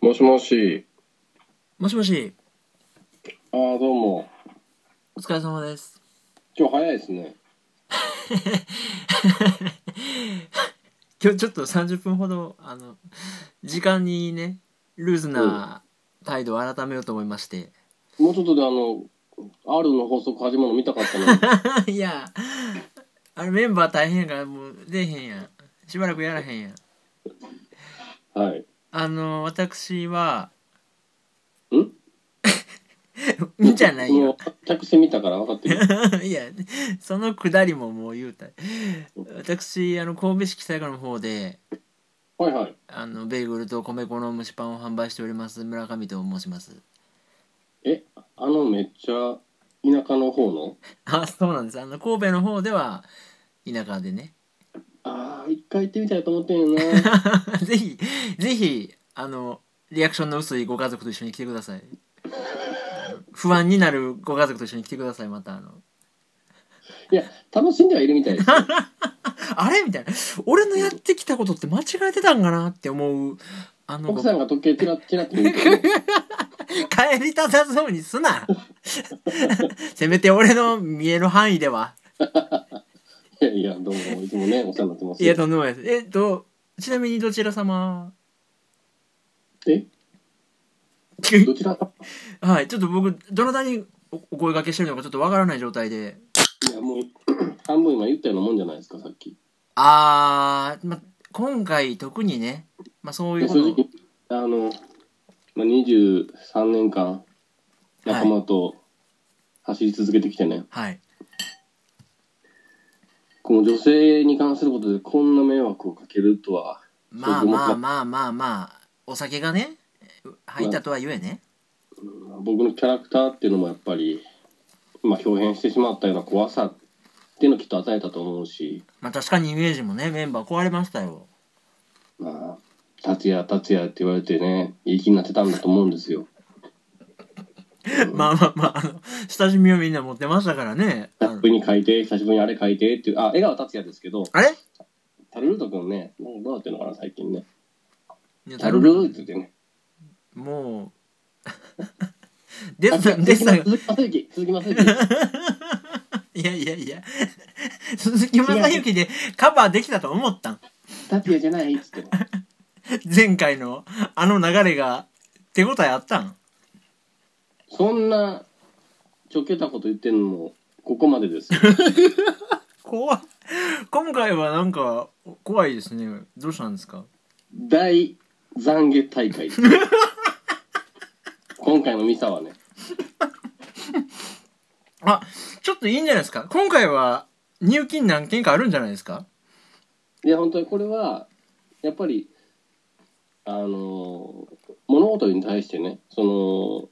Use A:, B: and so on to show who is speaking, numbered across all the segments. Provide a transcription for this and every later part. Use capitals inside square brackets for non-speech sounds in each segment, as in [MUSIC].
A: もしもし。
B: もしもし、
A: ああ、どうも。
B: お疲れ様です。
A: 今日早いですね。
B: 今日ちょっと30分ほど、あの、時間にね、ルーズな態度を改めようと思いまして。 [LAUGHS]
A: もうちょっとであの、R の法則始まるの見たかったな。
B: いや、あれメンバー大変やからもう出えへんやん。しばらくやらへんやん。
A: はい。
B: あの、私は、 [LAUGHS]
A: ん
B: んじゃないよ。。
A: 着地見たから分か
B: [LAUGHS]
A: ってる。
B: いや、そのくだりももう言うた。私、あの、神戸市北谷の方で、
A: はいはい。
B: あの、ベーグルと米粉の蒸しパンを販売しております、村上と申します。
A: え、あのめっちゃ田舎の方の
B: あそうなんですあの神戸の方では田舎でね [LAUGHS]
A: ああ、一回行ってみたいと思ってんよな。
B: ぜひぜひあのリアクションの薄いご家族と一緒に来てくださいあの不安になるご家族と一緒に来てくださいまたあの
A: いや、楽しんではいるみたいです。
B: あれみたいな俺のやってきたことって間違えてたんかなって思うあの
A: 奥さんが時計チラッチラッと見てる。
B: 帰りたたそうにすな [LAUGHS] せめて俺の見える範囲ではい
A: やいや、どうも、いつもね、お世話になってます。
B: いやとんでもないですえっとちなみにどちら様
A: え、どちらか
B: はい、ちょっと僕、どなたにおお声掛けしてるのかちょっとわからない状態で。
A: いや、もう、 [CLEARS THROAT] 半分今言ったようなもんじゃないですか、さっき。
B: あー、ま、今回特にね、まあ、そういうこ
A: 正
B: と
A: 直。あの、まあ、23年間仲間と走り続けてきてね、
B: はい。
A: この女性に関することでこんな迷惑をかけるとは
B: まあ
A: そう
B: まあまあまあまあ、お酒がね、入ったとは言えね。
A: 僕のキャラクターっていうのもやっぱり、まあ、表現してしまったような怖さっていうのをきっと与えたと思うし、
B: まあ確かにイメージもね、メンバー壊れましたよ。
A: まあ、達也達也って言われてねいい気になってたんだと思うんですよ。
B: まあまあまあ、あの、親しみをみんな持ってましたからね。
A: 久
B: あ
A: し
B: の
A: ぶりに書いて久しぶりにあれ書いてっていうあ江川達也ですけど
B: あれ
A: タルルート君ねなんかどうなってるのかな最近ね
B: いや
A: タルルートって言ってね
B: もう、 [LAUGHS] デッサン、デッサンが、
A: 鈴木正幸、鈴木正 [LAUGHS] 幸。
B: [LAUGHS] いやいやいや、鈴木正幸でカバーできたと思ったん
A: 達也じゃないっつってね。
B: 前回のあの流れが手応えあったん
A: そんな、ちょけたこと言ってんのも、ここまでですよ。
B: 怖い今回はなんか怖いですねどうしたんですか
A: 大懺悔大会。今回のミサはね、
B: あちょっといいんじゃないですか今回は入金何件かあるんじゃないですか
A: いや、本当にこれは、やっぱり、あのー物事に対してね、その、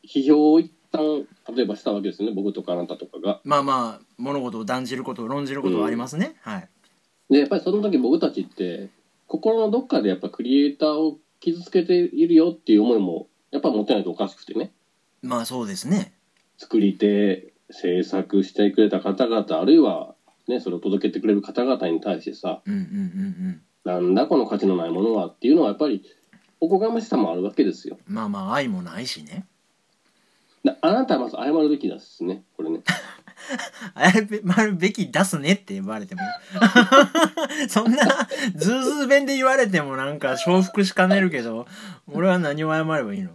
A: 批評を一旦、例えばしたわけですよね、僕とかあなたとかが。
B: まあまあ物事を断じること論じることはありますね、はい
A: で、やっぱりその時僕たちって、心のどっかでやっぱクリエイターを傷つけているよっていう思いも、やっぱ持ってないとおかしくてね。
B: まあそうですね
A: 作り手制作してくれた方々あるいは、ね、それを届けてくれる方々に対してさ
B: うんうんうん
A: なんだこの価値のないものはっていうのはやっぱりおこがましさもあるわけですよ
B: うんまあまあ愛もないしね
A: だあなたはまず謝るべきですねこれね
B: 謝るべ謝るべき出すねって言われても [LAUGHS] そんなズーズー弁で言われてもなんか承服しかねるけど俺は何を謝ればいいの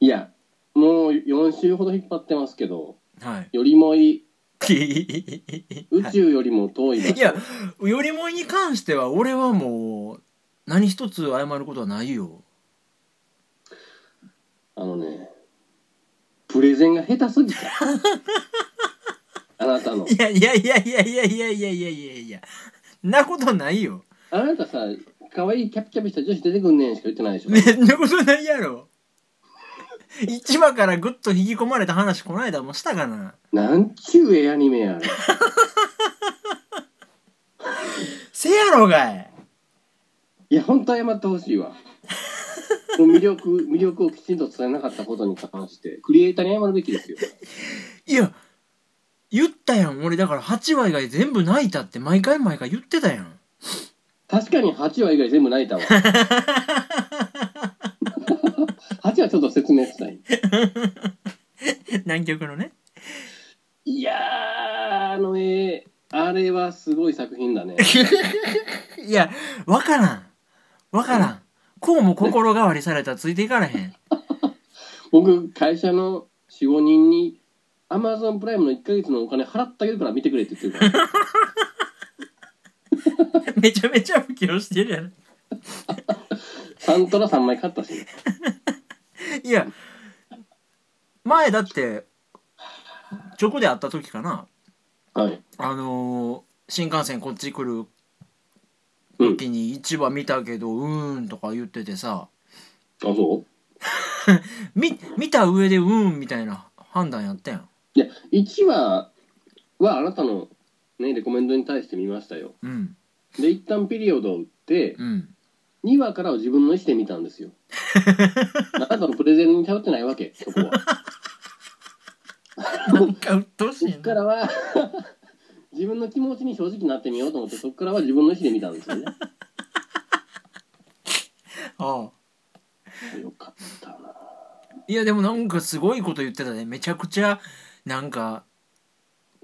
A: いやもう4週ほど引っ張ってますけど
B: はい。
A: よりもい宇
B: 宇
A: 宙よりも遠い場所、
B: いや、よりもいに関しては、俺はもう、何一つ謝ることはないよ。
A: あのねプレゼンが下手すぎたあなたの
B: いやいやいやいやいやいやいやいやいやいや。なことないよ。
A: あなたさ可愛いキャピキャピした女子出てくんねんしか言ってないでしょ
B: ねんなことないやろ。一話からぐっと引き込まれた話、この間もしたかな。
A: なんちゅうええアニメやあれ
B: せやろがい。
A: いや本当謝ってほしいわもう魅力魅力をきちんと伝えなかったことに関してクリエイターに謝るべきですよ
B: いや、言ったやん。俺だから8話以外全部泣いたって毎回毎回言ってたやん。
A: 確かに8話以外全部泣いたわ8はちょっと説明したい。
B: 南極のね
A: いやー、あの絵、あれはすごい作品だね。
B: いやわからんわからんこうも心変わりされたらついていかれへん
A: 僕、会社の4、5人に、アマゾンプライムの1ヶ月のお金払ってあげるから見てくれって言って [LAUGHS] るから。
B: [LAUGHS] めちゃめちゃ布教してるやん
A: サントラ3枚買ったし、ね。
B: いや前だって直で会った時かな
A: はい。
B: あのー新幹線こっち来る
A: うん。
B: 時に市場見たけどうーんとか言っててさ
A: あ、そう
B: 見見た上でうーんみたいな判断やったやん
A: いや、1話はあなたのね、レコメンドに対して見ましたよ。
B: うん
A: で、一旦ピリオドを打って、
B: うん
A: 2話からは自分の意思で見たんです [LAUGHS] よ。あなたのプレゼンに頼ってないわけ、そこは。
B: なんかうっとうし
A: [LAUGHS] そ
B: い
A: っ
B: な
A: からは自分の気持ちに正直になってみようと思ってそっからは自分の意思で見たんですよね
B: ああ
A: よかったない
B: やでもなんかすごいこと言ってたねめちゃくちゃなんか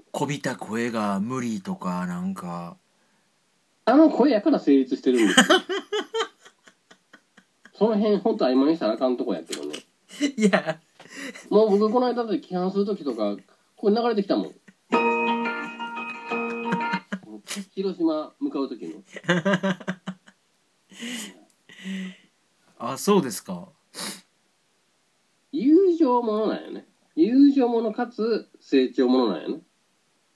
B: こびた声が無理とかなんか
A: あの声やから成立してるんです
B: [LAUGHS]
A: よその辺ほんと曖昧にしたらあかんとこやけどね
B: いや
A: もう僕この間で批判する時とかこれ流れてきたもん広島向かう時の
B: あそうですか
A: 友情ものなんやね友情ものかつ成長ものなんやね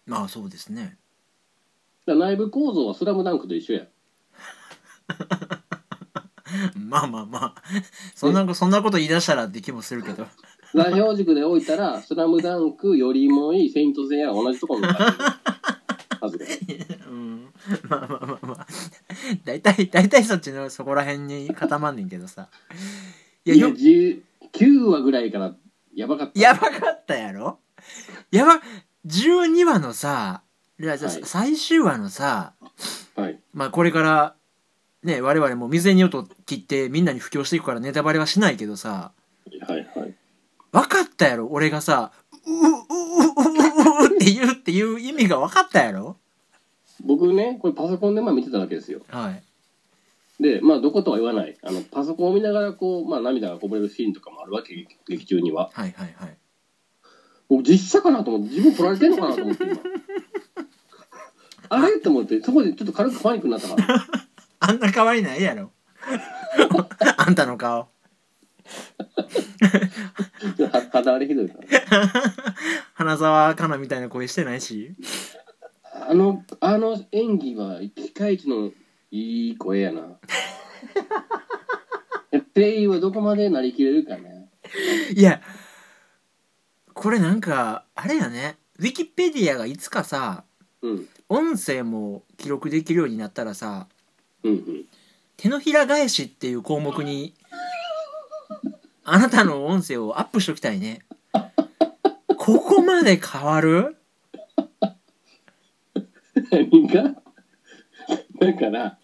B: まあそうですね
A: だから内部構造は「スラムダンクと一緒や
B: まあまあまあそんなそんなこと言い出したらって気もするけど
A: 座標軸で置いたら、スラムダンクよりもいいセイントセイヤは同じところ
B: [LAUGHS]
A: に向かってるはずです。
B: うんまあまあまあまあ大体大体そっちのそこら辺に固まんねんけどさいや
A: いや、
B: よ
A: 19話ぐらいからやばかった。
B: やばかったやろやば12話のさいや
A: はい
B: 最終話のさ
A: はい。
B: まあこれからね我々も未然に音を切ってみんなに布教していくからネタバレはしないけどさ
A: はいはい。
B: 分かったやろ俺がさ「ううううううう」って言うっていう意味が分かったやろ
A: 僕ね、これパソコンでまあ見てたわけですよ。
B: はい
A: で、まあどことは言わない。あの、パソコンを見ながらこう、まあ涙がこぼれるシーンとかもあるわけ、劇劇中には。
B: はいはいはい
A: 僕実写かなと思って、自分取られてんのかなと思って今。あれと思って、そこでちょっと軽くパニックになったから。
B: あんな可愛いないやろ [LAUGHS] あんたの顔
A: は肌荒れひどいから。 [LAUGHS]
B: 花澤香菜みたいな声してないし
A: あの、あの演技は、ピカイチのいい声やな。ペイはどこまでなりきれるかね。
B: いやこれなんかあれやねウィキペディアがいつかさ
A: うん、
B: 音声も記録できるようになったらさ
A: うん、うん。
B: 手のひら返しっていう項目にあなたの音声をアップしときたいねここまで変わる
A: 何がだから、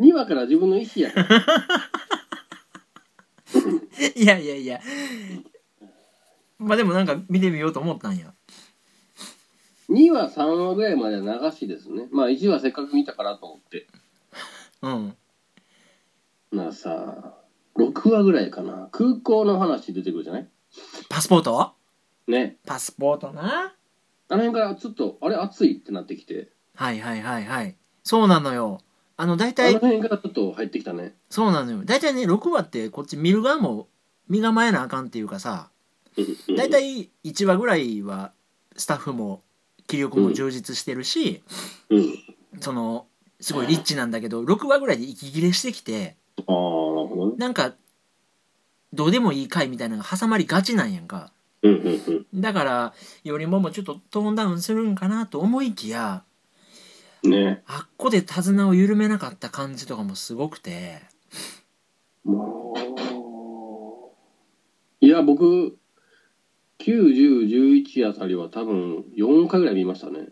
A: 2話から自分の意思や
B: [LAUGHS]
A: から。
B: いやいやいやまあでもなんか見てみようと思ったんや
A: 2話、3話ぐらいまでは流しですね。まあ、1話せっかく見たからと思って。
B: うん
A: まあさ、6話ぐらいかな。空港の話出てくるじゃない
B: パスポート
A: ね。
B: パスポートな
A: あの辺からちょっと、あれ暑いってなってきて、
B: はいはいはいはいそうなのよあの大
A: あの
B: 体
A: 辺からちょっと入ってきたね。
B: そうなのよ大体ね6話ってこっち見る側も身構えなあかんっていうかさ
A: うん
B: 大、体1話ぐらいはスタッフも気力も充実してるし、
A: うん。
B: そのすごいリッチなんだけど6話ぐらいで息切れしてきて
A: ああ、なるほどね。
B: なんかどうでもいい回みたいなのが挟まりがちなんやんか
A: うんうんうん
B: だからよりももうちょっとトーンダウンするんかなと思いきや
A: ね
B: あっこで手綱を緩めなかった感じとかもすごくて
A: もういや僕9011あたりは多分4回ぐらい見ましたね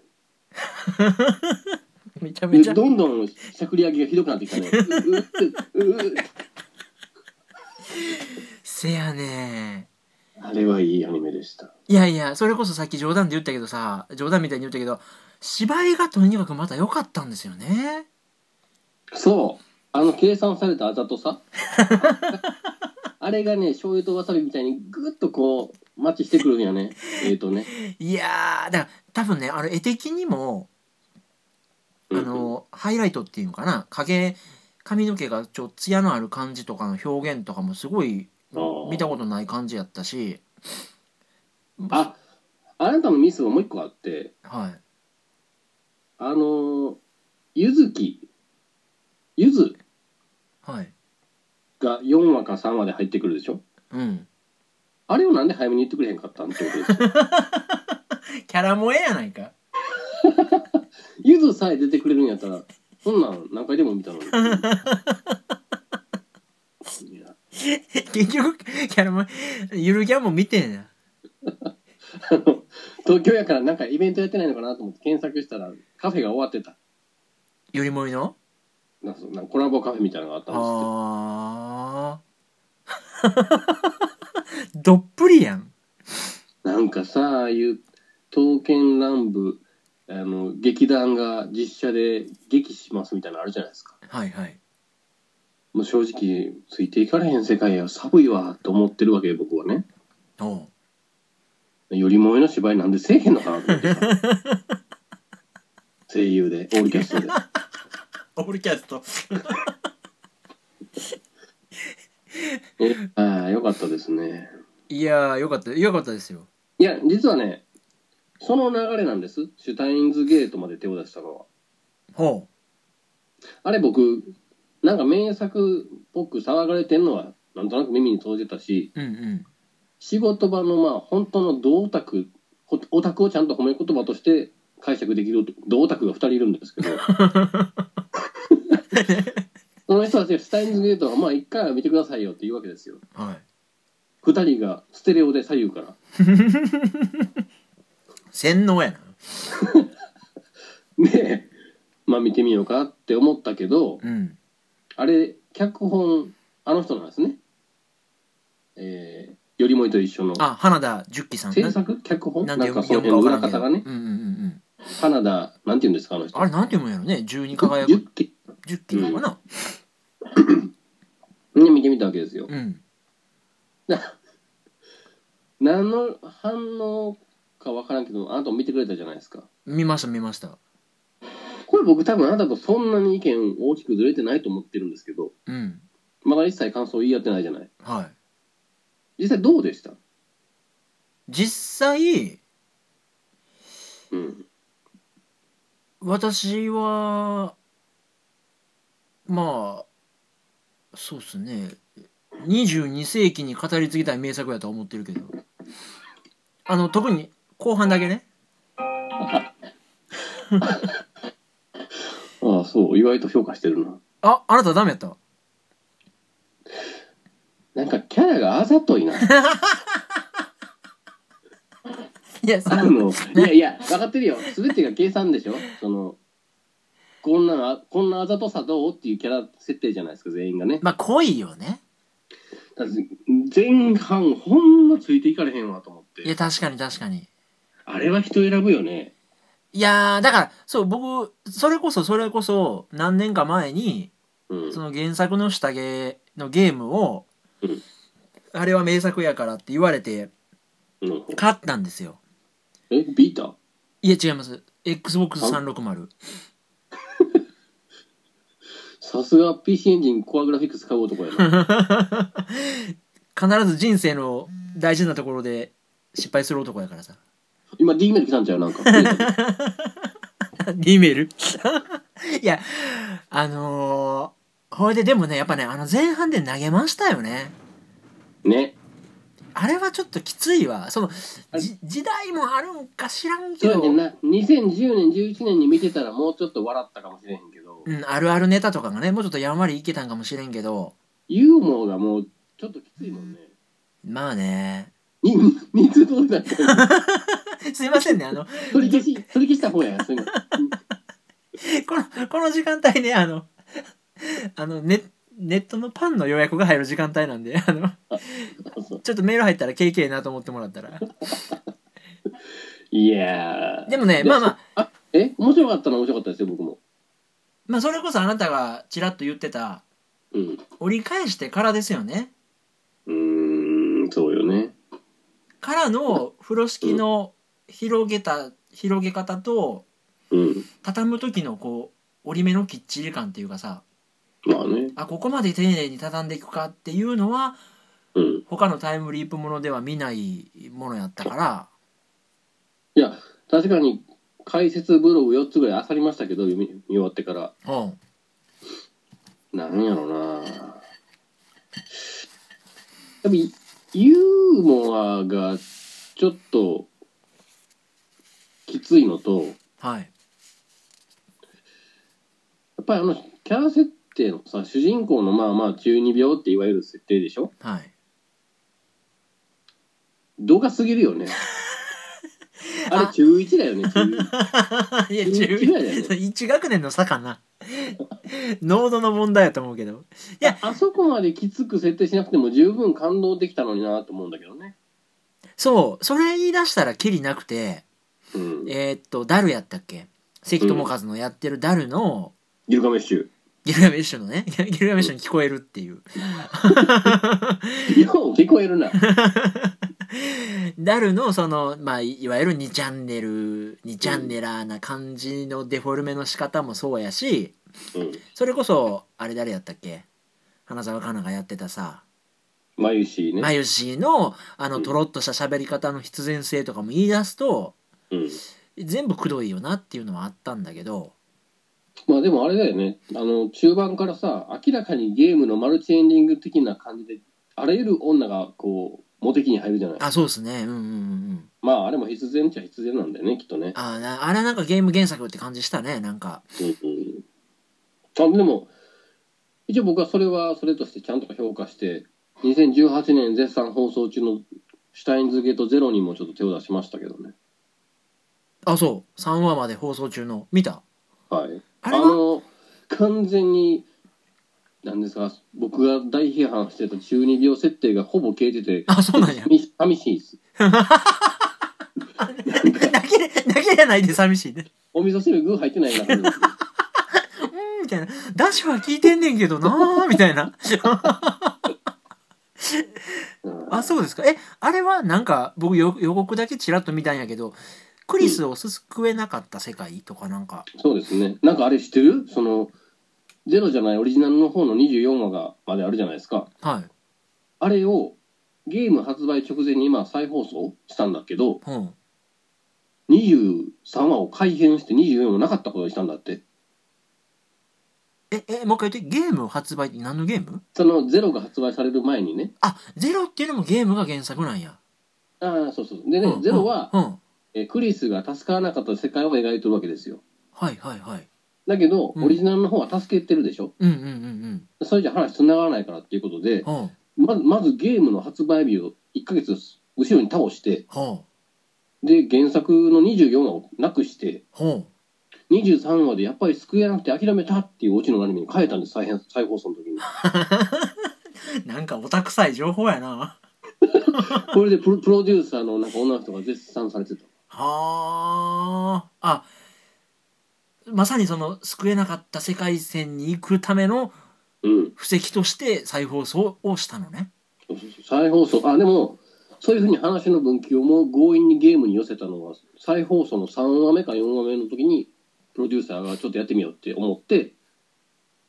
B: めちゃめ
A: で
B: ちゃ
A: どんどんしゃくり上げがひどくなってきたねううううう
B: せやね
A: あれはいいアニメでした。
B: いやいやそれこそさっき冗談で言ったけどさ冗談みたいに言ったけど芝居がとにかくまた良かったんですよね
A: そう。あの計算されたあざとさ。あれがね、醤油とわさびみたいにぐっとこう、マッチしてくるんやね。えっ、とね。
B: いやーだから多分ねあの絵的にもあのハイライトっていうのかな影髪の毛がちょっと艶のある感じとかの表現とかもすごい
A: あー
B: 見たことない感じやったし
A: あ、あなたのミスはもう一個あって、
B: はい
A: あのー、ゆずき、ゆず
B: はい
A: が4話か3話で入ってくるでしょ。
B: うん
A: あれをなんで早めに言ってくれへんかったんってことですよ。
B: キャラ萌えやないか
A: ゆずさえ出てくれるんやったら、そんなん何回でも見たのに。いや
B: 結局キャラ萌えゆるキャンも見てんな
A: あの東京やからなんかイベントやってないのかなと思って検索したらカフェが終わってた
B: ゆりもりの
A: なんかそなんかコラボカフェみたいなのがあったんですって
B: あー [LAUGHS] どっぷりやん
A: なんかさああいう刀剣乱舞あの劇団が実写で劇しますみたいなのあるじゃないですか
B: はいはい
A: もう正直ついていかれへん世界や寒いわと思ってるわけよ僕はね
B: おう
A: よりもえの芝居なんでせえへんのかなと思ってた声優でオールキャストで
B: オールキャスト
A: えああよかったですね
B: いやーよかったよかったですよ
A: いや、実はね、その流れなんです。シュタインズゲートまで手を出したのは。
B: ほ
A: あれ僕、なんか名作っぽく騒がれてんのは、なんとなく耳に届いてたし、
B: ううんうん
A: 仕事場のまあ、本当の同オタク、ほオタクをちゃんと褒め言葉として解釈できる同オタクが2人いるんですけ
B: [LAUGHS]
A: ど、その人たちがシュタインズゲートはまあ、1回は見てくださいよって言うわけですよ。
B: はい
A: 2人がステレオで左右から。
B: 洗脳やな
A: で、まあ見てみようかって思ったけど、
B: うん
A: あれ、脚本、あの人なんですね。えー、よりもいと一緒の。
B: あ花田十喜さん
A: 制作脚本な
B: なんんて
A: か
B: 読む
A: その
B: 読む
A: 辺の
B: か
A: 裏方が
B: わからんけ
A: ね
B: ど、うんうんうん
A: 花田、なんて言うんですか、あの
B: う
A: 人。
B: んあれなんて読むんやろね十二輝
A: 十
B: く
A: 期
B: 十喜なのかな
A: ね、見てみたわけですよ。
B: うん
A: 何の反応かわからんけど、あなたも見てくれたじゃないですか。
B: 見ました見ました
A: これ僕多分あなたとそんなに意見大きくずれてないと思ってるんですけど、
B: うん
A: まだ一切感想言い合ってないじゃない。
B: はい
A: 実際どうでした
B: 実際
A: うん。
B: 私はまあそうっすね22世紀に語り継ぎたい名作やとは思ってるけどあの特に後半だけね
A: ああ、そう、意外と評価してるな。
B: ああなたダメやった
A: なんかキャラがあざとい [LAUGHS] な。
B: いやそ
A: あの、いやいや、分かってるよ。すべてが計算でしょその、こんな、こんなあざとさどうっていうキャラ設定じゃないですか、全員がね。
B: まあ恋よね
A: だって前半、ほんまついていかれへんわと思っ
B: いや
A: て。
B: 確かに確かに
A: あれは人選ぶよね。
B: いやーだからそう僕それこそそれこそ何年か前に
A: うん。
B: その原作の下着のゲームを
A: うん
B: あれは名作やからって言われて
A: うん
B: 買ったんですよ
A: え、ビータ
B: いや違います [LAUGHS] XBOX360
A: さすが PC エンジンコアグラフィックス買う男やな。
B: 必ず人生の大事なところで失敗する男やからさ
A: 今 D メール来たんちゃうなん
B: [LAUGHS]
A: か。
B: D メール [LAUGHS] いやあのー、ほいででもねやっぱねあの前半で投げましたよね
A: ね。
B: あれはちょっときついわその
A: あれ
B: じ時代もあるんか知らんけ
A: そうや
B: ど
A: ねんな。2010年、11年に見てたらもうちょっと笑ったかもしれへんけど、
B: うん、あるあるネタとかがねもうちょっとやんわりいけたんかもしれんけど
A: ユーモアがもうちょっときついもんね。
B: まあね
A: [LAUGHS] に、に、水どうだった
B: すいませんねあの
A: 取り消し、取り消した方や。そういうの
B: この、この時間帯ね、あの、あの、ネネットのパンの予約が入る時間帯なんで、あの、
A: そう
B: ちょっとメール入ったら KK なと思ってもらったら
A: いやー
B: でもねまあまあ
A: あえ面白かったのは面白かったですよ僕も
B: まあそれこそあなたがちらっと言ってた
A: うん
B: 折り返してからですよね
A: うーんそうよね
B: からの風呂敷の広げた広げ方と
A: うん
B: 畳む時のこう折り目のきっちり感っていうかさ
A: まあね
B: あここまで丁寧に畳んでいくかっていうのは
A: うん
B: 他のタイムリープものでは見ないものやったから
A: いや確かに解説ブログ4つぐらい漁りましたけど読み見終わってから
B: うん
A: なんやろなやっぱユーモアがちょっときついのとや
B: はい
A: っぱりあのキャラ設定のさ主人公のまあまあ中二病っていわゆる設定でしょ
B: はい
A: 度が過ぎるよ
B: [LAUGHS]
A: ねあれ中1だよね中1
B: いや
A: 中一ぐらいだよね
B: 1学年の差かな濃度の問題やと思うけどいや
A: あそこまできつく設定しなくても十分感動できたのになと思うんだけどね
B: そうそれ言い出したらキリなくて
A: うん
B: えーっとダルやったっけ関智一のやってるダルの、
A: ギルガメッシ
B: [LAUGHS]
A: ュ
B: ギルガメッシュのね [LAUGHS] ギルガメッシュに聞こえるっていう
A: よう聞こえるな
B: ダルのその、まあ、いいわゆる2チャンネル2チャンネラーな感じのデフォルメの仕方もそうやし
A: うん
B: それこそあれ誰やったっけ花澤香菜がやってたさ
A: 眉しね、
B: マユシーのあ
A: う
B: の
A: ん
B: とろっとした喋り方の必然性とかも言い出すと
A: うん
B: 全部くどいよなっていうのはあったんだけど
A: まあでもあれだよね、あの中盤からさ、明らかにゲームのマルチエンディング的な感じで、あらゆる女がこう、モテ期に入るじゃない。
B: あそうですねうんうんうんうん
A: まああれも必然っちゃ必然なんだよね、きっとね。
B: あなあれなんかゲーム原作って感じしたねなんか
A: うんうん、あでも、一応僕はそれはそれとしてちゃんと評価して、2018年絶賛放送中のシュタインズゲートゼロにもちょっと手を出しましたけどね。
B: あそう3話まで放送中の見た
A: はい。
B: あれは
A: の、完全に、なんですか、僕が大批判してた中二病設定がほぼ消えてて、
B: あそうなんや [LAUGHS]
A: 寂し寂しいです。
B: 泣き泣きじゃないで寂しいね。
A: お味噌汁具入ってないな。
B: [LAUGHS] うんみたいな。ダッシュは聞いてんねんけどなーみたいな。
A: うん
B: あ、そうですか。え、あれはなんか僕よ予告だけちらっと見たんやけど、クリスをすすくえなかった世界とかなんか。
A: そうですね。なんかあれ知ってるその、ゼロじゃないオリジナルの方の24話がまであるじゃないですか。
B: はい。
A: あれを、ゲーム発売直前に今再放送したんだけど、
B: うん。
A: 23話を改編して24話なかったことにしたんだって。
B: え、え、もう一回言って、ゲーム発売って何のゲーム
A: そのゼロが発売される前にね。
B: あ、ゼロっていうのもゲームが原作なんや。
A: ああ、そうそう。で
B: う
A: ね、
B: ん
A: ゼロは、
B: うん。うん
A: えークリスが助からなかった世界を描いてるわけですよ。
B: はいはいはい。
A: だけど、
B: うん
A: オリジナルの方は助けてるでしょ。
B: うんうんうん
A: それじゃ話繋がらないからっていうことで、
B: うん。うん。
A: まずまずゲームの発売日を1ヶ月後ろに倒して、
B: ほう。
A: で、原作の24話をなくして、
B: ほ
A: 23話でやっぱり救えなくて諦めたっていうオチのアニメに変えたんです、再編再放送の時に。
B: う。なんかオタクさい情報やな。
A: これでプロプロデューサーのなんか女の人が絶賛されてた。
B: はああまさにその救えなかった世界線に行くための
A: うん。
B: 布石として再放送をしたのね
A: そうそうそう再放送、あ、でも、そういうふうに話の分岐をもう強引にゲームに寄せたのは、再放送の3話目か4話目の時に、プロデューサーがちょっとやってみようって思って、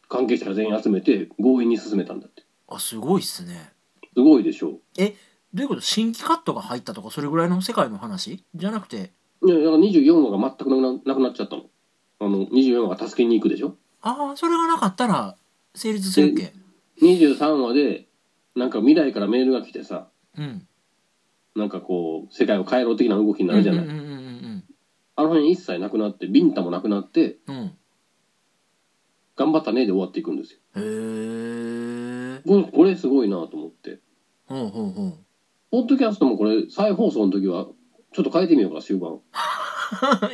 A: 関係者全員集めて強引に進めたんだって。
B: あすごいっすね
A: すごいでしょう。
B: どういうこと新規カットが入ったとかそれぐらいの世界の話じゃなくて
A: いや、だから24話が全くなくななくなっちゃったの。あの、24話が助けに行くでしょ。
B: ああそれがなかったら成立するっけ
A: 23話で、なんか未来からメールが来てさ、
B: うん
A: なんかこう、世界を変えろ的な動きになるじゃない。
B: うんうんうん
A: あの辺一切なくなって、ビンタもなくなって、
B: うんうん
A: 頑張ったねで終わっていくんですよ。
B: うんへえ
A: これこれすごいなと思って。
B: ほうほうほう
A: ポッドキャストもこれ、再放送の時は、
B: [LAUGHS]
A: ちょっと変えてみようか、終盤。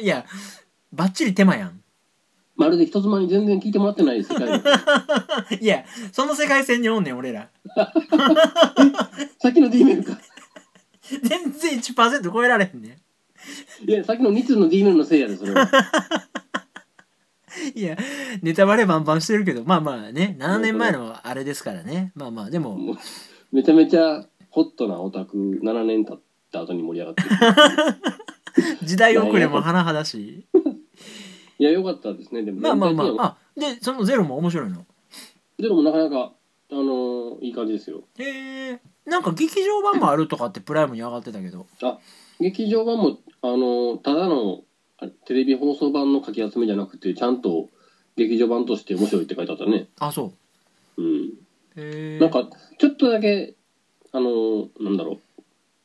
B: いやバッチリ手間やん [LAUGHS]
A: まるで人妻に全然聞いてもらってない世界が
B: いやその世界線におんねん俺ら [LAUGHS]
A: さっきの D メールか
B: 全然1%超えられへんねん
A: いやさっきの2通の D メールのせいやでそれは
B: [LAUGHS] いや、ネタバレバンバンしてるけど、まあまあね、7年前のあれですからね。まあまあ、でも、
A: もうめちゃめちゃホットなオタク7年経った後に盛り上がってる
B: 時代遅れも甚だし。
A: いやよかったですねでも
B: まあまあま
A: 全体的には
B: あ。あ、で、そのゼロも面白いの。
A: でもなかなかあのーいい感じですよ
B: へえ。なんか劇場版もあるとかってプライムに上がってたけど。
A: 劇場版もあのただのあれテレビ放送版のかき集めじゃなくてちゃんと劇場版として面白いって書いてあったね
B: あ、そ
A: うん
B: う。へえ。
A: なんかちょっとだけあのなんだろう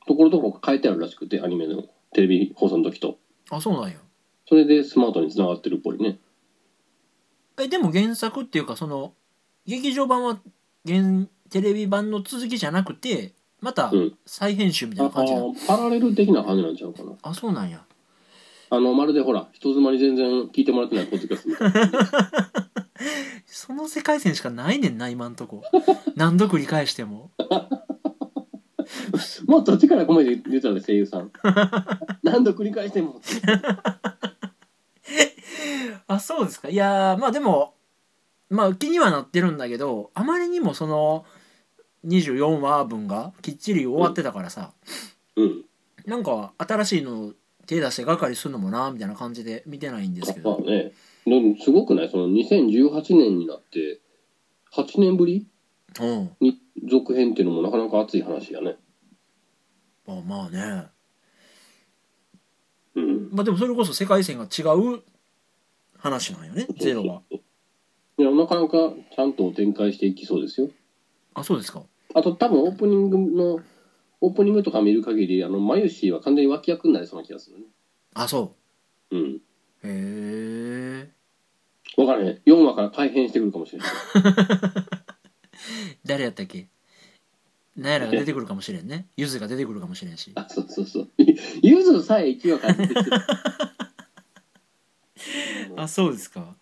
A: ところどころ変えてあるらしくてアニメのテレビ放送の時と
B: あ、そうなんや。
A: それでスマートに繋がってるっぽいね
B: え、でも原作っていうか、その、劇場版は原テレビ版の続きじゃなくて、また
A: うん
B: 再編集みたい
A: あ
B: な感じなの、
A: あパラレル的な感じなんちゃうかな
B: あ、そうなんや。
A: あのまるでほら人妻に全然聞いてもらってないポッドキャストみたいな
B: その世界線しかないねんな、今んとこ。
A: [LAUGHS]
B: 何度繰り返しても。
A: もっと力込めて出たら声優 [LAUGHS] さん何度繰り返しても
B: あそうですかいやーまあでもまあ気にはなってるんだけどあまりにもその24話分がきっちり終わってたからさ、
A: うん
B: なんか新しいの手出してがかりするのもなみたいな感じで見てないんですけ
A: まあ
B: ど
A: ねでもすごくないその2018年になって8年ぶり
B: うん
A: に続編っていうのもなかなか熱い話やね
B: まあまあね
A: うん
B: まあでもそれこそ世界線が違う話なんよねゼロは
A: はいやなかなかちゃんと展開していきそうですよ
B: あそうですか
A: あと多分オープニングのオープニングとか見る限りあのマユシーは完全に脇役になりそうな気がするね
B: あそ
A: うん
B: うへえ
A: 分からへん4話から改変してくるかもしれない
B: 誰やったっけ何やらが出てくるかもしれんねゆずが出てくるかもしれんし
A: あ [LAUGHS] そうそうそうゆずさえ1話から出て [LAUGHS] きてる
B: あそうですか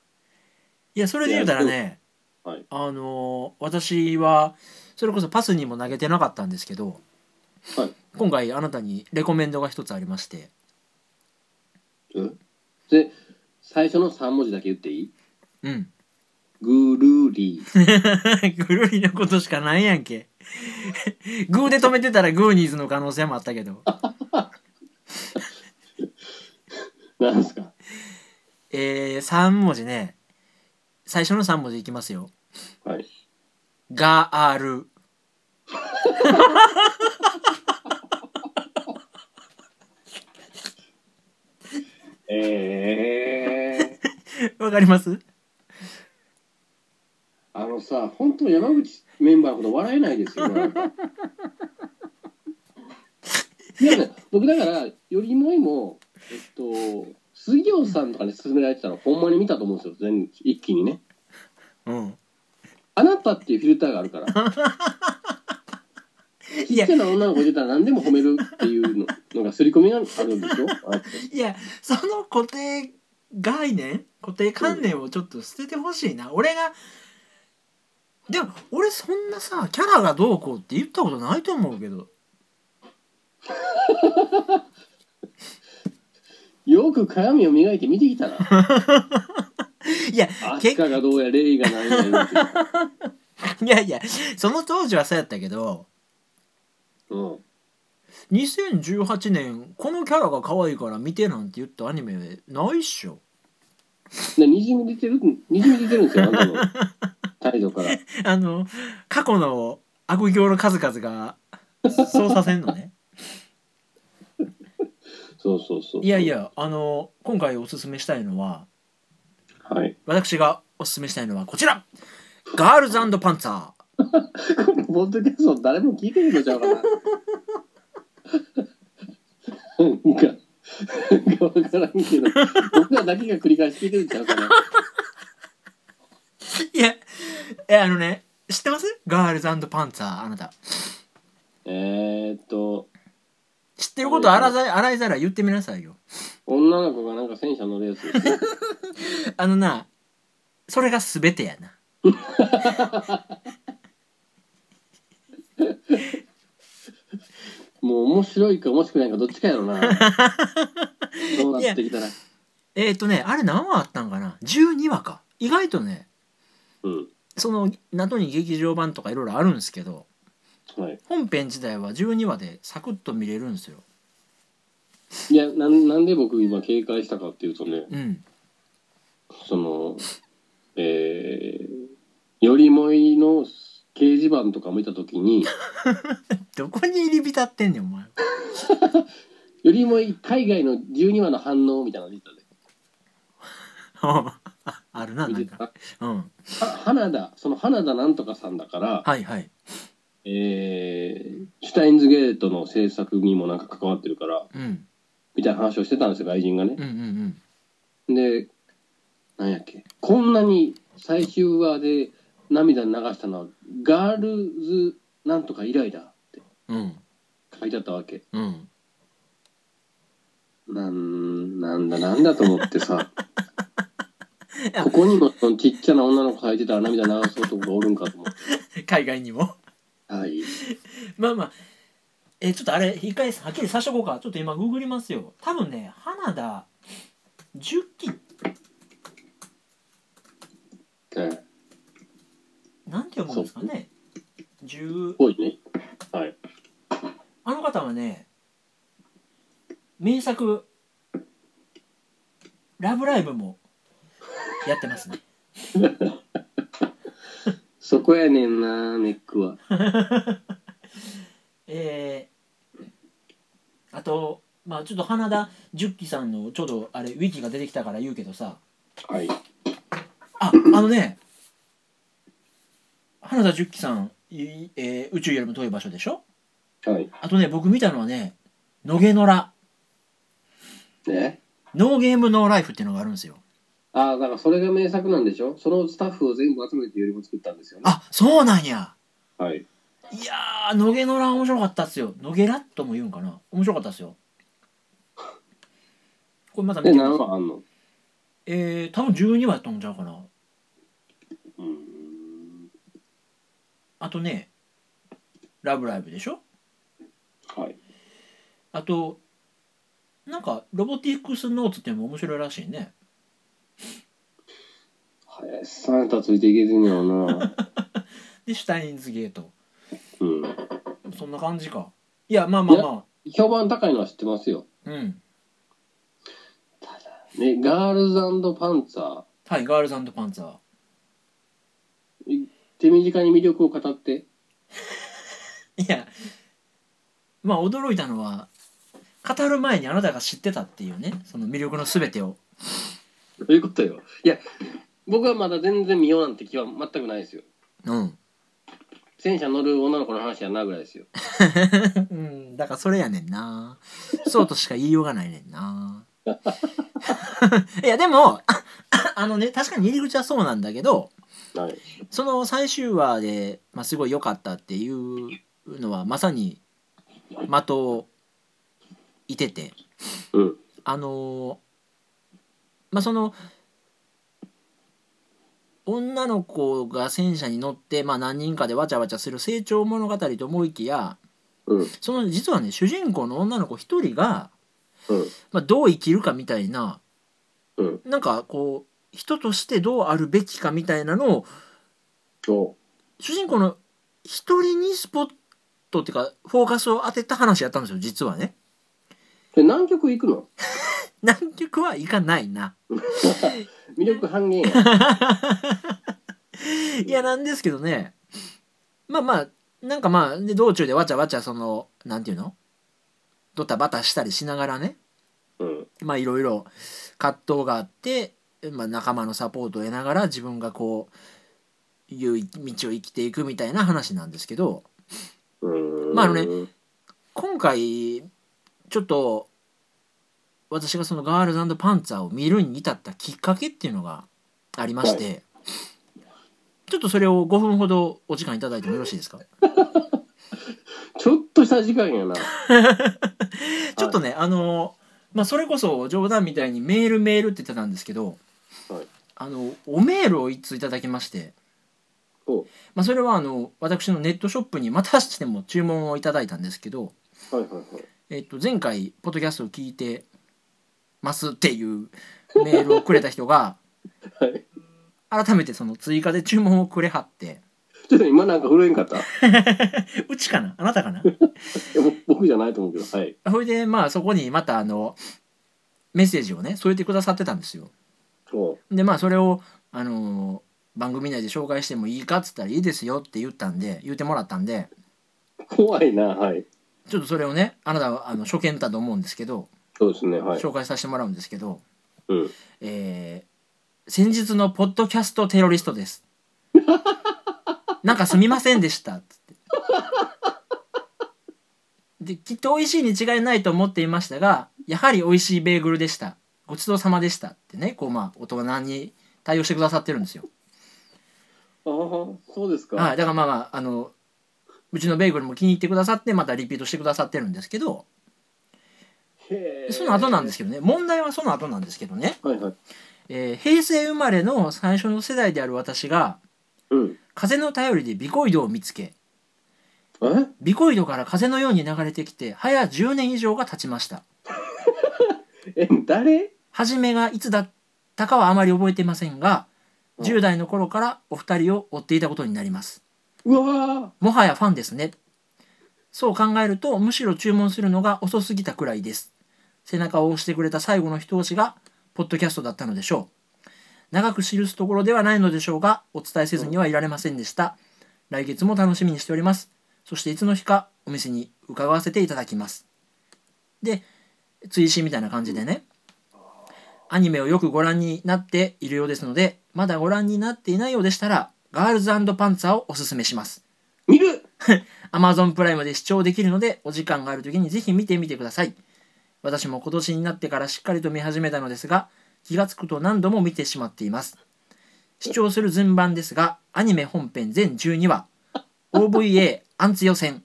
B: いやそれで言うたらね、
A: いやそうはい
B: あのー私はそれこそパスにも投げてなかったんですけど、
A: はい
B: 今回あなたにレコメンドが一つありまして
A: うんで最初の3文字だけ言っていい
B: [LAUGHS] うん
A: ぐるり
B: ぐるりのことしかないやんけグーで止めてたらグーニーズの可能性もあったけど
A: なんですか
B: えー、3文字ね最初の3文字いきますよ
A: はい
B: ガール
A: ええー、
B: わかります
A: あのさ本当山口メンバーのこと笑えないですよこれいやね僕だからよりもいもえっと杉尾さんとかに勧められてたのほんまに見たと思うんですよ全一気にね
B: うん
A: あなたっていうフィルターがあるから
B: い
A: ち
B: や
A: っちゃな女の子出たら何でも褒めるっていうののが刷り込みがあるんでしょあって
B: いやその固定概念固定観念をちょっと捨ててほしいな、俺がでも俺そんなさキャラがどうこうって言ったことないと思うけど
A: よく鏡を磨いて見てきたら
B: いや
A: アス
B: [LAUGHS] 結
A: カがどうやレイが何や言うて
B: いやいやその当時はそうやったけど
A: うん
B: 2018年このキャラが可愛いから見てなんて言ったアニメないっしょ
A: でにじみ出てるにじみ出てるんですよあなたの態度
B: [LAUGHS]
A: から
B: あの過去の悪行の数々がそうさせんのね
A: そうそうそう
B: いやいやあの今回おすすめしたいのは
A: はい
B: 私がおすすめしたいのはこちらガールズパンツァー
A: このポッドキャスト誰も聞いてへんのちゃうかな。なんか、なんか分からんけど、僕らだけが繰り返し聞いてるんちゃうかな。
B: いやえあのね知ってますガールズパンツァーあなた
A: えーっと、
B: 知ってること洗いざ洗いざらい言ってみなさいよ
A: 女の子がなんか戦車のレースですね
B: あのなそれが全てやな
A: もう面白いか面白くないかどっちかや
B: [LAUGHS]
A: ろなどうなってきたら
B: えっ、とねあれ何話あったんかな12話か意外とね
A: うん
B: そのナトに劇場版とかいろいろあるんですけど
A: はい
B: 本編自体は12話でサクッと見れるんですよ
A: いやなんなんで僕今警戒したかっていうとね
B: うん
A: そのえー、よりもいの掲示板とか見た時に
B: どこに入り浸ってんねんお前 [LAUGHS]
A: よりもい海外の12話の反応みたいなの出てたで
B: ああるなな
A: 見て
B: んか
A: た
B: うん
A: は花田その花田なんとかさんだから、
B: はいはい
A: えー、シュタインズゲートの制作にもなんか関わってるから
B: うん
A: みたいな話をしてたんですよ外人がね
B: うんうんうん
A: でなんやっけこんなに最終話で涙流したのはガールズなんとか以来だって
B: うん
A: 書いてあったわけ
B: うん
A: なんなんだなんだと思ってさ
B: いや
A: ここにもそのちっちゃな女の子書いてたら涙流す男がおるんかと思って
B: 海外にも
A: はい
B: まあまあえーちょっとあれ一回はっきりさしとこうかちょっと今ググりますよ多分ね花田10期
A: で
B: なんて読むんですかね10
A: 多いねはい
B: あの方はね名作「ラブライブ!」もやってますね
A: そこやねんなネックは
B: えー、あとまあちょっと花田十喜さんのちょうどあれウィキが出てきたから言うけどさ
A: はい
B: ああのね花田十喜さん、いえー宇宙よりも遠い場所でしょ
A: はい
B: あとね僕見たのはね「野毛野良
A: ね
B: ノーゲームノーライフ」っていうのがあるんですよ
A: ああだからそれが名作なんでしょそのスタッフを全部集めてよりも作ったんですよね
B: あそうなんや
A: はい
B: いやー野毛野良面白かったっすよ野毛らとも言うんかな面白かったっすよこれまた見
A: で
B: てみま
A: 何
B: す
A: 話あんの
B: えー、多分12話やったんちゃうかな
A: うーん
B: あとね「ラブライブ!」でしょ
A: はい
B: あとなんか「ロボティクスノーツ」っていうのも面白いらしいね
A: 林さんやったらついていけてんやろな
B: で「シュタインズゲート
A: うん」
B: そんな感じかいやまあまあま
A: 評判高いのは知ってますよ
B: あうん
A: ねガールズパンツァー
B: はい「ガールズパンツァー」
A: 手短に魅力を語って
B: いやまあ驚いたのは語る前にあなたが知ってたっていうねその魅力の全てを
A: どういうことよいや僕はまだ全然見ようなんて気は全くないですよ
B: うん
A: 戦車乗る女の子の話やなぐらいですよ
B: うん、だからそれやねんな。そうとしか言いようがないねん [LAUGHS] な。いや、でも、ああのね、確かに入り口はそうなんだけど、
A: はい
B: その最終話で、まあ、すごい良かったっていうのは、まさに、的をいてて、
A: うん
B: あのーまあその女の子が戦車に乗って、まあ、何人かでわちゃわちゃする成長物語と思いきや
A: うん
B: その実はね主人公の女の子一人が、
A: うん
B: まあ、どう生きるかみたいな
A: うん
B: なんかこう人としてどうあるべきかみたいなのを
A: お
B: 主人公の一人にスポットっていうかフォーカスを当てた話やったんですよ実はね。
A: で南極行くの
B: 南極はいかないな。
A: 魅力半減や
B: いやなんですけどねまあまあなんかまあで道中でわちゃわちゃそのなんていうのドタバタしたりしながらね
A: うん
B: まあいろいろ葛藤があって、まあ、仲間のサポートを得ながら自分がこういう道を生きていくみたいな話なんですけど
A: うーん
B: まああのね今回ちょっと私がそのガールズパンツァーを見るに至ったきっかけっていうのがありまして、ちょっとそれを5分ほどお時間いただいてもよろしいですか
A: ちょっとした時間や [LAUGHS] な
B: ちょっとね、あのーまあ、それこそ冗談みたいにメールメールって言ってたんですけど、
A: はい
B: あのおメールを一通いただきまして、
A: お
B: まあ、それはあの私のネットショップにまたしても注文をいただいたんですけど、
A: はいはいはい。
B: えっと、前回ポッドキャストを聞いてますっていうメールをくれた人が [LAUGHS]
A: はい
B: 改めてその追加で注文をくれはって
A: ちょっと今なんか震えんかった。いう
B: ちかなあなたか [LAUGHS] な
A: やぼ僕じゃないと思うけど、はい。
B: それでまあそこにまたあのメッセージをね添えてくださってたんですよ
A: お
B: でまあそれをあの番組内で紹介してもいいかっつったらいいですよって言ったんで言ってもらったんで
A: 怖いな、はい。
B: ちょっとそれをねあなたはあの初見だと思うんですけど
A: そうですね、はい。
B: 紹介させてもらうんですけど、
A: うん。
B: えー先日のポッドキャストテロリストです。 [LAUGHS] なんかすみませんでした。つって [LAUGHS] で、きっと美味しいに違いないと思っていましたが、やはり美味しいベーグルでした。ごちそうさまでした。ってね、こうまあ、大人に対応してくださってるんですよ。
A: ああ、そうですか。
B: はい。だからまあまあ、あの、うちのベーグルも気に入ってくださって、またリピートしてくださってるんですけど、
A: へえ。
B: その後なんですけどね、問題はその後なんですけどね、
A: はいはい。
B: えー平成生まれの最初の世代である私が、
A: うん。
B: 風の頼りでビコイドを見つけ
A: え
B: ビコイドから風のように流れてきて早10年以上が経ちました
A: え、誰
B: 初めがいつだったかはあまり覚えていませんが
A: うん
B: 10代の頃からお二人を追っていたことになります
A: うわ
B: もはやファンですねそう考えるとむしろ注文するのが遅すぎたくらいです背中を押してくれた最後の一押しがポッドキャストだったのでしょう長く記すところではないのでしょうがお伝えせずにはいられませんでした来月も楽しみにしておりますそしていつの日かお店に伺わせていただきますで追伸みたいな感じでねアニメをよくご覧になっているようですのでまだご覧になっていないようでしたらガールズパンツァーをおすすめします
A: ー見る
B: Amazon プライムで視聴できるのでお時間がある時にぜひ見てみてください私も今年になってからしっかりと見始めたのですが気がつくと何度も見てしまっています視聴する順番ですがアニメ本編全12話 OVA アンツ予選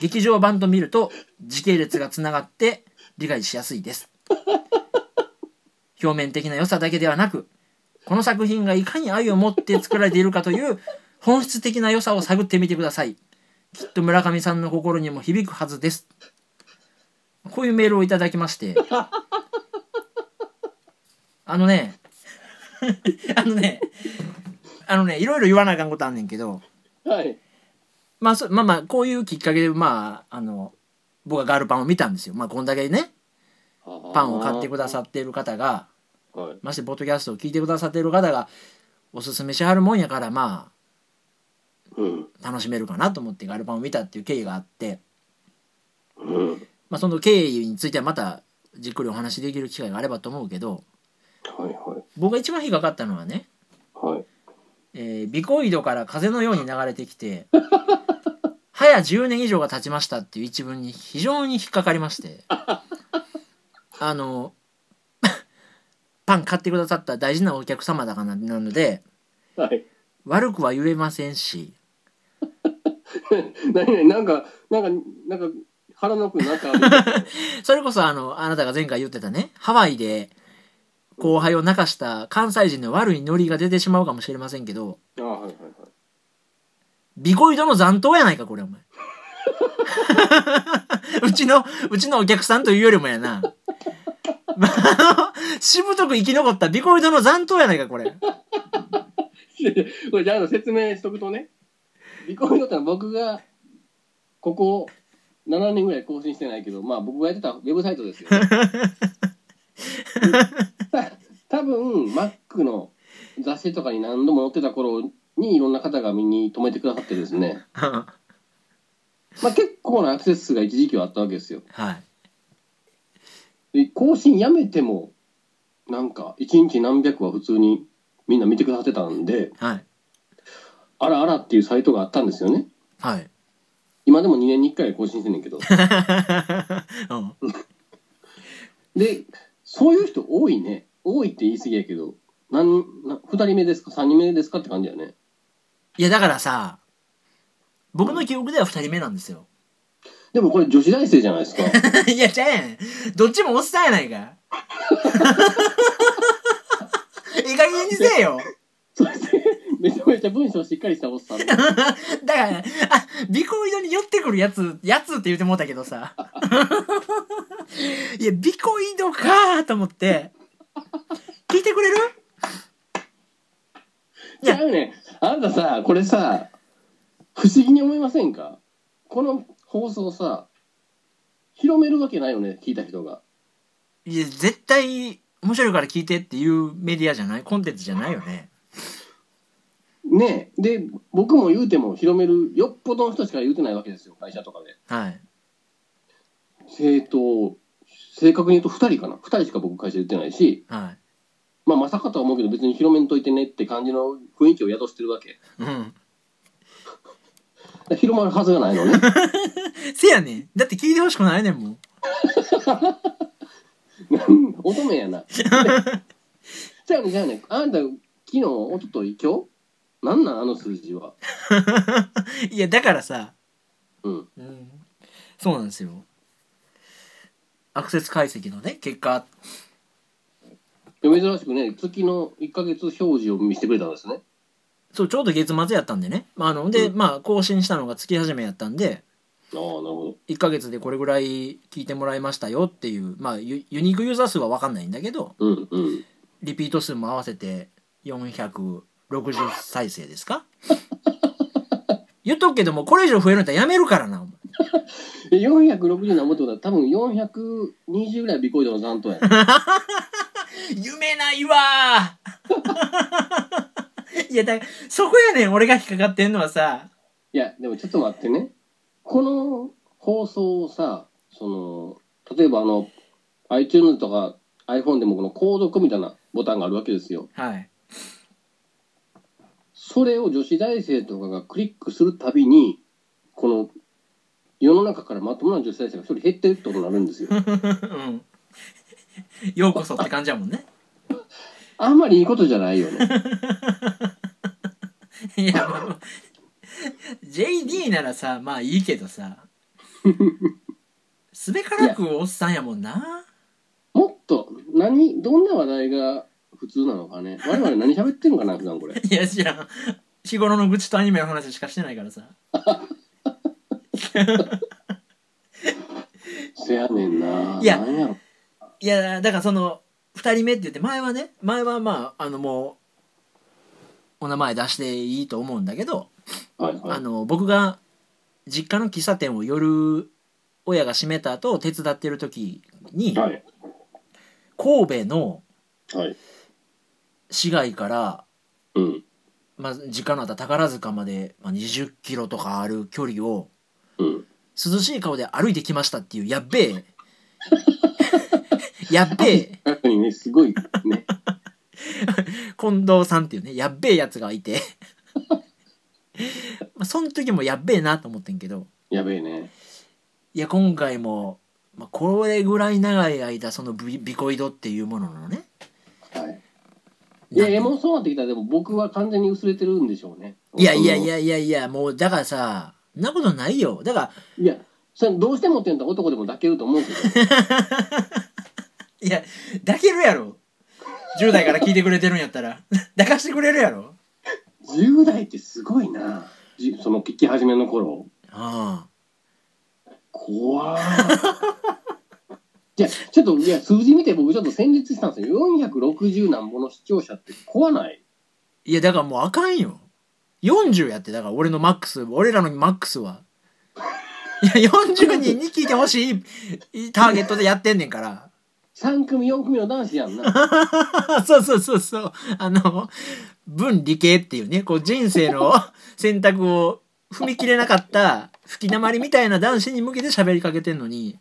B: 劇場版と見ると時系列がつながって理解しやすいです表面的な良さだけではなくこの作品がいかに愛を持って作られているかという本質的な良さを探ってみてくださいきっと村上さんの心にも響くはずですこういうメールをいただきまして [LAUGHS] あのね [LAUGHS] あのねあのねいろいろ言わなあかんことあんねんけど
A: はい。
B: まあそまあまあこういうきっかけでまああの僕はガールパンを見たんですよまあこんだけねパンを買ってくださってる方が
A: はい。
B: ましてポッドキャストを聞いてくださってる方がおすすめしはるもんやからま
A: うん。
B: あ楽しめるかなと思ってガルパンを見たっていう経緯があって、
A: うん。
B: まあ、その経緯についてはまたじっくりお話しできる機会があればと思うけど
A: はいはい。
B: 僕が一番引っかかったのはね、
A: はい。
B: えービコイドから風のように流れてきて [LAUGHS] 早10年以上が経ちましたっていう一文に非常に引っかかりまして [LAUGHS] あの [LAUGHS] パン買ってくださった大事なお客様だからなので
A: [LAUGHS] はい。
B: 悪くは言えませんし
A: なになになんか、なんか、なんか、腹の奥になんかあ
B: [LAUGHS]
A: る。
B: それこそあのあなたが前回言ってたねハワイで後輩を泣かした関西人の悪いノリが出てしまうかもしれませんけど
A: あはいはいはい。
B: ビコイドの残党やないかこれお前 [LAUGHS] うちのうちのお客さんというよりもやなまああのしぶとく生き残ったビコイドの残党やないかこれ
A: [LAUGHS] これじゃああの説明しとくとね離婚だったら僕がここ7年ぐらい更新してないけどまあ僕がやってたウェブサイトですよ、ね、た多分 Mac の雑誌とかに何度も載ってた頃にいろんな方が見に留めてくださってですね、
B: は
A: まあ、結構なアクセス数が一時期はあったわけですよ
B: い
A: で更新やめてもなんか1日何百は普通にみんな見てくださってたんで
B: はい
A: あらあらっていうサイトがあったんですよね
B: はい [LAUGHS]
A: 今でも2年に1回は更新してんねんけど
B: うん
A: でそういう人多いね多いって言い過ぎやけど何な2人目ですか3人目ですかって感じだよね
B: いやだからさ僕の記憶では2人目なんですよ [LAUGHS]
A: でもこれ女子大生じゃないですか
B: いや [LAUGHS] ちゃうやんどっちもおっさんやないかえ加減にせえよ
A: そしてめちゃめちゃ文章しっかりしたおっさんで
B: だから、あ、ビコイドに寄ってくるやつ、やつって言ってもうたけどさ。いや、ビコイドかーと思って。聞いてくれるいや
A: 違うねあなたさこれさ不思議に思いませんかこの放送さ広めるわけないよね聞いた人が
B: いや、絶対、面白いから聞いてっていうメディアじゃないコンテンツじゃないよね。
A: ねえで僕も言うても広めるよっぽどの人しか言うてないわけですよ会社とかで
B: はい。
A: 正当正確に言うと2人かな2人しか僕会社言ってないし
B: は
A: まあまさかとは思うけど別に広めんといてねって感じの雰囲気を宿してるわけ
B: い。うん。
A: だから広まるはずがないのね
B: せやねん。だって聞いてほしくないねんもん。
A: なん乙女やなじゃあねじゃあねあんた昨日一昨日今日なんなんあの数字はい
B: や、だからさ、
A: うん
B: うん、そうなんですよ。アクセス解析のね、結果。
A: 珍しくね月の1ヶ月表示を見せてくれたんですね
B: そう、ちょうど月末やったんでね。まあ、あの、で、
A: う
B: まあ、更新したのが月始めやったんで、
A: ああなるほ
B: 1ヶ月でこれぐらい聞いてもらいましたよっていう、まあ、ユユニークユーザー数は分かんないんだけど、
A: どうんうん
B: リピート数も合わせて460再生ですか [LAUGHS] 言っとくけども、これ以上増えるんだったらやめるからな、お前。
A: え460なんぼってことは多分420ぐらいビコイドの残党やな
B: 夢ないわー [LAUGHS] いやだからそこやねん俺が引っかかってんのはさ
A: いやでもちょっと待ってねこの放送をさその例えばあの iTunes とか iPhone でもこの購読みたいなボタンがあるわけですよ
B: はい
A: それを女子大生とかがクリックするたびにこの世の中からまともな女子大生が一人減ってるってことになるんですよ
B: [LAUGHS] うんようこそって感じやもんね
A: あんまりいいことじゃないよね
B: いやもう JD ならさまあいいけ
A: [LAUGHS]
B: どさすべからくおっさんやもんな
A: もっと何どんな話題が普通なのかね我々何喋ってるのかな普段これ
B: いや知らん日頃の愚痴とアニメの話しかしてないからさ
A: せやねんない
B: や
A: なんやろ
B: いやだからその2人目って言って前はね前はまああのもうお名前出していいと思うんだけど、
A: はいは
B: あ
A: い
B: の僕が実家の喫茶店を夜親が閉めた後手伝ってる時に、
A: はい
B: 神戸の
A: はい
B: 市街から、
A: うん
B: まあ、実家のあった宝塚まで、まあ、20キロとかある距離を
A: うん
B: 涼しい顔で歩いてきましたっていうやっべえ [LAUGHS] やっべえ
A: 確かにねすごい
B: [LAUGHS]
A: ね
B: 近藤さんっていうねやっべえやつがいて [LAUGHS] まあその時もやっべえなと思ってんけど
A: やべえね
B: いや今回も、まあ、これぐらい長い間そのビビコイドっていうもののね
A: はいいや
B: なんて
A: もうそうなってきたらでも僕は完全に薄れてるんでしょうね
B: いやいやい
A: あ
B: やいやいやもうだからさそんなことないよだから
A: のいやそれどうしてもって言うんだったら男でも抱けると思うけど
B: いや抱けるやろ10代から聞いてくれてるんやったら [LAUGHS] 抱かしてくれるやろ
A: 10代ってすごいなじその聞き始めの頃
B: あ
A: 怖
B: [LAUGHS]
A: ーいやちょっといや数字見て僕ちょっと戦慄したんですよ460何ぼの視聴者って怖ない
B: いやだからもうあかんよ40やってだから俺のマックス俺らのマックスはいや40人に聞いてほしいいいターゲットでやってんねんから
A: 3組4組の男子やんな
B: [LAUGHS] そうそうそうそうあの文理系っていうねこう人生 [LAUGHS] の選択を踏み切れなかった吹き溜まりみたいな男子に向けて喋りかけてんのに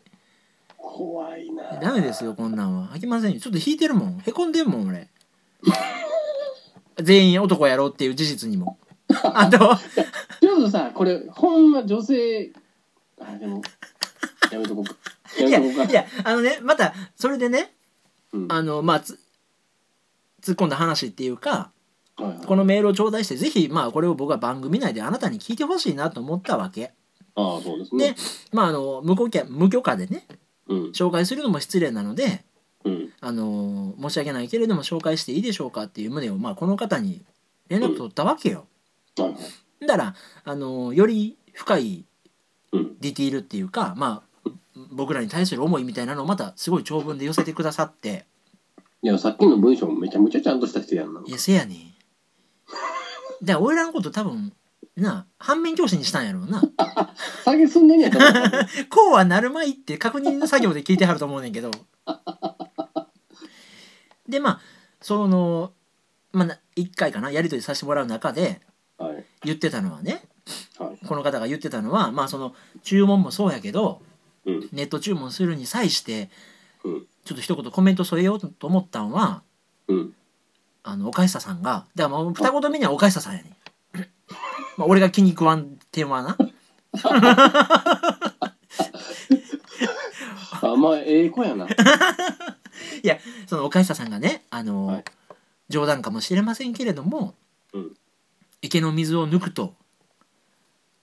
A: 怖いな
B: ダメですよこんなんはあきませんよちょっと引いてるもんへこんでんもん俺全員男やろうっていう事実にもあと
A: ちょっとさこれほんま女性あでもやめとこうかや
B: い
A: め
B: や
A: とこうか
B: いやあのねまたそれでね
A: うん
B: あのまあつ突っ込んだ話っていうか
A: はいはい
B: このメールを頂戴してぜひまあこれを僕は番組内であなたに聞いてほしいなと思ったわけ
A: ああそうですね
B: まああの無許可無許可でね
A: うん
B: 紹介するのも失礼なので
A: うん
B: あの申し訳ないけれども紹介していいでしょうかっていう旨を、まあ、この方に連絡取ったわけよ。
A: はいはい。
B: だから、あのより深い
A: うん。
B: ディティールっていうか、まあ、僕らに対する思いみたいなのをまたすごい長文で寄せてくださって
A: いや、さっきの文章もめちゃめちゃちゃんとした人やんな。
B: いやせやねんだから俺らのこと多分な反面教師にしたんやろうな
A: 下げすんでんやと思った。
B: [LAUGHS] こうはなるまいって確認の作業で聞いてはると思うねんけど。でまあその、まあ、な1回かなやり取りさせてもらう中で
A: はい。
B: 言ってたのはね
A: はい。
B: この方が言ってたのはまあその注文もそうやけど
A: うん。
B: ネット注文するに際して
A: うん
B: ちょっと一言コメント添えようと思ったんは
A: うん。
B: あのおかささんがだからもう二言目にはおかささんやねん。 [LAUGHS] まあ俺が気に食わん点はな [LAUGHS]
A: あ、まあ、ええ子やな。
B: そのおかさんがねあの、
A: はい
B: 冗談かもしれませんけれども、
A: うん
B: 池の水を抜くと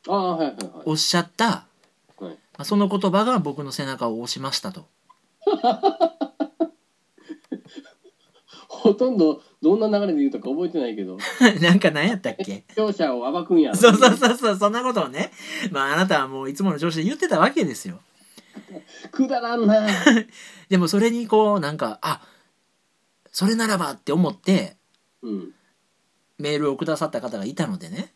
A: ああ、はいはいはい。
B: おっしゃった、
A: はい
B: まあ、その言葉が僕の背中を押しましたと [LAUGHS]
A: ほとんど、どんな流れで言うとか覚えてないけど、
B: なんか何やったっ
A: [LAUGHS]
B: け
A: 視聴者を暴くんや。
B: そうそう
A: う。
B: そうそうそんなことをね、まあ、あなたはもういつもの調子で言ってたわけですよ
A: くだらんな。
B: でもそれにこうなんかあそれならばって思って
A: うん。
B: メールをくださった方がいたのでね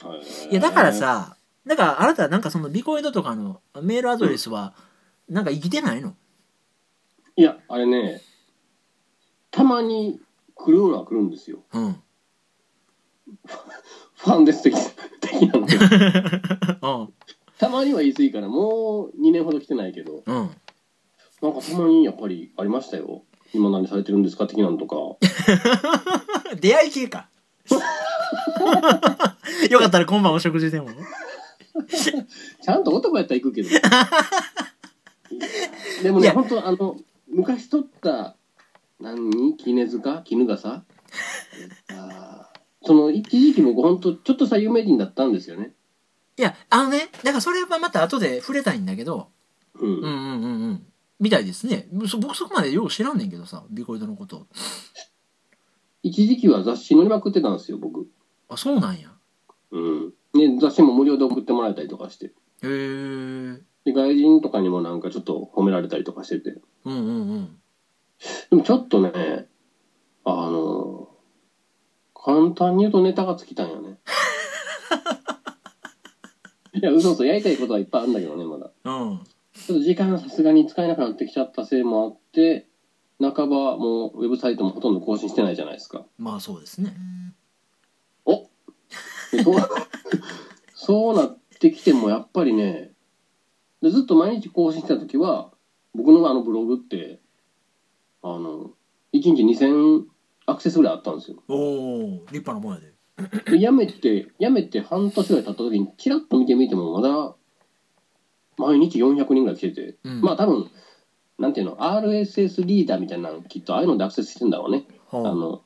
A: はい
B: やだから。さだからあなたなんかそのビコイドとかのメールアドレスはなんか生きてないの
A: いや、あれね、たまに来るような来るんですよ。
B: うん
A: ファンです的的なの。
B: うん
A: [LAUGHS] たまには言い過ぎから、もう2年ほど来てないけど、
B: うん
A: なんかたまにやっぱりありましたよ。今何されてるんですか的なのとか。
B: [LAUGHS] 出会い系か [LAUGHS] よかったら今晩お食事でも
A: ちゃんと男やったら行くけ [LAUGHS] ど。でも
B: い
A: ね、
B: や
A: 本当あの、昔撮った、何絹塚絹 [LAUGHS] 笠あーその一時期僕本当ちょっとした有名人だったんですよね。
B: いやあのねだからそれはまた後で触れたいんだけど
A: う
B: うん
A: ん。
B: うんうんうんみたいですねそ僕そこまでよう知らんねんけどさビコイドのこと
A: 一時期は雑誌乗りまくってたんですよ、僕。
B: あそうなんや
A: うん。ね、雑誌も無料で送ってもらえたりとかして。
B: へえうん
A: で、外人とかにもなんかちょっと褒められたりとかしてて。で
B: うんうん
A: もちょっとね、あの、簡単に言うとネタが尽きたんよね。いや、嘘嘘、やりたいことはいっぱいあるんだけどね、まだ。
B: うん
A: ちょっと時間がさすがに使えなくなってきちゃったせいもあって、半ばもうウェブサイトもほとんど更新してないじゃないですか。
B: まあそうですね
A: おでそう [LAUGHS] そうなってきてもやっぱりねでずっと毎日更新してた時は僕のあのブログってあの1日2000アクセスぐらいあったんですよ
B: おお立派なもんやで
A: でやめてやめて半年ぐらい経った時にちらっと見てみてもまだ毎日400人ぐらい来てて
B: うん
A: まあ多分なんていうの RSS リーダーみたいなのきっとああいうのでアクセスしてんだろうね
B: ほ
A: あ
B: う
A: の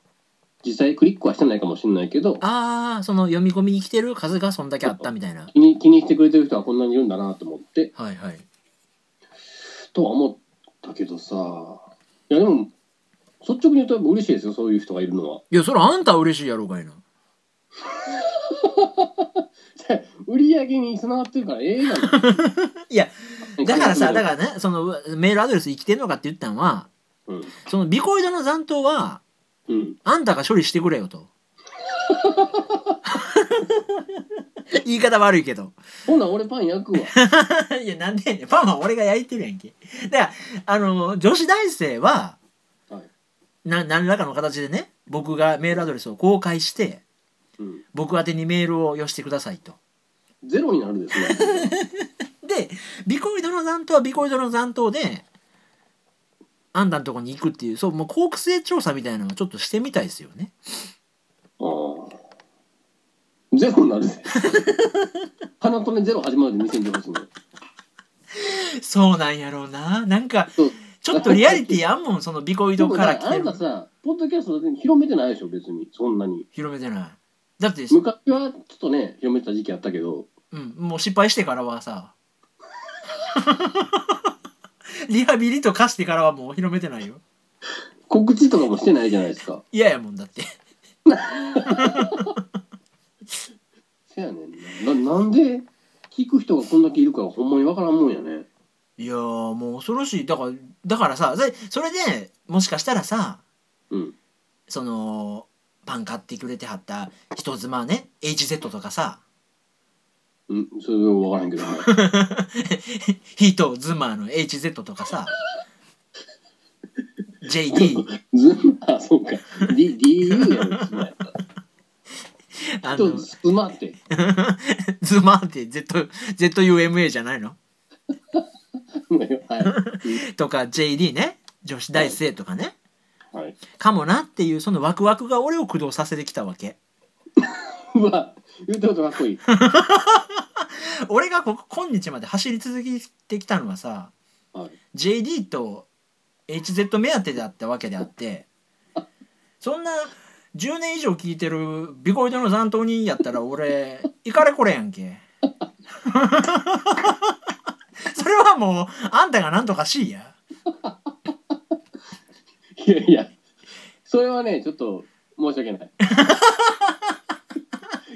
A: 実際クリックはしてないかもしれないけど
B: ああその読み込みに来てる数がそんだけあったみたいな
A: 気に気にしてくれてる人はこんなにいるんだなと思って
B: はいはい
A: とは思ったけどさいやでも率直に言うとやっぱ嬉しいですよそういう人がいるのは [LAUGHS]
B: いやそれあんたは嬉しいやろうかいな
A: 売り上げに繋がってるからええやん
B: [LAUGHS] いやだからさだ
A: ら
B: からねそのメールアドレス生きてんのかって言ったんは
A: うん
B: そのビコイドの残党は
A: うん
B: あんたが処理してくれ
A: [LAUGHS]
B: よと言い方悪いけど [LAUGHS]
A: ほな俺パン焼くわ
B: いやなんでやねんパンは俺が焼いてるやんけだからあの女子大生は、
A: はい
B: な何らかの形でね僕がメールアドレスを公開して
A: うん
B: 僕宛てにメールを寄せてくださいと
A: ゼロになるですね [LAUGHS]
B: でビコイドの残党はビコイドの残党であんたのとこに行くっていうそうもう幸福性調査みたいなのをちょっとしてみたいですよね
A: ああゼロになる [LAUGHS] ぜ花留めゼロ始まるで見せんでほしいね
B: そうなんやろうななんか
A: そう
B: ちょっとリアリティあんも [LAUGHS] んそのビコイ
A: で
B: ド
A: も
B: から
A: さ
B: 来
A: あ
B: て
A: ん
B: る
A: たさポッドキャストだけに広めてないでしょ別にそんなに
B: 広めてないだって、
A: 昔はちょっとね広めてた時期あったけど
B: うん、もう失敗してからは [LAUGHS] さリハビリと化してからはもう広めてないよ
A: 告知とかもしてないじゃないですか。
B: 嫌やもんだって
A: せやねんな。ななんで聞く人がこんだけいるかはほんまにわからんもんやね。
B: いやーもう恐ろしいだからだからさでそれでもしかしたらさ
A: うん。
B: そのパン買ってくれてはった人妻ね HZ とかさ
A: うん、それはわからんけどね。
B: [LAUGHS] 人妻の HZ とかさ JD
A: ずん、あ、そうか。D、DU やろ、妻やったら。
B: [LAUGHS] あ
A: と、
B: の
A: 妻って。 [LAUGHS]
B: ズマーって Z ZUMA じゃない
A: は
B: の
A: い。
B: とか JD ね女子大生とかね、
A: はい。
B: かもなっていうそのワクワクが俺を駆動させてきたわけ
A: うわ、言うてことかっこいい。
B: 俺がここ今日まで走り続けてきたのはさ
A: はい。
B: JD と HZ 目当てだったわけであってそんな10年以上聴いてるビコイドの残党人やったら俺いかれこれやんけ [LAUGHS] それはもうあんたがなんとかしいや
A: いやいや、それはね、ちょっと申し訳
B: [LAUGHS]
A: ない。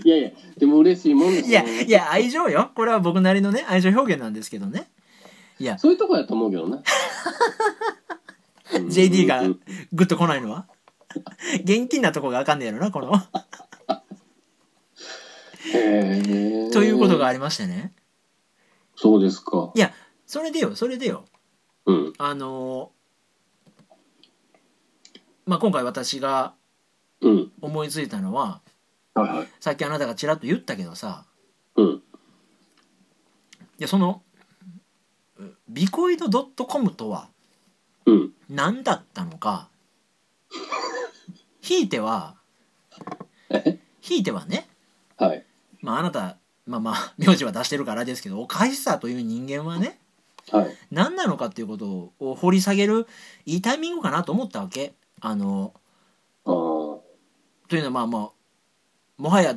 A: いやいや、でも嬉しいもんです
B: い
A: よ
B: や
A: ね
B: いや愛情よこれは僕なりのね愛情表現なんですけどねいや
A: そういうとこやと思うけど
B: [LAUGHS]
A: ね。
B: JD が
A: うん
B: グッと来ないのは現金なとこがあかんねやろなこの
A: へえ
B: ということがありましてね
A: そうですか。
B: それでよそれでよ
A: うん。
B: あのーまあ今回私が
A: うん。
B: 思いついたのは
A: はいはい。
B: さっきあなたがちらっと言ったけどさ
A: うん。
B: いやそのうビコイドドットコムとは
A: うん。
B: 何だったのかひいては
A: え
B: ひいてはね
A: はい。
B: まああなたまあまあ名字は出してるからですけどおかしさという人間はね
A: はい。
B: 何なのかっていうことを掘り下げるいいタイミングかなと思ったわけ。あの
A: ああ。
B: というのはまあまあもはや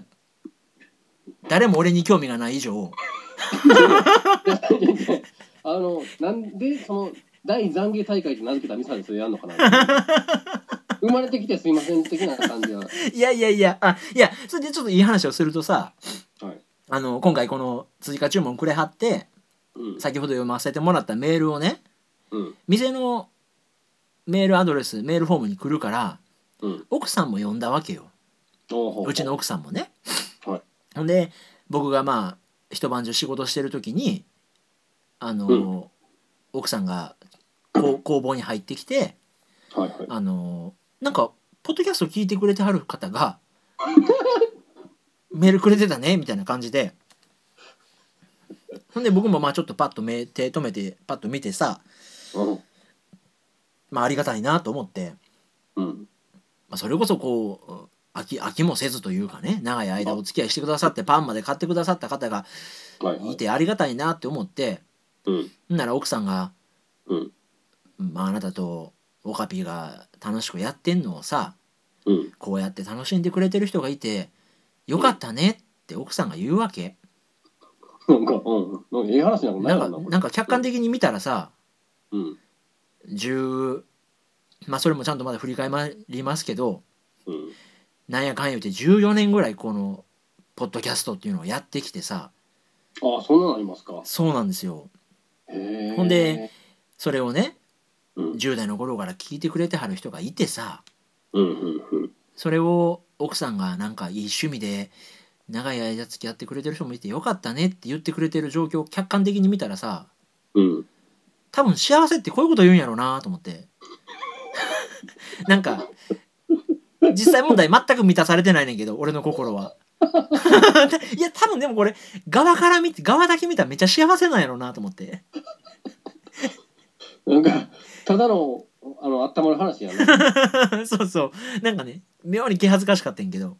B: 誰も俺に興味がない以上
A: あの、なんで、その、第懺悔大会って名付けたミサでそれやんのか
B: [LAUGHS]
A: な生まれてきてすいません的な感じは。はい
B: やいやいやあいやそれでちょっといい話をするとさ
A: い。
B: あの今回この追加注文くれはって
A: うん。
B: 先ほど読ませてもらったメールをね
A: うん。
B: 店のメールアドレスメールフォームに来るから
A: うん。
B: 奥さんも呼んだわけよ
A: おほ
B: うちの。奥さんもね。
A: はい
B: ほんで僕がまあ一晩中仕事してる時にあの、
A: う
B: 奥さんがこう工房に入ってきて
A: はいはい。
B: あのなんかポッドキャスト聞いてくれてはる
A: [LAUGHS]
B: 方がメールくれてたねみたいな感じでほんで僕もまあちょっとパッと目手止めてパッと見てさ、
A: うん。
B: まあ、ありがたいなと思って、
A: うん。
B: まあ、それこそこう飽き飽きもせずというかね長い間お付き合いしてくださってパンまで買ってくださった方が
A: はいはいい。
B: てありがたいなって思って
A: うん。
B: んなら奥さんが、
A: うん。
B: まあ、あなたとオカピが楽しくやってんのをさ
A: うん。
B: こうやって楽しんでくれてる人がいてよかったねって奥さんが言うわけ
A: なんか、うん。なんか、ええ話なんか
B: な
A: なんいか
B: か
A: な、これ
B: なんか客観的に見たらさ
A: うん。
B: 10まあそれもちゃんとまだ振り返りますけど
A: うん。
B: なんやかんや言うて14年ぐらいこのポッドキャストっていうのをやってきてさ
A: ああ、そんなのありますか。
B: そうなんですよ
A: へえ。
B: ほんで、それをね
A: うん。
B: 10代の頃から聞いてくれてはる人がいてさ
A: うん。うん。うん。
B: それを奥さんがなんかいい趣味で長い間付き合ってくれてる人もいてよかったねって言ってくれてる状況を客観的に見たらさ
A: うん。
B: 多分幸せってこういうこと言うんやろうなと思ってなんか実際問題全く満たされてないねんけど俺の心はいや多分でもこれ側から見て側だけ見たらめっちゃ幸せなんやろうなと思って
A: なんか、ただの、あの、温まる話やね。
B: そうそうなんかね妙に気恥ずかしかったんやけど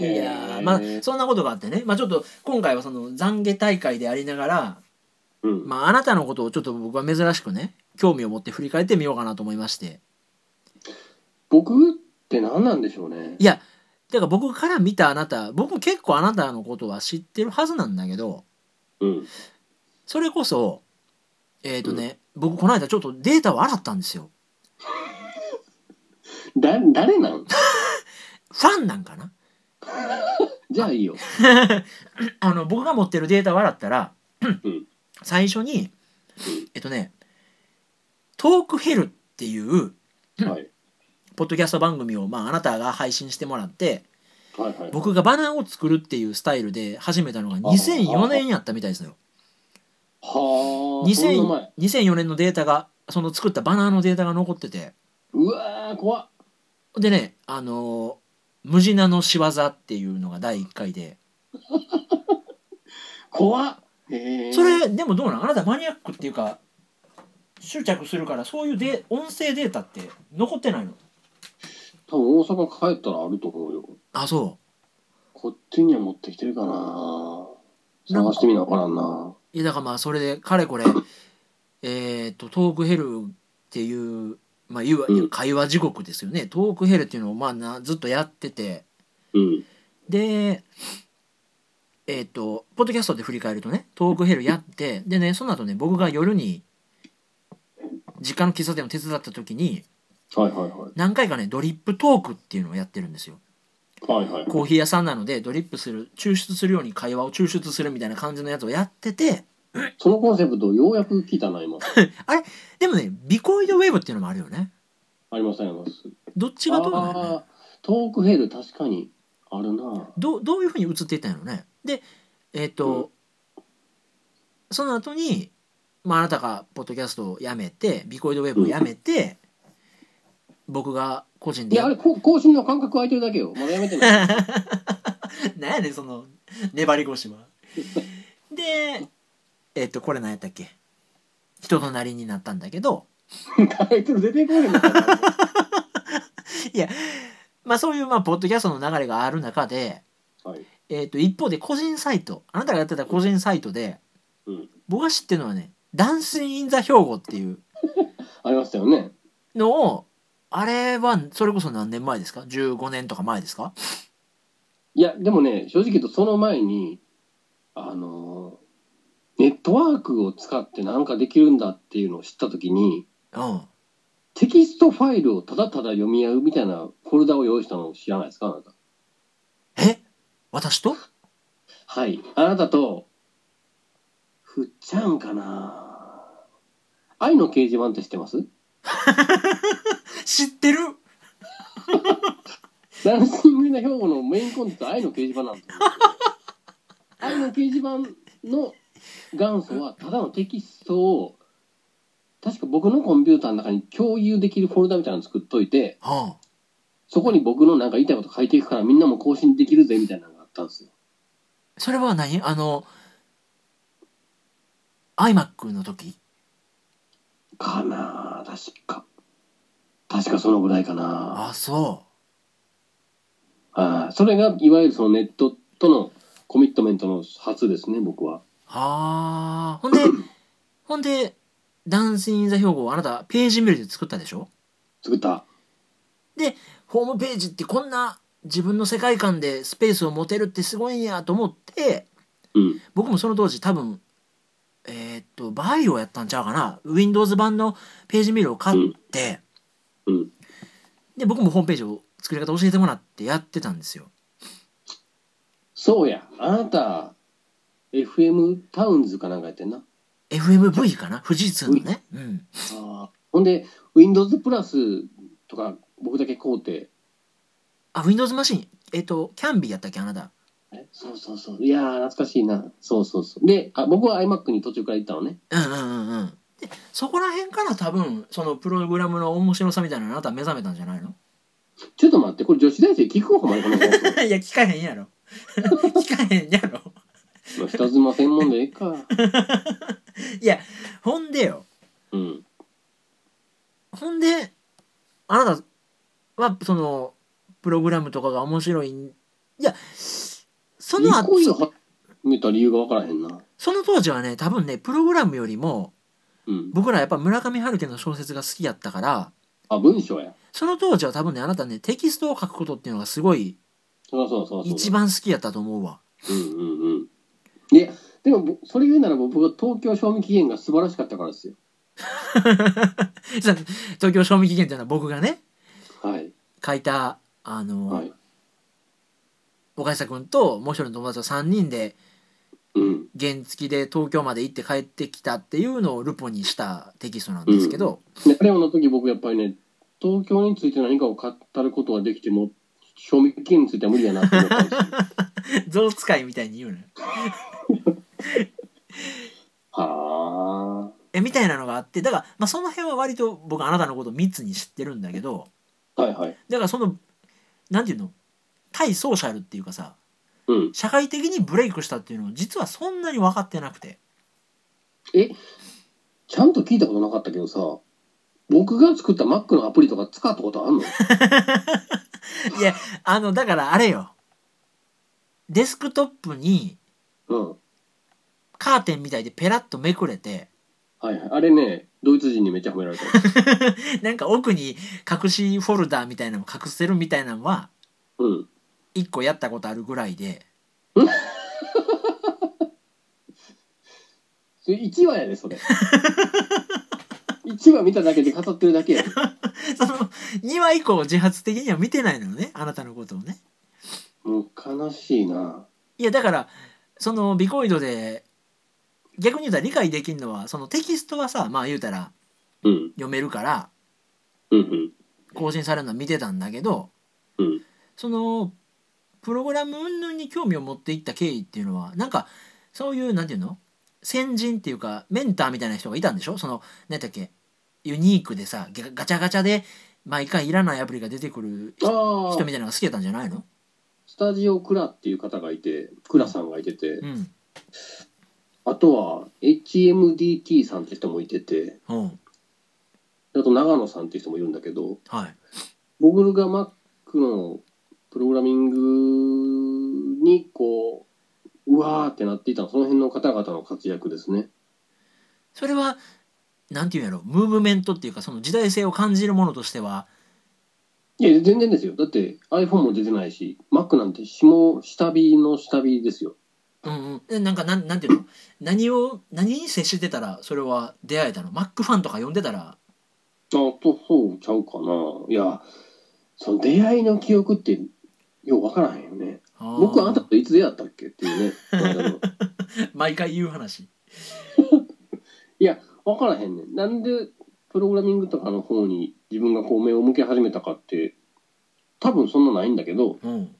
B: い
A: へー
B: やーまあそんなことがあってねまあちょっと今回はその懺悔大会でありながら
A: うん。
B: まああなたのことをちょっと僕は珍しくね興味を持って振り返ってみようかなと思いまして
A: 僕って何なんでしょうね
B: い。やてか僕から見たあなた僕結構あなたのことは知ってるはずなんだけど
A: うん。
B: それこそえっ、ー、とね、僕この間ちょっとデータを洗ったんですよ
A: だ誰なん
B: ファンなんかな
A: じゃあいいよ。
B: あの僕が持ってるデータを洗ったら、
A: ん
B: 最初にえっとねトークヘルっていう
A: はい。
B: ポッドキャスト番組を、まあ、あなたが配信してもらって
A: はいはい。
B: 僕がバナーを作るっていうスタイルで始めたのが
A: あ
B: 2004
A: あ
B: 年やったみたいですよ
A: はあ。そんな
B: 2000
A: 前。
B: 2004年のデータがその作ったバナーのデータが残ってて
A: うわー、怖っ。
B: でねあのームジナの仕業っていうのが第1回で
A: 怖っ。へー
B: それでもどうなんあなたマニアックっていうか執着するからそういうで音声データって残ってないの
A: 多分大阪帰ったらあると思うよ。
B: あそ
A: こっちには持ってきてるかな。探してみなわからんな。
B: ういやだからまあそれでかれこれえっとトークヘルっていうまあいわゆる会話地獄ですよね、トークヘルっていうのをまあなずっとやってて
A: うん。
B: でえっ、とポッドキャストで振り返るとねトークヘルやってでねその後ね僕が夜に実家の喫茶店を手伝った時に
A: はいはいはい。
B: 何回かねドリップトークっていうのをやってるんですよ
A: はいはい。
B: コーヒー屋さんなのでドリップする抽出するように会話を抽出するみたいな感じのやつをやってて
A: そのコンセプトようやく聞いたな、今。
B: でもねビコイドウェーブっていうのもあるよね
A: ありますあります。
B: どっちがどうなのね
A: あートークヘル確かにあるな。
B: どどういうふうに映っていったんやろねでえっ、と、その後にまああなたがポッドキャストをやめてビコイドウェーブをやめて、僕が個人
A: い
B: で
A: や、あれ、こ更新の間隔空いてるだけよ。まだやめて
B: [LAUGHS]
A: ない。
B: なんやねんその粘り腰はでえっ、とこれ何やったっけ人となりになったんだけど
A: タイトル出てこないのかな。
B: まあそういうまあポッドキャストの流れがある中で、
A: はい。
B: えっと一方で個人サイトあなたがやってた個人サイトで
A: うん。
B: 僕が知ってるのはね「ダンス・イン・ザ・兵庫」っていう
A: ありましたよね。
B: のをあれはそれこそ何年前ですか15年とか前ですか
A: いや、でもね、正直言うとその前に、あのー、ネットワークを使ってなんかできるんだっていうのを知ったときに、
B: うん
A: テキストファイルをただただ読み合うみたいなフォルダを用意したのを知らないですかあなた。
B: え私と
A: はい。あなたと、ふっちゃんかな愛の掲示板って知ってます
B: 知ってる
A: ダンシングな兵庫のメインコンテンツは愛の掲示板なんですよ愛の掲示板の元祖はただのテキストを確か僕のコンピューターの中に共有できるフォルダみたいなの作っといて
B: うん
A: そこに僕のなんか言いたいこと書いていくからみんなも更新できるぜみたいなのがあったんですよ
B: それは何あの iMac の時
A: かなあ確か確かそのぐらいかな
B: あそ
A: あそれがいわゆるそのネットとのコミットメントの初ですね僕は
B: うはあほんでほんで「ダンス・イン・ザ・兵庫」をあなたページメールで作ったでしょ
A: 作った
B: ホームページってこんな自分の世界観でスペースを持てるってすごいんやと思って
A: うん
B: 僕もその当時多分えーっとバイオやったんちゃうかな Windows 版のページミルを買って、
A: うんうん
B: で僕もホームページを作り方教えてもらってやってたんですよ
A: そうや、あなた、FM タウンズかなんかやってんな。
B: FMV かな富士通のね、うん、
A: あほんで、Windows プラスとか、僕だけ買うて、
B: あ Windows マシンえーっとキャンビーやったっけあなた
A: えそうそうそう、いやー、懐かしいな、そうそうそう。で、あ僕は iMac に途中から行ったのね。
B: うんうんうんうんでそこら辺から多分そのプログラムの面白さみたいなのあなた目覚めたんじゃないの
A: ちょっと待って、これ女子大生聞く方までこの放送
B: [LAUGHS] いや聞かへんやろ [LAUGHS] 聞かへんやろ
A: まあ下妻専門でええ
B: [LAUGHS]
A: か。
B: ほんでよ
A: うん。
B: ほんであなたはそのプログラムとかが面白いんいやその
A: 2個以上
B: 後
A: は見た理由が分からへんな。
B: その当時はね多分ねプログラムよりも
A: うん。
B: 僕らやっぱ村上春樹の小説が好きやったから
A: あ、文章や。
B: その当時は多分ねあなたねテキストを書くことっていうのがすごい
A: そうそうそうそう。
B: 一。番好きやったと思うわ [LAUGHS]
A: うんうんうん。で、でもぼ、それ言うなら僕は東京賞味期限が素晴らしかったからですよ。
B: さ東京賞味期限っていうのは僕がね
A: はい。
B: 書いたあの、
A: はい。
B: 岡下君ともう一人の友達と3人で
A: うん。
B: 原付で東京まで行って帰ってきたっていうのをルポにしたテキストなんですけど、
A: で、あれの時僕やっぱりね、東京について何かを語ることはできても、賞味期限については無理やなって思った [LAUGHS] んですよ
B: 象使いみたいに言うのよ
A: は
B: えみたいなのがあってだから、まあ、その辺は割と僕あなたのことを密に知ってるんだけど
A: あ。はいはい。
B: だからそのなんていうの対ソーシャルっていうかさ
A: うん。
B: 社会的にブレイクしたっていうのを実はそんなに分かってなくて
A: ちゃんと聞いたことなかったけどさ、僕が作った Mac のアプリとか使ったことあん [LAUGHS] の
B: いやあのだからあれよデスクトップに
A: うん。
B: カーテンみたいでペラッとめくれて
A: はいはい。あれね、ドイツ人にめっちゃ褒められ [LAUGHS] た。
B: なんか奥に隠しフォルダーみたいなの隠せるみたいなのは
A: うん。
B: 1個やったことあるぐらいで
A: それ1話やで、それ。1話見ただけで語ってるだけやで。
B: その2話以降自発的には見てないのよねあなたのことをね
A: もう悲しいな。
B: いやだからそのビコイドで逆に言うたら理解できるのはそのテキストはさまあ言うたら
A: うん。
B: 読めるから
A: うんうん。
B: 更新されるのは見てたんだけど
A: うん。
B: そのプログラム云々に興味を持っていった経緯っていうのはなんかそういうなんていうの先人っていうかメンターみたいな人がいたんでしょその何だっけユニークでさガガチャガチャで毎回いらないアプリが出てくる人
A: ああ
B: みたい。なのが好きだったんじゃないの
A: スタジオクラっていう方がいて、クラさんがいてて、
B: うん、
A: あとは HMDT さんって人もいてて、
B: うん、
A: あと長野さんって人もいるんだけど、
B: はい
A: 僕が Mac のプログラミングにこう、うわーってなっていたのはその辺の方々の活躍ですね。
B: それはなんていうんやろムーブメントっていうかその時代性を感じるものとしてはい
A: や、全然ですよ。だって iPhone も出てないし、Mac なんて下、下火の下火ですよ。
B: うんうんえなんかなんなんていうの何を何に接してたらそれは出会えたのマックファンとか呼んでたら
A: あと、そうちゃうかな。いや、その出会いの記憶って、ようわからへんよね。僕はあんたといつ出会ったっけっていう [LAUGHS] ね。この間の
B: 毎回言う話
A: 分からへんねんなんでプログラミングとかの方に自分がこう目を向け始めたかって多分そんなないんだけど
B: うん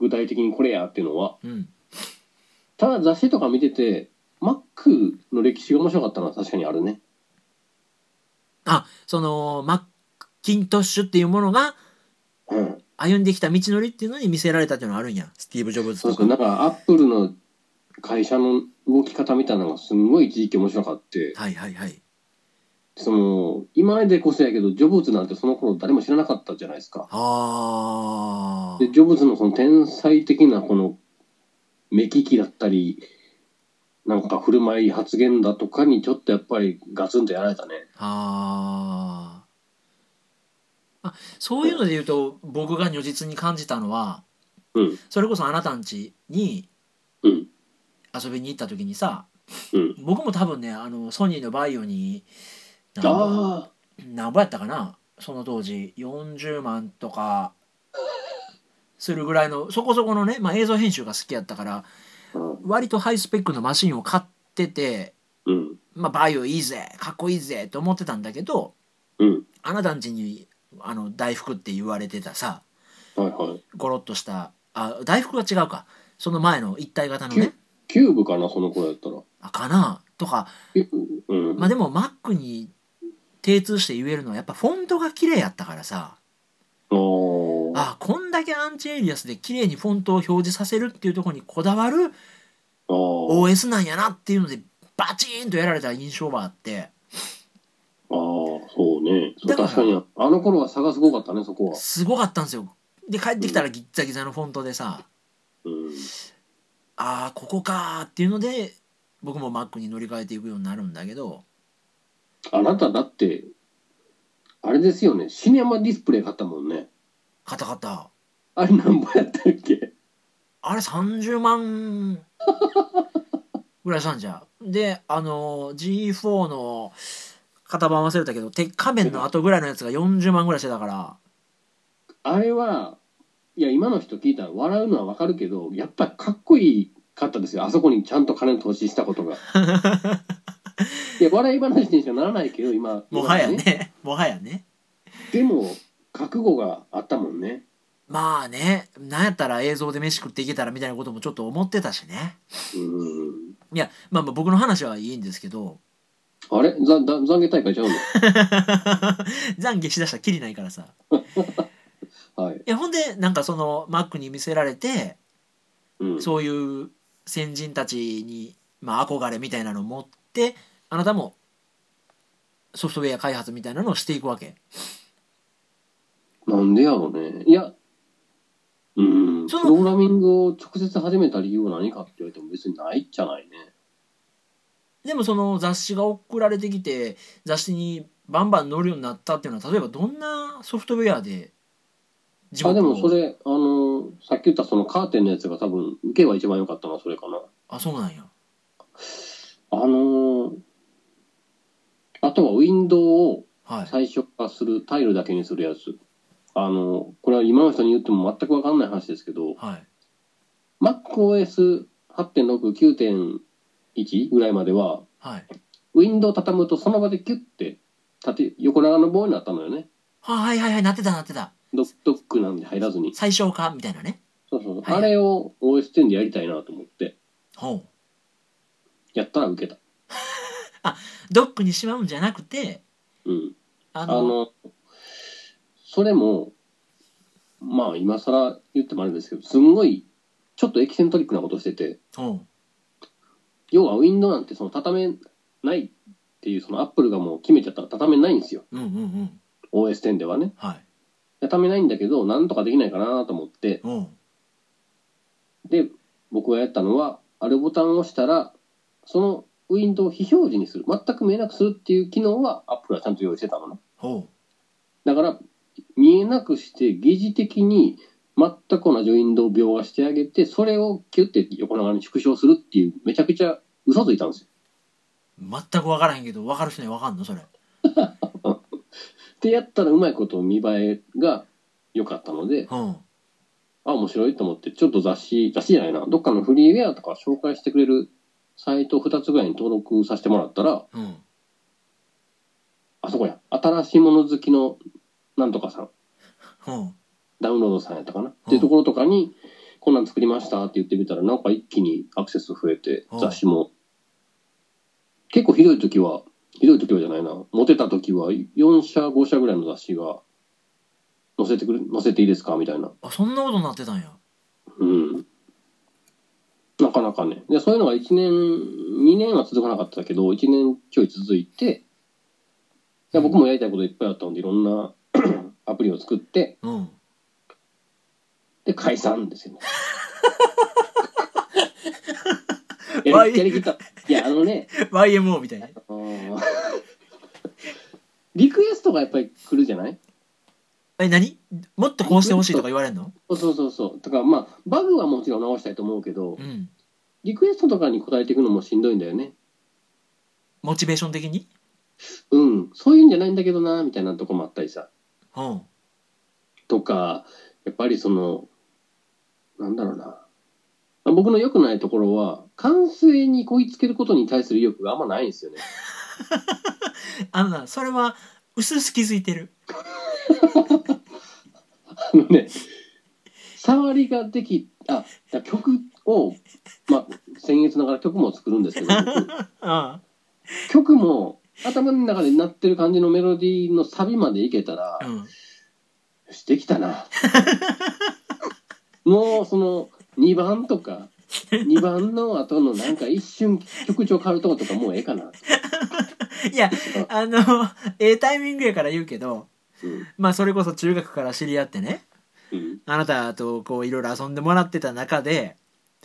A: 具体的にこれやっていうのは
B: うん
A: ただ雑誌とか見てて Mac の歴史が面白かったのは確かにあるね
B: あそのマッキントッシュっていうものが
A: うん
B: 歩んできた道のりっていうのに見せられたっていうのはあるんやスティーブ・ジョブズ
A: そう
B: と
A: そう
B: か
A: なんか Apple の会社の動き方みたいなのがすんごい一時期面白かって
B: はいはいはい
A: その今までこそやけどジョブズなんてその頃誰も知らなかったじゃないですか
B: あ
A: でジョブズのその天才的なこの目利きだったりなんか振る舞い発言だとかにちょっとやっぱりガツンとやられたね
B: あーあそういうので言うと僕が如実に感じたのは
A: うん
B: それこそあなたん家に
A: うん
B: 遊びに行った時にさ
A: うん
B: 僕も多分ねあのソニーのバイオになんか
A: ああ
B: なんぼやったかなその当時40万とかするぐらいのそこそこのね、まあ、映像編集が好きやったから割とハイスペックのマシンを買ってて、
A: うん
B: まあ、バイオいいぜかっこいいぜと思ってたんだけど
A: うん
B: あなたんちにあの大福って言われてたさ
A: はいはい
B: ゴロッとしたあ大福は違うかその前の一体型の
A: キュ
B: ね
A: キューブかなその頃やったら
B: あかなとか
A: キューブうん、
B: まあでも Mac に精通して言えるのはやっぱフォントが綺麗やったからさ
A: あー
B: あこんだけアンチエイリアスで綺麗にフォントを表示させるっていうところにこだわる
A: あー
B: OS なんやなっていうのでバチーンとやられた印象はあって
A: あーそうねそう
B: だから
A: 確かにあの頃は差がすごかったねそこは
B: すごかったんですよで帰ってきたらギッザギザのフォントでさ
A: うん
B: あーここかーっていうので僕も Mac に乗り換えていくようになるんだけど
A: あなただってあれですよねシネマディスプレイ買ったもんね
B: カタカタ
A: あれ何本やったっけ
B: あれ30万ぐらいしたんじゃんであのー G4 の型番忘れたけど鉄仮面の後ぐらいのやつが40万ぐらいしてたから
A: あれはいや今の人聞いたら笑うのはわかるけどやっぱりかっこいいかったですよあそこにちゃんと金投資したこと
B: [LAUGHS]
A: がいや笑い話にしかならないけど今
B: もはやねもはやね
A: でも覚悟があったもんね
B: まあねなんやったら映像で飯食っていけたらみたいなこともちょっと思ってたしね
A: うん
B: いやまあまあ僕の話はいいんですけ [LAUGHS] ど
A: あれざざ懺悔大会ちゃう
B: 懺悔しだしたらきりないからさ
A: のはい、
B: いやほんでなんかそのマックに見せられて
A: うん、
B: そういう先人たちに、まあ、憧れみたいなのを持ってあなたもソフトウェア開発みたいなのをしていくわけ
A: なんでやろうねいやうんプ
B: その
A: ログラミングを直接始めた理由は何かって言われても別にないじゃないね
B: でもその雑誌が送られてきて雑誌にバンバン載るようになったっていうのは例えばどんなソフトウェアで自
A: あで
B: 分
A: もそれあのさっき言ったそのカーテンのやつが多分受けは一番良かったのはそれかな
B: あそうなんや
A: あのーあとはウィンドウを
B: はい
A: 最小化するタイルだけにするやつあのこれは今の人に言っても全く分かんない話ですけど
B: はい
A: MacOS8.6.9.1 ぐらいまでは
B: はい
A: ウィンドウを畳むとその場でキュッて縦横長の棒になったのよね
B: ははいはいはいなってたなってた
A: ドドックなんで入らずに
B: 最小化みたいなね
A: そうそうそう
B: は
A: あ
B: い
A: れを OS10 でやりたいなと思って
B: ほう
A: やったら受けた
B: ドックにしまうんじゃなくて
A: うん
B: あの
A: あのそれもまあ今更言ってもあれですけどすんごいちょっとエキセントリックなことしてて
B: ほ
A: 要はウィンドウなんてその畳めないっていうそのアップルがもう決めちゃったら畳めないんですよ
B: ううんうんうん
A: OS10 ではね
B: はい
A: 畳めないんだけどなんとかできないかなと思って
B: ほう
A: で僕がやったのはあるボタンを押したらそのウィンドウを非表示にする全く見えなくするっていう機能はアップルはちゃんと用意してたのね
B: ほ
A: だから見えなくして疑似的に全く同じウィンドウ描画してあげてそれをキュッて横長に縮小するっていうめちゃくちゃ嘘ついたんですよ。
B: う全く分からへんけど分かる人には分かんのそれ
A: でやったらうまいこと見栄えが良かったので
B: ほう
A: あ面白いと思ってちょっと雑誌雑誌じゃないなどっかのフリーウェアとか紹介してくれるサイト2つぐらいに登録させてもらったら
B: うん
A: あそこや新しいもの好きのなんとかさん
B: ほう
A: ダウンロードさんやったかな、っていうところとかにこんなん作りましたって言ってみたらなんか一気にアクセス増えて
B: うん
A: 雑誌も結構ひどい時はひどい時はじゃないなモテた時は4社5社ぐらいの雑誌が載せてくれ載せていいですかみたいな
B: あそんなことになってたんや
A: うんなかなかねでそういうのが1年2年は続かなかったけど1年ちょい続いてで僕もやりたいこといっぱいあったのでいろんな [COUGHS] アプリを作って
B: [LAUGHS] うん
A: で解散ですよね。や
B: わい
A: りやりきった。いやあのね、
B: YMO みたいな
A: あのーリクエストがやっぱり来るじゃない
B: え何もっとこうしてほしいとか言われんの
A: そうそうそうそう。だからまあバグはもちろん直したいと思うけど
B: う、ん
A: リクエストとかに答えていくのもしんどいんだよね。
B: モチベーション的に
A: うん、そういうんじゃないんだけどなみたいなとこもあったりさ。
B: うん
A: とかやっぱりそのなんだろうな。まあ僕の良くないところは完成にこぎつけることに対する意欲があんまないんですよね。
B: [LAUGHS] あのなそれは薄々気づいてる
A: あのね、触りができ、あ、だ曲を、まあ、僭越ながら曲も作るん
B: [LAUGHS]
A: ですけど、僕
B: [LAUGHS] うん
A: 曲も頭の中で鳴ってる感じのメロディーのサビまでいけたら
B: う、ん
A: してきた
B: [LAUGHS]
A: な。もう、その、2番とか、2番の後のなんか一瞬曲調変わるとことかもうええかな。
B: いやあのええタイミングやから言うけど
A: うん。
B: まあそれこそ中学から知り合ってね
A: うん。
B: あなたとこういろいろ遊んでもらってた中で、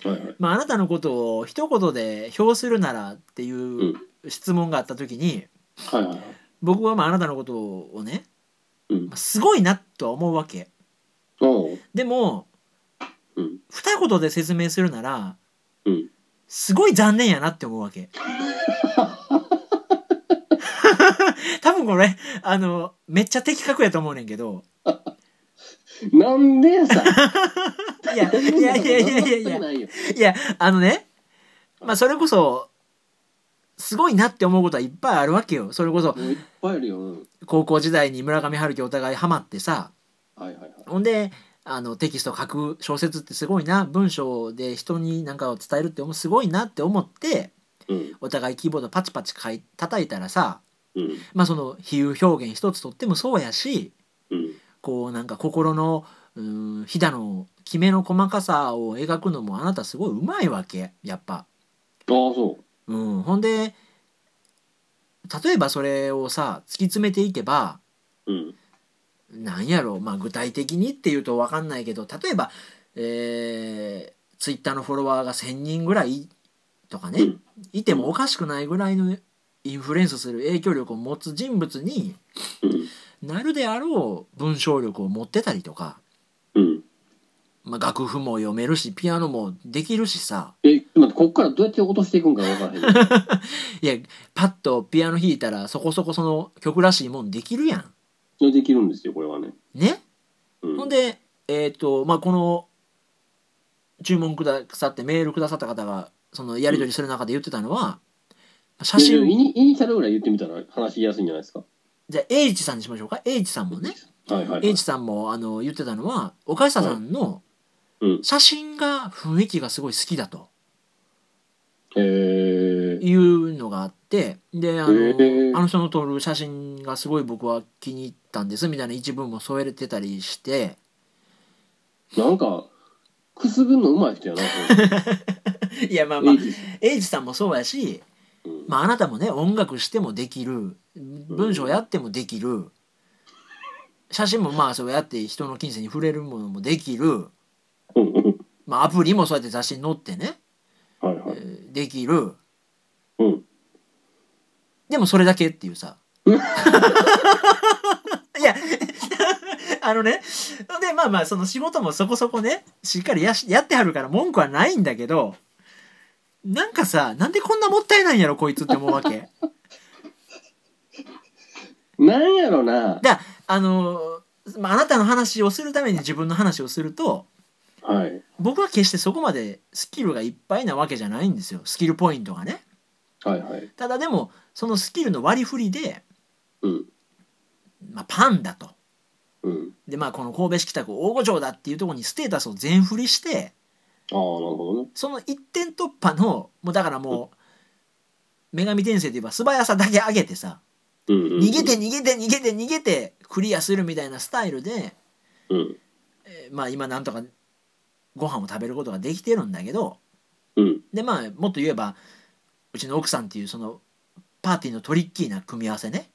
A: はいはい。
B: まあ、あなたのことを一言で評するならっていう質問があった時に
A: はいはいはい。
B: 僕はまああなたのことをね
A: うん
B: まあ。すごいなとは思うわけ
A: おう。
B: でも
A: うん。
B: 二言で説明するなら
A: うん。
B: すごい残念やなって思うわ
A: [LAUGHS]
B: け多分これあのめっちゃ的確やと思うねんけど
A: なんでや
B: [LAUGHS]
A: さ。
B: いやいやいやいやいやいや
A: や。
B: いやあのねまあそれこそすごいなって思うことはいっぱいあるわけよそれこそ
A: もういっぱいいるよ。うん
B: 高校時代に村上春樹お互いハマってさ
A: はいはいはい。
B: ほんであのテキスト書く小説ってすごいな文章で人に何かを伝えるって思うすごいなって思って
A: うん
B: お互いキーボードパチパチ書い叩いたらさ
A: うん
B: まあその比喩表現一つとってもそうやし
A: うん
B: こうなんか心のうーん飛騨のきめの細かさを描くのもあなたすごいうまいわけやっぱ。
A: ああそう。
B: うん、ほんで例えばそれをさ突き詰めていけば
A: うん
B: なんやろまあ具体的にっていうと分かんないけど例えば、えー、ツイッターのフォロワーが1,000人ぐらいとかね、
A: うん
B: いてもおかしくないぐらいのインフルエンスする影響力を持つ人物に
A: うん
B: なるであろう文章力を持ってたりとか、
A: うん。
B: まあ、楽譜も読めるしピアノもできるしさ
A: え、待って、こっからどうやって落としていくんかわからへん。 [LAUGHS] う
B: いやパッとピアノ弾いたらそこそこその曲らしいもんできるやん。
A: できるんですよ、これはね。
B: ね
A: うん
B: ほんで、えっ、と、まあ、この、注文くださって、メールくださった方が、その、やり取りする中で言ってたのは、写
A: いやいやイ
B: 真、
A: ニイニシャルぐらい言ってみたら話しやすいんじゃないですか。
B: じゃあ、H さんにしましょうか。H さんもね。
A: はいはい、はい
B: H。さんも、あの、言ってたのは、岡下さんの
A: うん。
B: 写真が、雰囲気がすごい好きだと
A: えー、
B: いうのがあって、で、あの、
A: へー
B: あの人の撮る写真がすごい僕は気に入ったんです、みたいな一文も添えてたりして、
A: なんか、くすぐんの上手い人やな、 [LAUGHS] こ
B: いや、まあ
A: の
B: まあ、
A: 人
B: H さんもそうやし、
A: うん
B: まあ、あなたもね音楽してもできる文章やってもできる写真もまあそうやって人の金銭に触れるものもできる、
A: うんうん
B: まあ、アプリもそうやって雑誌に載ってね、
A: はい
B: え
A: はい。
B: ーできる
A: うん。
B: でもそれだけっていう
A: [LAUGHS]
B: さいやあのねでまあまあその仕事もそこそこねしっかりやしやってはるから文句はないんだけどなんかさなんでこんなもったいないんやろこいつって思うわけ。
A: なんやろな。
B: だあのーまああなたの話をするために自分の話をすると
A: はい。
B: 僕は決してそこまでスキルがいっぱいなわけじゃないんですよスキルポイントがね
A: はいはい。
B: ただでもそのスキルの割り振りで、
A: うん。
B: まあ、パンだと
A: うん。
B: でまあこの神戸市北区大御町だっていうところにステータスを全振りして
A: ああ、なるほどね。
B: その一点突破のもうだからもう女神転生といえば素早さだけ上げてさ
A: うんうん、うん。
B: 逃げて逃げて逃げて逃げてクリアするみたいなスタイルで
A: うん。
B: えーまあ今なんとかご飯を食べることができてるんだけど
A: うん。
B: でまあもっと言えばうちの奥さんっていうそのパーティーのトリッキーな組み合わせね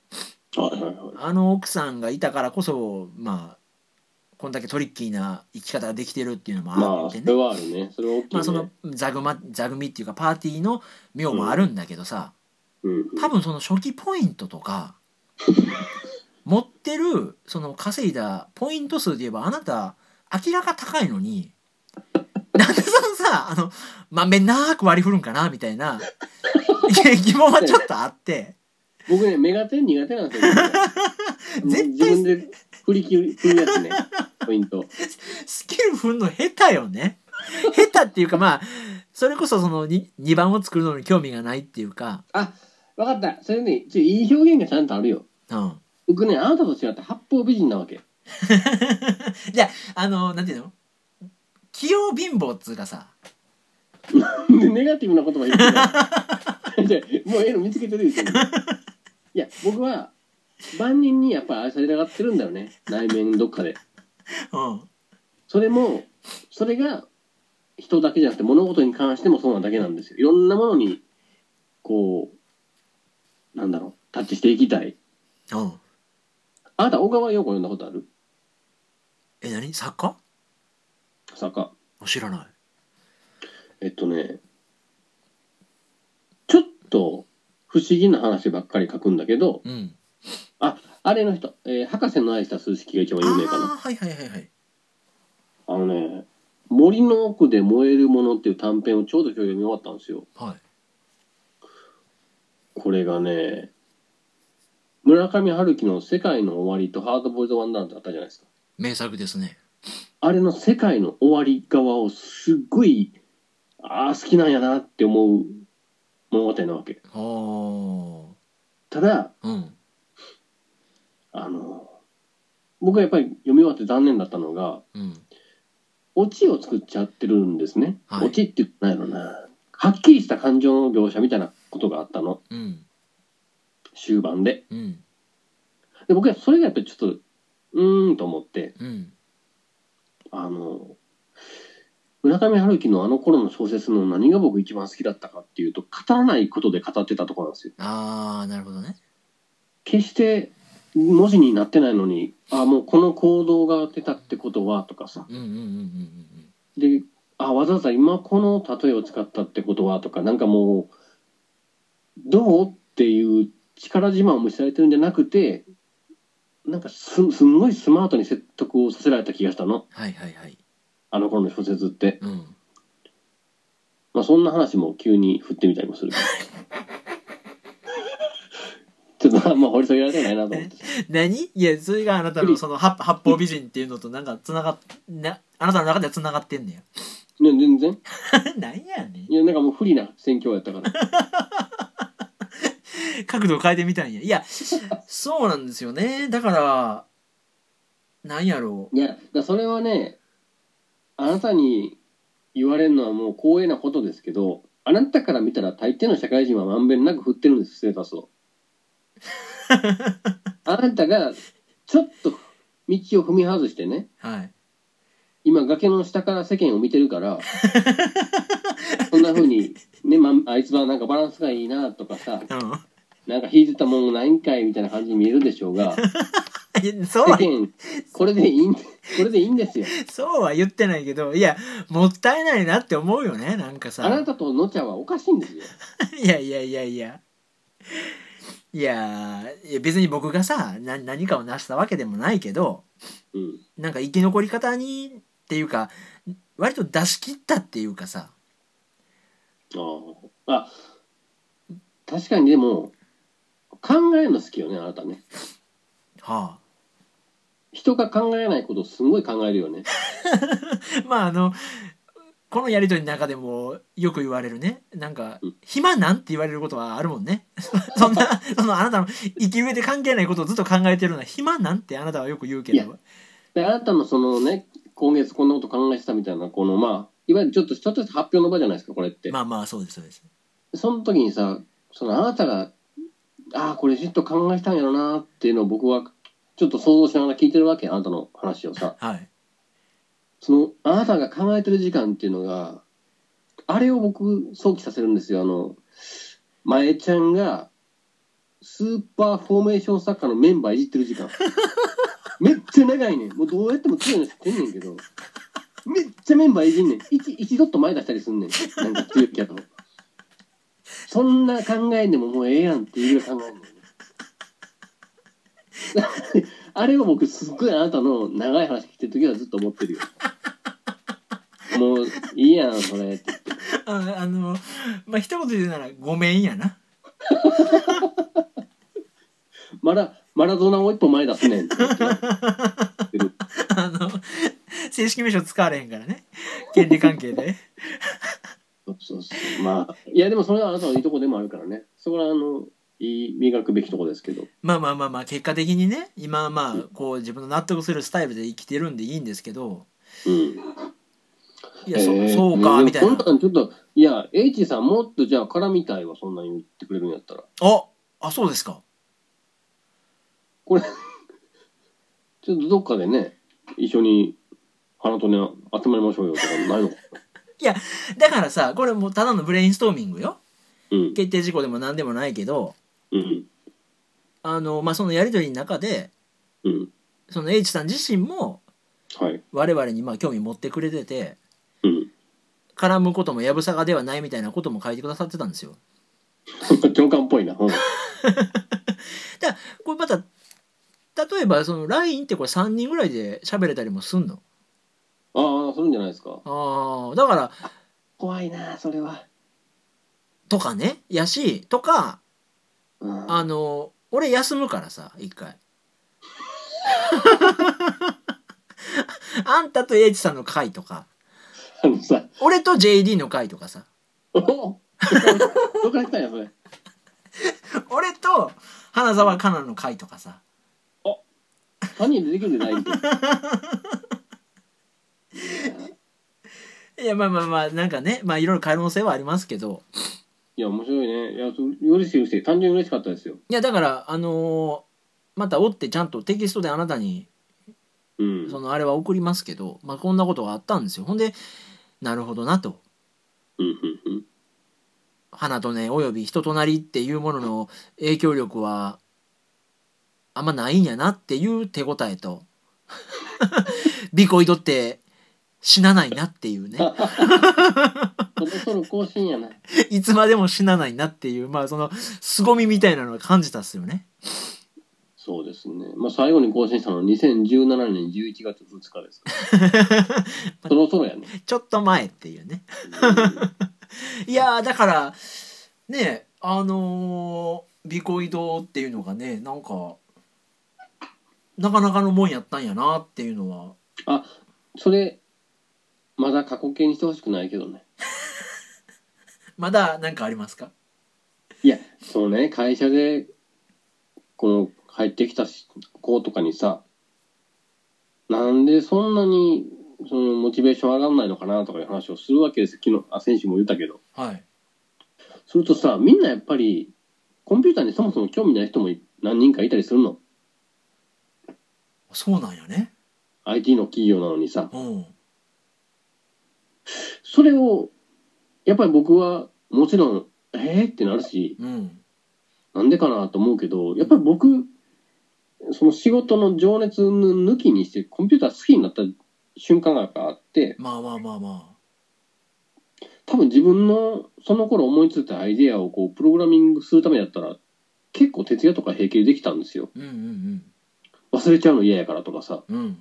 A: はいはいはい。
B: あの奥さんがいたからこそまあこんだけトリッキーな生き方ができてるっていうのも
A: ま
B: あ
A: あ、そ
B: ってね、
A: れ
B: まあ
A: はあるね。それは大きい、ね。
B: その座組ま座組っていうかパーティーの妙もあるんだけどさ、
A: うん、うん。
B: 多分その初期ポイントと
A: [LAUGHS]
B: か持ってるその稼いだポイント数で言えばあなた明らか高いのになんでそのさあのまんべんなく割り振るんかなみたいな疑問はちょっとあって
A: 僕ね、メガテン苦手なんですよ。
B: [LAUGHS] 絶対
A: 自分で振り切る、振るや
B: [LAUGHS]
A: つね。ポイント。
B: スキル振るの下手よね下手っていうかまあそれこそその 2, 2番を作るのに興味がないっていうか、
A: あ、わかった。それね、ちょいい表現がちゃんとあるよ。
B: うん、
A: 僕ね、あなたと違って八方美人なわけ。
B: じゃああのなんていうの器用貧乏っつうかさ
A: でネガティブなこと葉言
B: [LAUGHS]
A: ってるもうええの見つけてるよ自分でいや僕は万人にやっぱ愛されたがってるんだよね内面どっかで
B: うん
A: それもそれが人だけじゃなくて物事に関してもそうなだけなんですよいろんなものにこうなんだろうタッチしていきたい
B: うん
A: あなた小川陽子読んだことある
B: え何作家
A: さか
B: 知らない
A: えっとねちょっと不思議な話ばっかり書くんだけど
B: うん。
A: あれの人、えー博士の愛した数式が一番
B: あ
A: 有名かな
B: あー、はいはいはいはい。
A: あのね「森の奥で燃えるもの」っていう短編をちょうど今日読み終わったんですよ
B: はい。
A: これがね村上春樹の「世界の終わり」と「ハードボイルド・ワンダー」ってあったじゃないですか
B: 名作ですね。
A: あれの世界の終わり側をすっごいああ好きなんやなって思う物語なわけ
B: お
A: ただ
B: ーうん
A: あの僕はやっぱり読み終わって残念だったのが
B: うん
A: オチを作っちゃってるんですね、
B: はい
A: オチって言ってないのなはっきりした感情の描写みたいなことがあったの
B: うん
A: 終盤で
B: うん
A: で僕はそれがやっぱりちょっとうーんと思って
B: うん
A: あの村上春樹のあの頃の小説の何が僕一番好きだったかっていうと語らないことで語ってたところなんですよ
B: ああなるほどね
A: 決して文字になってないのにあもうこの行動が出たってことはとかさ
B: うんうんうんうんうん
A: であわざわざ今この例えを使ったってことはとかなんかもうどうっていう力自慢を見せられてるんじゃなくてなんかすすんごいスマートに説得をさせられた気がしたの。
B: はいはいはい
A: あの頃の小説って、
B: うん
A: まあ、そんな話も急に振ってみたりもするちょっとあんま掘り下げられてないなと思って
B: 何いやそれがあなたのその八八方美人っていうのとなんかつながっなあなたの中ではつながってんねや [LAUGHS]
A: いや全然
B: なんやねん
A: いやなんかもう不利な選挙やったから
B: 角度を変えてみたんやいやそうなんですよねだからなんやろ
A: いやだからそれはねあなたに言われるのはもう光栄なことですけどあなたから見たら大抵の社会人はまんべんなく振ってるんですステータスをあなたがちょっと道を踏み外してね
B: うはい
A: 今崖の下から世間を見てるからそんな風にね、まあ、あいつはなんかバランスがいいなとかさ
B: [LAUGHS] う
A: なんか引いてたもんないんかいみたいな感じに見えるでしょうが
B: んいやそう
A: 世
B: は
A: 間これでいいんこれでいいんですよ
B: そうは言ってないけどいやもったいないなって思うよねなんか
A: あな
B: さ
A: たとのちゃはおかしいんですよ
B: [LAUGHS] いやいやいやいやいやいや別に僕がさな何かを成したわけでもないけど
A: [LAUGHS] うん
B: なんか生き残り方にっていうか割と出し切ったっていうかさ
A: あああ確かにでも考えるの好きよねあなたね
B: は
A: 人が考えないことをすごい考えるよね
B: あまああのこのやり取りの中でもよく言われるねなんか
A: うん
B: 「暇なん?」て言われることはあるもんね [LAUGHS] そんなそのあなたの生き上で関係ないことをずっと考えてるのは「暇なん?」てあなたはよく言うけ
A: いや
B: ど
A: であなたのそのね今月こんなこと考えてたみたいなこのまあいわゆるちょっとちょっとした発表の場じゃないですかこれって
B: まあまあそうですそうです
A: その時にさそのあなたがああこれじっと考えたんやろなっていうのを僕はちょっと想像しながら聞いてるわけあなたの話をさ
B: はい
A: そのあなたが考えてる時間っていうのがあれを僕想起させるんですよあの前ちゃんがスーパーフォーメーションサッカーのメンバーいじってる時間めっちゃ長いねんもうどうやっても強いの知ってんねんけどめっちゃメンバーいじんねん一一ドット前出したりすんねんなんか強いキャラのそんな考えんでももうええやんっていう考えんのねあれを僕すっごいあなたの長い話聞いてる時はずっと思ってるよもういいやんそれって
B: ああのまあ一言で言うなら「ごめん」やな [LAUGHS]
A: マラマラドーナを一歩前出すねんって言ってる
B: あの正式名称使われへんからね権利関係で
A: そうそうそうまあいやでもそれはあなたのいいとこでもあるからねそこはあのいい磨くべきとこですけど
B: [LAUGHS] まあまあまあまあ結果的にね今はまあこう自分の納得するスタイルで生きてるんでいいんですけど
A: うん
B: いやそ,、
A: えー
B: そうかみたいな
A: そんんちょっといや H さんもっとじゃあ絡みたいわそんなに言ってくれるんやったら
B: ああそうですか
A: これちょっとどっかでね一緒に花とね集まりましょうよとかないのか
B: だからさこれもうただのブレインストーミングよ
A: うん
B: 決定事項でも何でもないけど
A: うん
B: あのまあそのやり取りの中で
A: うん
B: その H さん自身も
A: はい
B: 我々にまあ興味持ってくれてて
A: うん [LAUGHS]
B: 絡むこともやぶさかではないみたいなことも書いてくださってたんですよ
A: 長官っぽいな、うん、
B: これまた例えばその LINE ってこれ3人ぐらいで喋れたりもすんの
A: ああするんじゃないですか
B: あーだから
A: 怖いなそれは、
B: とかねやしとか
A: うん、
B: あの俺休むからさ一回 [LAUGHS] あんたと英知さんの回とか
A: あのさ、
B: 俺と JD の回とかさ
A: おおどこ行ったんや、それ。
B: 俺と花澤香菜の回とかさ
A: 他人でできるんじゃないんで。
B: いやまあまあまあなんかねまあいろいろ可能性はありますけど
A: いや、面白いね。いや、そう嬉しい嬉しい。単純に嬉しかったですよ。
B: いやだからあのーまた追ってちゃんとテキストであなたに
A: うん。
B: そのあれは送りますけど、まあ、こんなことがあったんですよほんでなるほどなと
A: うんうんうん。
B: 花とねおよび人となりっていうものの影響力はあんまないんやなっていう手応えと [LAUGHS] ビコイドって死なないなっていうね
A: [LAUGHS] そろそろ更新やな。
B: いつまでも死なないなっていうまあその凄みみたいなのは感じたっすよね
A: そうですね。まあ、最後に更新したのは2017年11月2日 [LAUGHS] ですから。そろそろやね。
B: ちょっと前っていうねいやーだからねあのー、ビコイドっていうのがねなんかなかなかのもんやったんやなっていうのは
A: それ、まだ過去形にしてほしくないけどね。
B: まだ何かありますか
A: いや、そのね、会社で、この、入ってきたし子とかにさ、なんでそんなに、その、モチベーション上がんないのかなとかいう話をするわけですよ。昨日、あ、選手も言ったけど。
B: はい
A: するとさ、みんなやっぱり、コンピューターにそもそも興味ない人もい何人かいたりするの。
B: そうなんやね
A: IT の企業なのにさ。
B: うん
A: それを、やっぱり僕は、もちろん、えーってなるし、
B: うん
A: なんでかなと思うけど、やっぱり僕、その仕事の情熱抜きにして、コンピューター好きになった瞬間があって、
B: まあまあまあま
A: 多分自分のその頃思いついたアイデアをこう、プログラミングするためだったら、結構徹夜とか平気でできたんですよ。
B: あうんうん
A: 忘れちゃうの嫌やからとかさ、
B: うんうん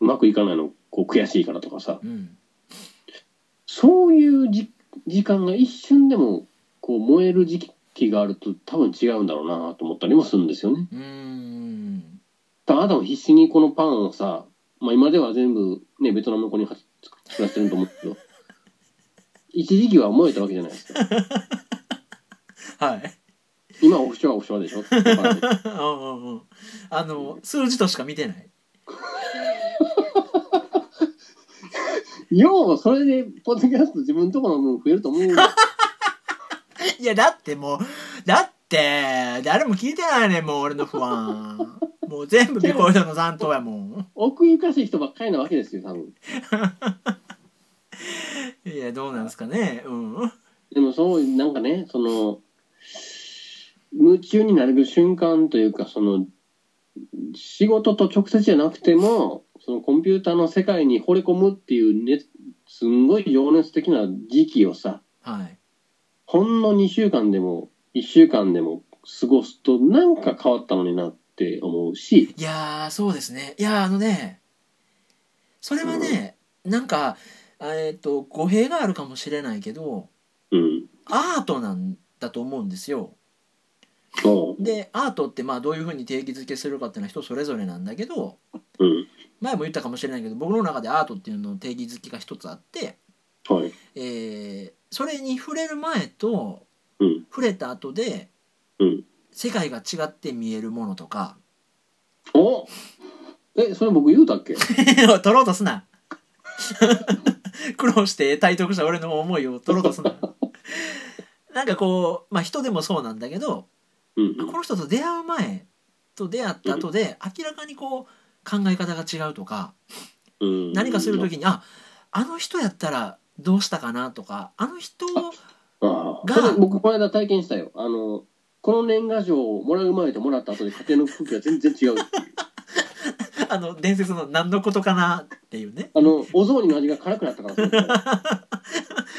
A: うまくいかないのこう悔しいからとかさ、
B: うん
A: そういうじ時間が一瞬でもこう燃える時期があると多分違うんだろうなと思ったりもするんですよね。
B: うーん
A: だからあなたも必死にこのパンをさ、まあ、今では全部、ね、ベトナムの子に作作らせてると思うけど一時期は燃えたわけじゃないですか
B: はい [LAUGHS]
A: 今オフショアオフショアでしょ [LAUGHS] だから
B: うんうんうんあの数字としか見てない
A: ようそれでポッドキャスト自分のところの分増えると思う
B: いやだってもうだって誰も聞いてないねんもう俺の不安もう全部ビコイドの残党やも
A: 奥ゆかしい人ばっかりなわけですよ多分
B: んいやどうなんですかねうん
A: でもそうなんかねその夢中になれる瞬間というかその仕事と直接じゃなくてもそのコンピューターの世界に惚れ込むっていう、ね、すんごい情熱的な時期をさ
B: はい
A: ほんの2週間でも1週間でも過ごすとなんか変わったのになって思うし
B: いやーそうですねいやーあのねそれはね、なんかえっ、と語弊があるかもしれないけど
A: うん
B: アートなんだと思うんですよ
A: そう
B: でアートってまあどういうふうに定義づけするかっていうのは人それぞれなんだけど
A: うん
B: 前も言ったかもしれないけど僕の中でアートっていうのの定義づけが一つあって、
A: はい
B: えーそれに触れる前と
A: うん
B: 触れた後で、
A: うん
B: 世界が違って見えるものとか
A: おえそれ僕言うたっけ
B: [LAUGHS] 取ろうとすな苦労して体得した俺の思いを取ろうと
A: [LAUGHS]
B: すななんかこう、まあ、人でもそうなんだけど
A: うんう
B: あ
A: ん
B: この人と出会う前と出会った後で明らかにこう考え方が違うとか
A: うん
B: 何かする時にああの人やったらどうしたかなとかあの人
A: ああ
B: が
A: それ僕この間体験したよあのこの年賀状をもらう前ともらった後で家庭の空気が全然
B: [LAUGHS]
A: 違う
B: あの伝説の何のことかなっていうね
A: あのお雑煮の味が辛くなったからそうです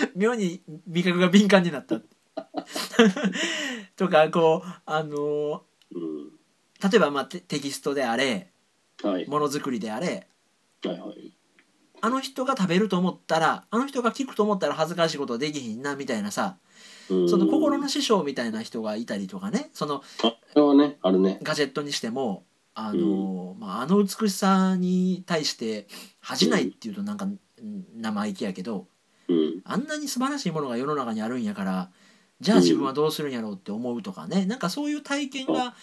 A: ね
B: 妙に味覚が敏感になった
A: [LAUGHS]
B: とかこうあの例えば、まあ、テテキストであれ
A: うんはい
B: ものづくりであれ
A: はいはい
B: あの人が食べると思ったらあの人が聞くと思ったら恥ずかしいことはできひんなみたいなさ
A: うん
B: その心の師匠みたいな人がいたりとかねその
A: それはねあるね
B: ガジェットにしてもあの,、まあ、あの美しさに対して恥じないっていうとなんかん生意気やけど
A: うん
B: あんなに素晴らしいものが世の中にあるんやからじゃあ
A: うん
B: 自分はどうするんやろうって思うとかねなんかそういう体験が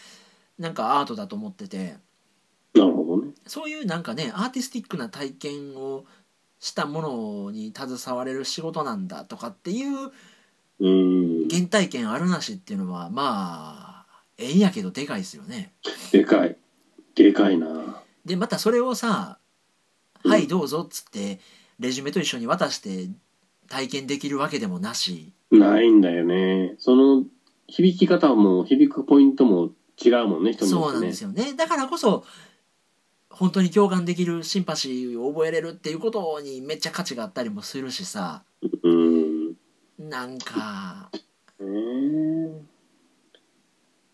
B: なんかアートだと思ってて
A: なるほどね
B: そういうなんかねアーティスティックな体験をしたものに携われる仕事なんだとかっていう
A: うん
B: 原体験あるなしっていうのはまあええんやけどでかいですよね。
A: でかいでかいな
B: でまたそれをさ「
A: うん
B: はいどうぞ」っつってレジュメと一緒に渡して体験できるわけでもなし
A: ないんだよねその響き方も響くポイントも違うもんね人によっ
B: そう
A: て
B: なん
A: ね
B: ですよねだからこそ本当に共感できるシンパシーを覚えれるっていうことにめっちゃ価値があったりもするしさ
A: うん
B: なんか
A: ねえ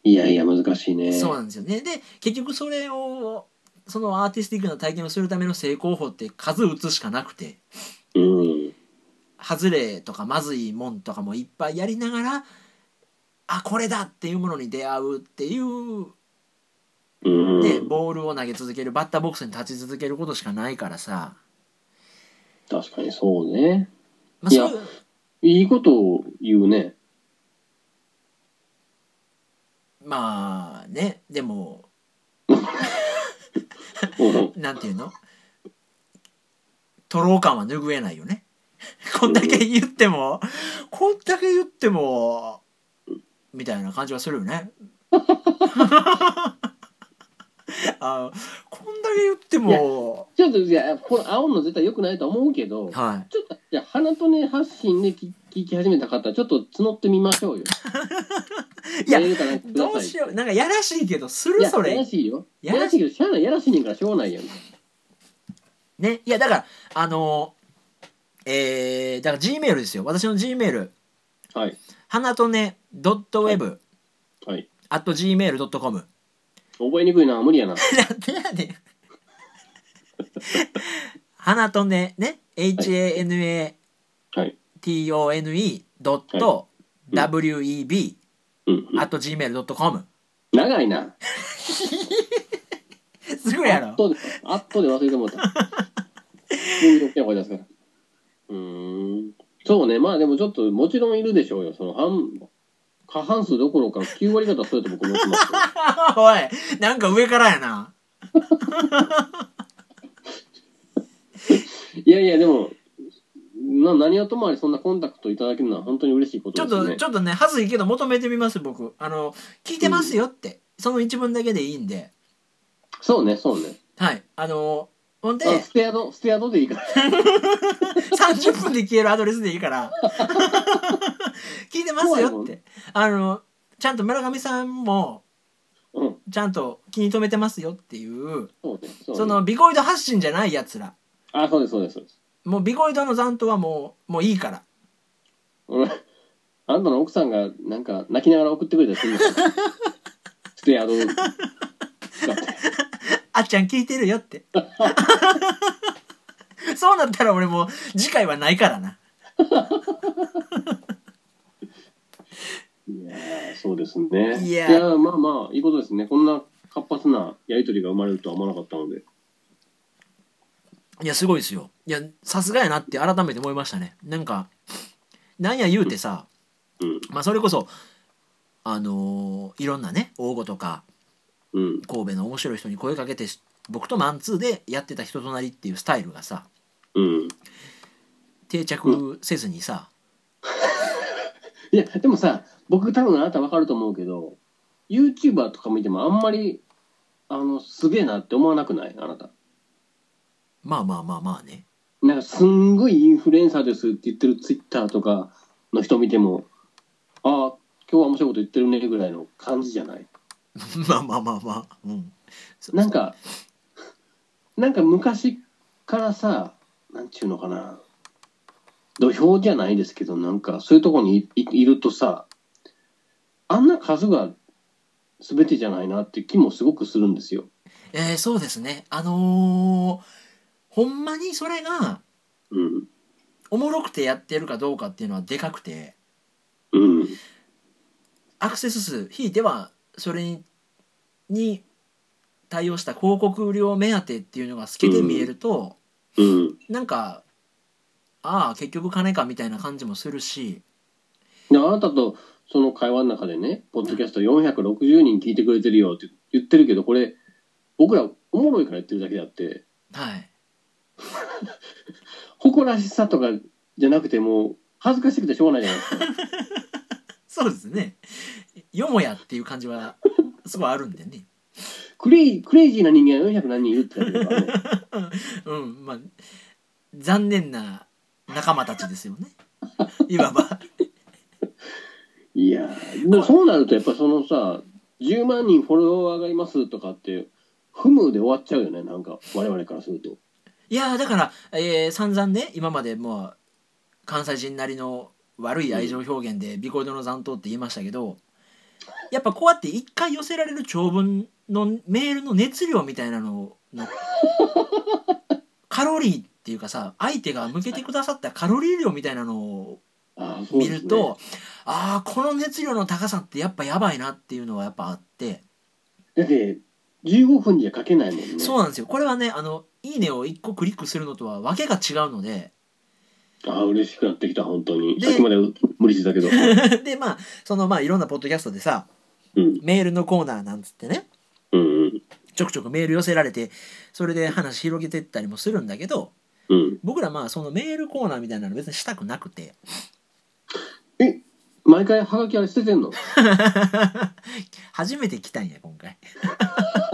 A: いやいや難しいね
B: そうなんですよねで結局それをそのアーティスティックな体験をするための成功法って数打つしかなくて
A: うん
B: 外れとかまずいもんとかもいっぱいやりながらあこれだっていうものに出会うっていう
A: うん
B: でボールを投げ続けるバッターボックスに立ち続けることしかないからさ、
A: 確かにそうね
B: まあ、
A: いや
B: そういう
A: いいことを言う
B: [LAUGHS]
A: ね
B: まあねでも
A: うん
B: なんていうのトロー感は拭えないよね [LAUGHS] こんだけ言ってもこんだけ言ってもみたいな感じはするよね [LAUGHS] あこんだけ言っても
A: ちょっといやこの青の絶対良くないと思うけど
B: はい
A: ちょっといや花とね発信で聞聞き始めた方ちょっと募ってみましょうよ
B: いや
A: メールかなんかください
B: どうしようなんかやらしいけどす
A: い
B: る
A: や
B: そ
A: やら
B: れ
A: しいよ
B: や
A: や
B: ら
A: らしいけどしゃあないやらしいねんからしょうがないやん
B: ねいやだからあのえー、だから G メールですよ私の G メール
A: はい
B: 花とね .web
A: はい
B: あと gmail.com
A: 覚えにくいな無理やな
B: なんでやねん花とねね hanatone
A: はい
B: ドット
A: い
B: web
A: うんうん
B: あと gmail.com
A: 長いな
B: すごいや
A: あっ
B: ろ
A: と
B: [LAUGHS]
A: で、あっとで忘れてもうた。1600円超えたんですから。うーん。そうね、まあでもちょっと、もちろんいるでしょうよ。その半、過半数どころか9割方そうやと僕思ってますよ。
B: おいなんか上からやない
A: やいや、でも、な何はともあれそんなコンタクトいただけるのは本当に嬉しいこ
B: ちょ
A: とです
B: っと
A: ね。
B: ちょっとね恥ずいけど求めてみます僕あの聞いてますよって、その一文だけでいいんで
A: そうね、そうね。
B: はいあのほんで
A: あ [LAUGHS] ステアド、ステアドでいいから。
B: 30分で消えるアドレスでいいから
A: [LAUGHS]
B: 聞いてますよ
A: 怖いも
B: っ
A: ん
B: てあのちゃんと村上さんも
A: うん。
B: ちゃんと気に留めてますよっていう
A: そうね、そうね。
B: そのビコイド発信じゃないやつら
A: あ、そうです、そうです、そうです。
B: もうビコイドの残党はもうもういいから
A: 俺あんたの奥さんが、なんか、泣きながら送ってくれたりするん
B: [LAUGHS]
A: ですよ。ステアド使って。
B: あっちゃん聞いてるよって [LAUGHS] そうなったら俺もう次回はないからない
A: やーそうですね。
B: い
A: い
B: や
A: や
B: ー
A: ーまあまあいいことですね。こんな活発なやりとりが生まれるとは思わなかったので。
B: いやすごいですよいやさすがやなって改めて思いましたねなんかなんや言うてさ、
A: うん
B: まあ、それこそあのーいろんなね応募とか
A: うん
B: 神戸の面白い人に声かけて僕とマンツーでやってた人となりっていうスタイルがさ
A: うん。
B: 定着せずにさ、
A: いやでもさ僕多分あなたわかると思うけど、YouTuber とか見てもあんまりあのすげえなって思わなくないあなた。
B: まあまあまあまあね
A: なんかすんごいインフルエンサーですって言ってる Twitter とかの人見ても、ああ今日は面白いこと言ってるねぐらいの感じじゃない。
B: [LAUGHS] まあまあまあまあうんそ
A: なんか、なんか昔からさ、なんちゅうのかな、土俵じゃないですけど、なんかそういうとこにいいいるとさ、あんな数が全てじゃないなって気もすごくするんですよ。
B: えーそうですねあのーほんまにそれが
A: うん。
B: おもろくてやってるかどうかっていうのはでかくて
A: うん。
B: アクセス数ひいてはそれに対応した広告売りを目当てっていうのが透けて見えると、
A: うん。
B: なんかああ結局金かみたいな感じもするし
A: であなたとその会話の中でね、ポッドキャスト460人聞いてくれてるよって言ってるけど、これ、僕らおもろいからやってるだけであって、
B: はい
A: 誇らしさとかじゃなくてもう、恥ずかしくてしょうがないじゃないですか。
B: そうですねよもやっていう感じはすごいあるんでね
A: クレイ、クレイジーな人間が400何人いるってだけだからね。
B: [LAUGHS] うんまあ残念な仲間たちですよ
A: [LAUGHS]
B: ねいわば
A: いやーでもそうなるとやっぱそのさ10万人フォロワーがいますとかって不無で終わっちゃうよねなんか我々からすると
B: いやーだから、えー散々ね今までもう関西人なりの悪い愛情表現で「ビコイドの残党」って言いましたけどやっぱこうやって一回寄せられる長文のメールの熱量みたいなの
A: [LAUGHS]
B: のカロリーっていうかさ相手が向けてくださったカロリー量みたいなのを
A: あーそう
B: 見
A: ですね
B: ると、ああこの熱量の高さってやっぱやばいなっていうのはやっぱあって、
A: だって15分じゃ書けないもんね
B: そうなんですよこれはねあの「いいね」を1個クリックするのとは訳が違うので。 [LAUGHS]
A: あー嬉しくなってきた本当に
B: で
A: さっきまで無理して
B: [LAUGHS]
A: たけど
B: でまあそのまあいろんなポッドキャストでさ
A: うん
B: メールのコーナーなんつってね
A: うんうん
B: ちょくちょくメール寄せられてそれで話広げてったりもするんだけど
A: うん
B: 僕らまあそのメールコーナーみたいなの別にしたくなくて [LAUGHS]
A: 毎回ハガキあれ捨ててんの
B: 初めて来たんや今回 [LAUGHS]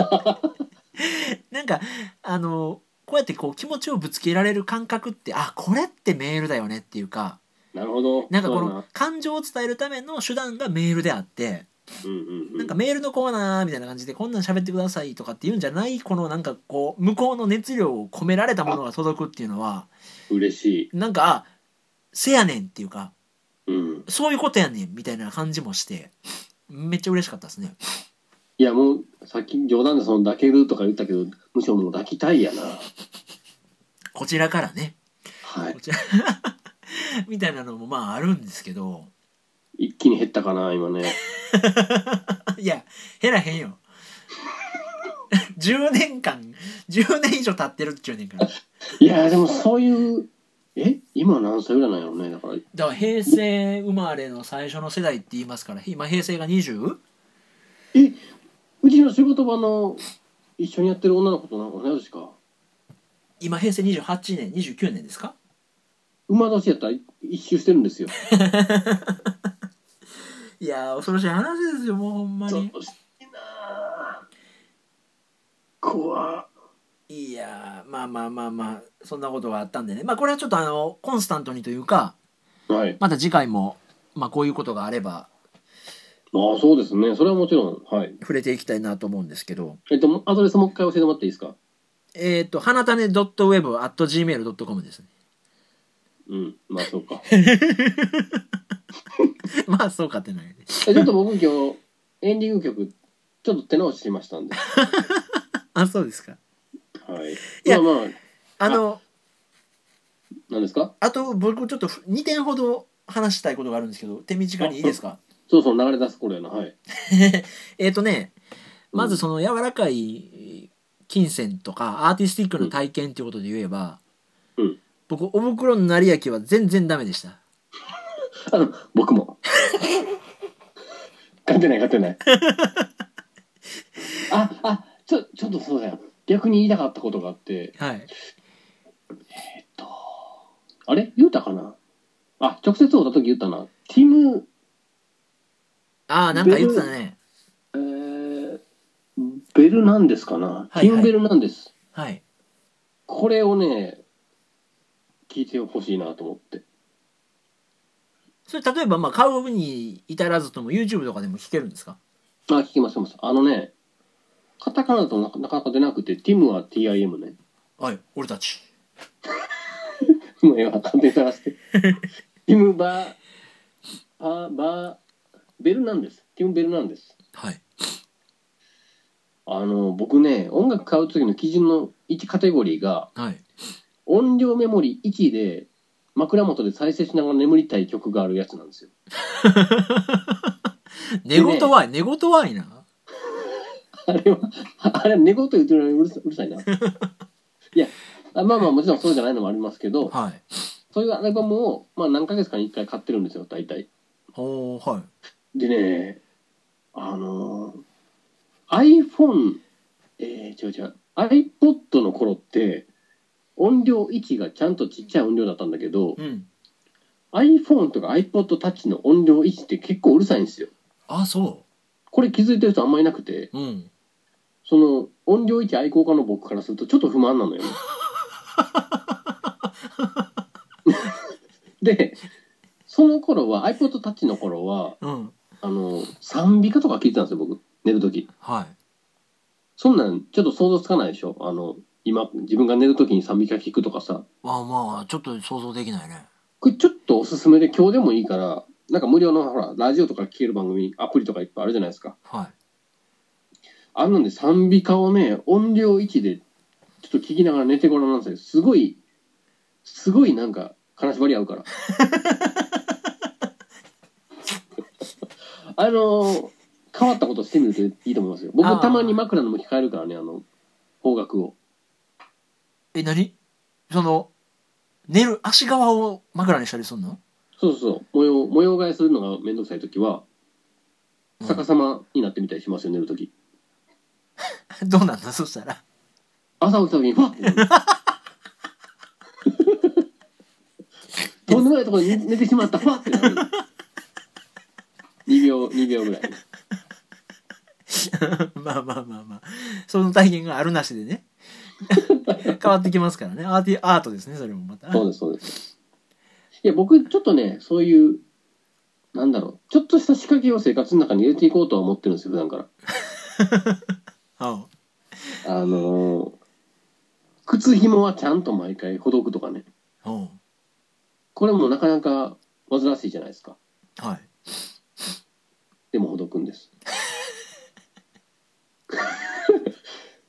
B: なんかあのこうやってこう気持ちをぶつけられる感覚ってあこれってメールだよねっていうか
A: なるほど
B: なんかこ
A: そうだ
B: の感情を伝えるための手段がメールであって
A: うんうんうん
B: なんかメールのコーナーみたいな感じでこんなん喋ってくださいとかっていうんじゃないこのなんかこう向こうの熱量を込められたものが届くっていうのは
A: 嬉しい
B: なんかあせやねんっていうか
A: うん
B: そういうことやねんみたいな感じもしてめっちゃ嬉しかったですね
A: いやもうさっき冗談でその抱けるとか言ったけどむしろもう抱きたいやな
B: こちら [LAUGHS] からね
A: はい
B: こちらみたいなのもまああるんですけど [LAUGHS]
A: 一気に減ったかな今ね
B: いや減らへんよ [LAUGHS] 10年間10年以上経ってるっちゅうねんか
A: [LAUGHS]
B: ら
A: いやでもそういうえ今何歳ぐらいなんやろうねだから
B: だから平成生まれの最初の世代って言いますから今平成が 20?
A: えうちの仕事場の一緒にやってる女の子となんか同い年か
B: 今平成28年29年ですか
A: 馬年やったら一周してるんですよ
B: いやー恐ろしい話ですよもうほんま
A: 恐
B: に
A: ろしいなあ怖っ
B: いやーまあまあまあまあそんなことがあったんでねまあこれはちょっとあのコンスタントにというか
A: はい
B: また次回も、まあ、こういうことがあれば
A: ああそうですねそれはもちろんはい
B: 触れていきたいなと思うんですけど
A: えっとアドレスもう一回教えてもらっていいですか
B: えっ、ー、と花種 .web.gmail.com ですね [LAUGHS]
A: うんまあそう [LAUGHS] か
B: まあそうかってないね
A: えちょっと僕今日エンディング曲ちょっと手直ししましたんで
B: あそうですか
A: はい
B: いや
A: まあまあ
B: あの
A: 何ですか
B: あと僕ちょっと2点ほど話したいことがあるんですけど手短にいいですか
A: そうそう流れ出す頃やなはい
B: えっ、とねまずその柔らかい金銭とかアーティスティックな体験ということで言えば、
A: うん
B: 僕お袋の成り焼きは全然ダメでした
A: あの、僕も。勝てない勝て
B: [LAUGHS]
A: ない。あ、あ、ちょ、ちょっとそうだよ。逆に言いたかったことがあって、
B: はい
A: あれ言うたかなあ、直接会った時言ったな。ティム、
B: ああなんか言ってたね
A: えー、ベルなんですかな、
B: はいはい
A: ティムベルなんです。
B: はい
A: これをね、聞いてほしいなと思って。
B: それ例えばまあ買うに至らずとも YouTube とかでも聞けるんですか
A: あ、聞きます、聞きます。あのね、カタカナだとなかなか出なくて、ティムは TIM ね。
B: はい俺たち
A: もうええわ、完全に探して。ティム・バー、パー、バー、ベルなんです。ティム・ベルなんです。
B: はい
A: あの、僕ね、音楽買う時の基準の1カテゴリーが、
B: はい
A: 音量メモリ1で、枕元で再生しながら眠りたい曲があるやつなんですよ。
B: 寝言は、い寝言はいな
A: あれは、あれは寝言言ってるのにうるさうるさいな。いや、あまあまあもちろんそうじゃないのもありますけど、
B: はい
A: そういうアルバムを、まあ何ヶ月かに一回買ってるんですよ、大体。
B: おーはい
A: でね、あのー、iPhone、えー、違う違う、iPod の頃って、音量域がちゃんとちっちゃい音量だったんだけど、
B: うん
A: iPhone とか iPod Touch の音量域って結構うるさいんですよ。
B: あそ
A: これ気づいてる人あんまいなくて、
B: ううん
A: その音量域愛好家の僕からするとちょっと不満なのよね。で、その頃は iPod Touch の頃は、
B: うん
A: あの、賛美歌とか聞いてたんですよ、僕。寝るとき。
B: はい
A: そんなんちょっと想像つかないでしょあの、今、自分が寝るときに賛美歌聞くとかさ。
B: まあまあちょっと想像できないね
A: これちょっとおすすめで今日でもいいから、なんか無料のほら、ラジオとか聞ける番組、アプリとかいっぱいあるじゃないですか。
B: はい
A: あんなんで賛美歌をね、音量1でちょっと聞きながら寝てごらんなんですよ。すごい、すごいなんか、金縛り合う
B: [LAUGHS]
A: から。あのー変わったことしてみるといいと思いますよ。
B: あー
A: 僕たまに枕の向き変えるからね、あの、方角を。
B: え何その寝る足側を枕にしたりすんの [LAUGHS]
A: そうそうそう模様、模様替えするのがめんどくさいときは、
B: うん
A: 逆さまになってみたりしますよ、寝るとき。
B: どうなんだそしたら [LAUGHS]
A: 朝起きたときに、わっってなるとんでもないところに寝てしまった、わっってなる。2秒、2秒ぐらい。
B: まあまあまあまあその体験があるなしでね [LAUGHS] 変わってきますからねアーティアートですねそれもまた
A: そうです、そうです。いや、僕、ちょっとね、そういう、なんだろう、ちょっとした仕掛けを生活の中に入れていこうとは思ってるんですよ、普段から。
B: あ
A: あのー靴紐はちゃんと毎回ほどくとかね。
B: あうん
A: これもなかなか煩わしいじゃないですか。
B: はい
A: でもほどくんです。 [LAUGHS]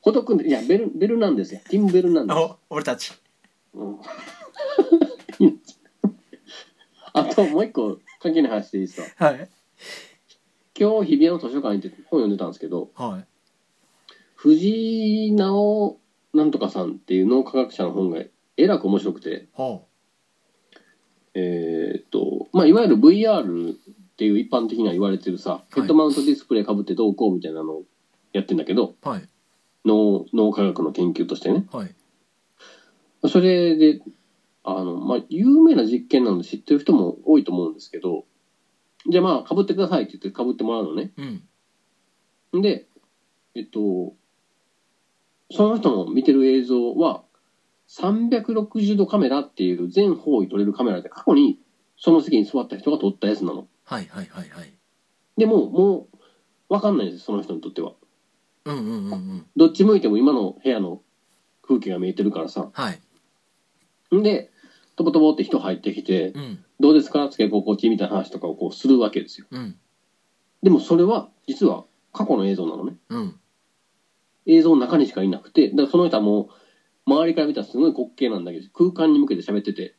A: ほどくんで、いや、ベル、ベルなんですよ。ティム・ベルなんです。
B: お俺たち
A: うん、あともう一個、関係ない話でいいですか。
B: はい
A: 今日、日比谷の図書館行って本読んでたんですけど、
B: はい
A: 藤井直なんとかさんっていう脳科学者の本がえらく面白くて、
B: ほ
A: えーっと、まあ、いわゆる VR っていう一般的には言われてるさ、ヘッドマウントディスプレイかぶってどうこうみたいなのをやってんだけど、
B: うはい
A: 脳脳科学の研究としてね。
B: はい
A: それで、あの、まあ、有名な実験なので知ってる人も多いと思うんですけど、じゃあまあ、被ってくださいって言って被ってもらうのね。
B: うん
A: んで、えっと、その人の見てる映像は、360度カメラっていう全方位撮れるカメラで過去にその席に座った人が撮ったやつなの。
B: はいはいはいはい
A: でも、もう、わかんないです、その人にとっては。
B: うんうんうんうん
A: どっち向いても今の部屋の風景が見えてるからさ。
B: はい
A: んで、とぼとぼって人入ってきて、
B: うん
A: どうですかつけ心地みたいな話とかをこうするわけですよ。
B: うん
A: でもそれは、実は過去の映像なのね。
B: うん
A: 映像の中にしかいなくて、だからその人はもう、周りから見たらすごい滑稽なんだけど、空間に向けて喋ってて、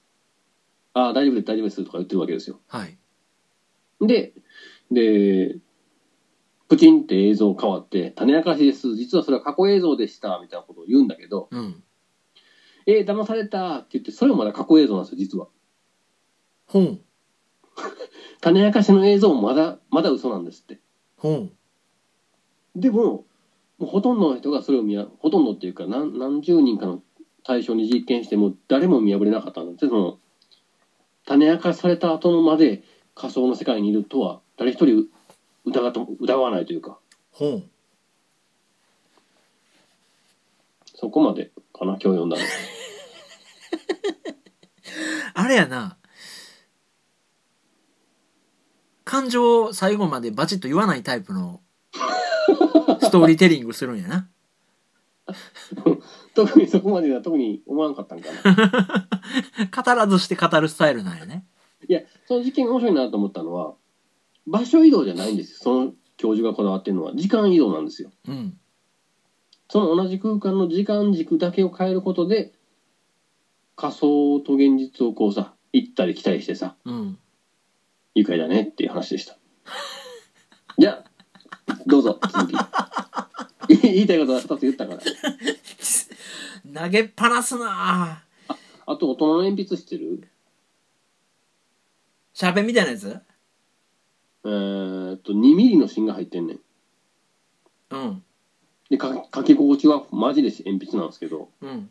A: ああ、大丈夫です、大丈夫ですとか言ってるわけですよ。
B: はい
A: で、で、プチンって映像変わって、種明かしです、実はそれは過去映像でした、みたいなことを言うんだけど、
B: うん
A: えー、騙されたって言って、それもまだ過去映像なんですよ、実は。
B: ほう
A: 種明かしの映像もまだ、まだ嘘なんですって。
B: ほ
A: でも、もうほとんどの人がそれを見や、ほとんどっていうか、何何十人かの対象に実験しても、誰も見破れなかったんだって、その、種明かされた後のまで仮想の世界にいるとは、誰一人疑と疑わないというか、
B: うほう
A: そこまでかな、今日読んだの。
B: あれやな感情を最後までバチッと言わないタイプのストーリーテリングするんやな
A: 特にそこまでは特に思わなかったんかな。
B: 語らずして語るスタイルなんやね
A: いや、その実験が面白いなと思ったのは、場所移動じゃないんですよ。その教授がこだわってるのは、時間移動なんですよ。
B: うん
A: その同じ空間の時間軸だけを変えることで、仮想と現実をこうさ、行ったり来たりしてさ、
B: うん
A: 愉快だねっていう話でした。じゃあ、どうぞ、続き。 [LAUGHS] 言いたいことは2つ言ったから。
B: 投げっぱなすなぁ
A: あと、大人の鉛筆してる
B: シャーペンみたいなやつ
A: えーっと、2ミリの芯が入ってんねん。
B: うん
A: で、か書き心地はマジで鉛筆なんですけど、
B: うん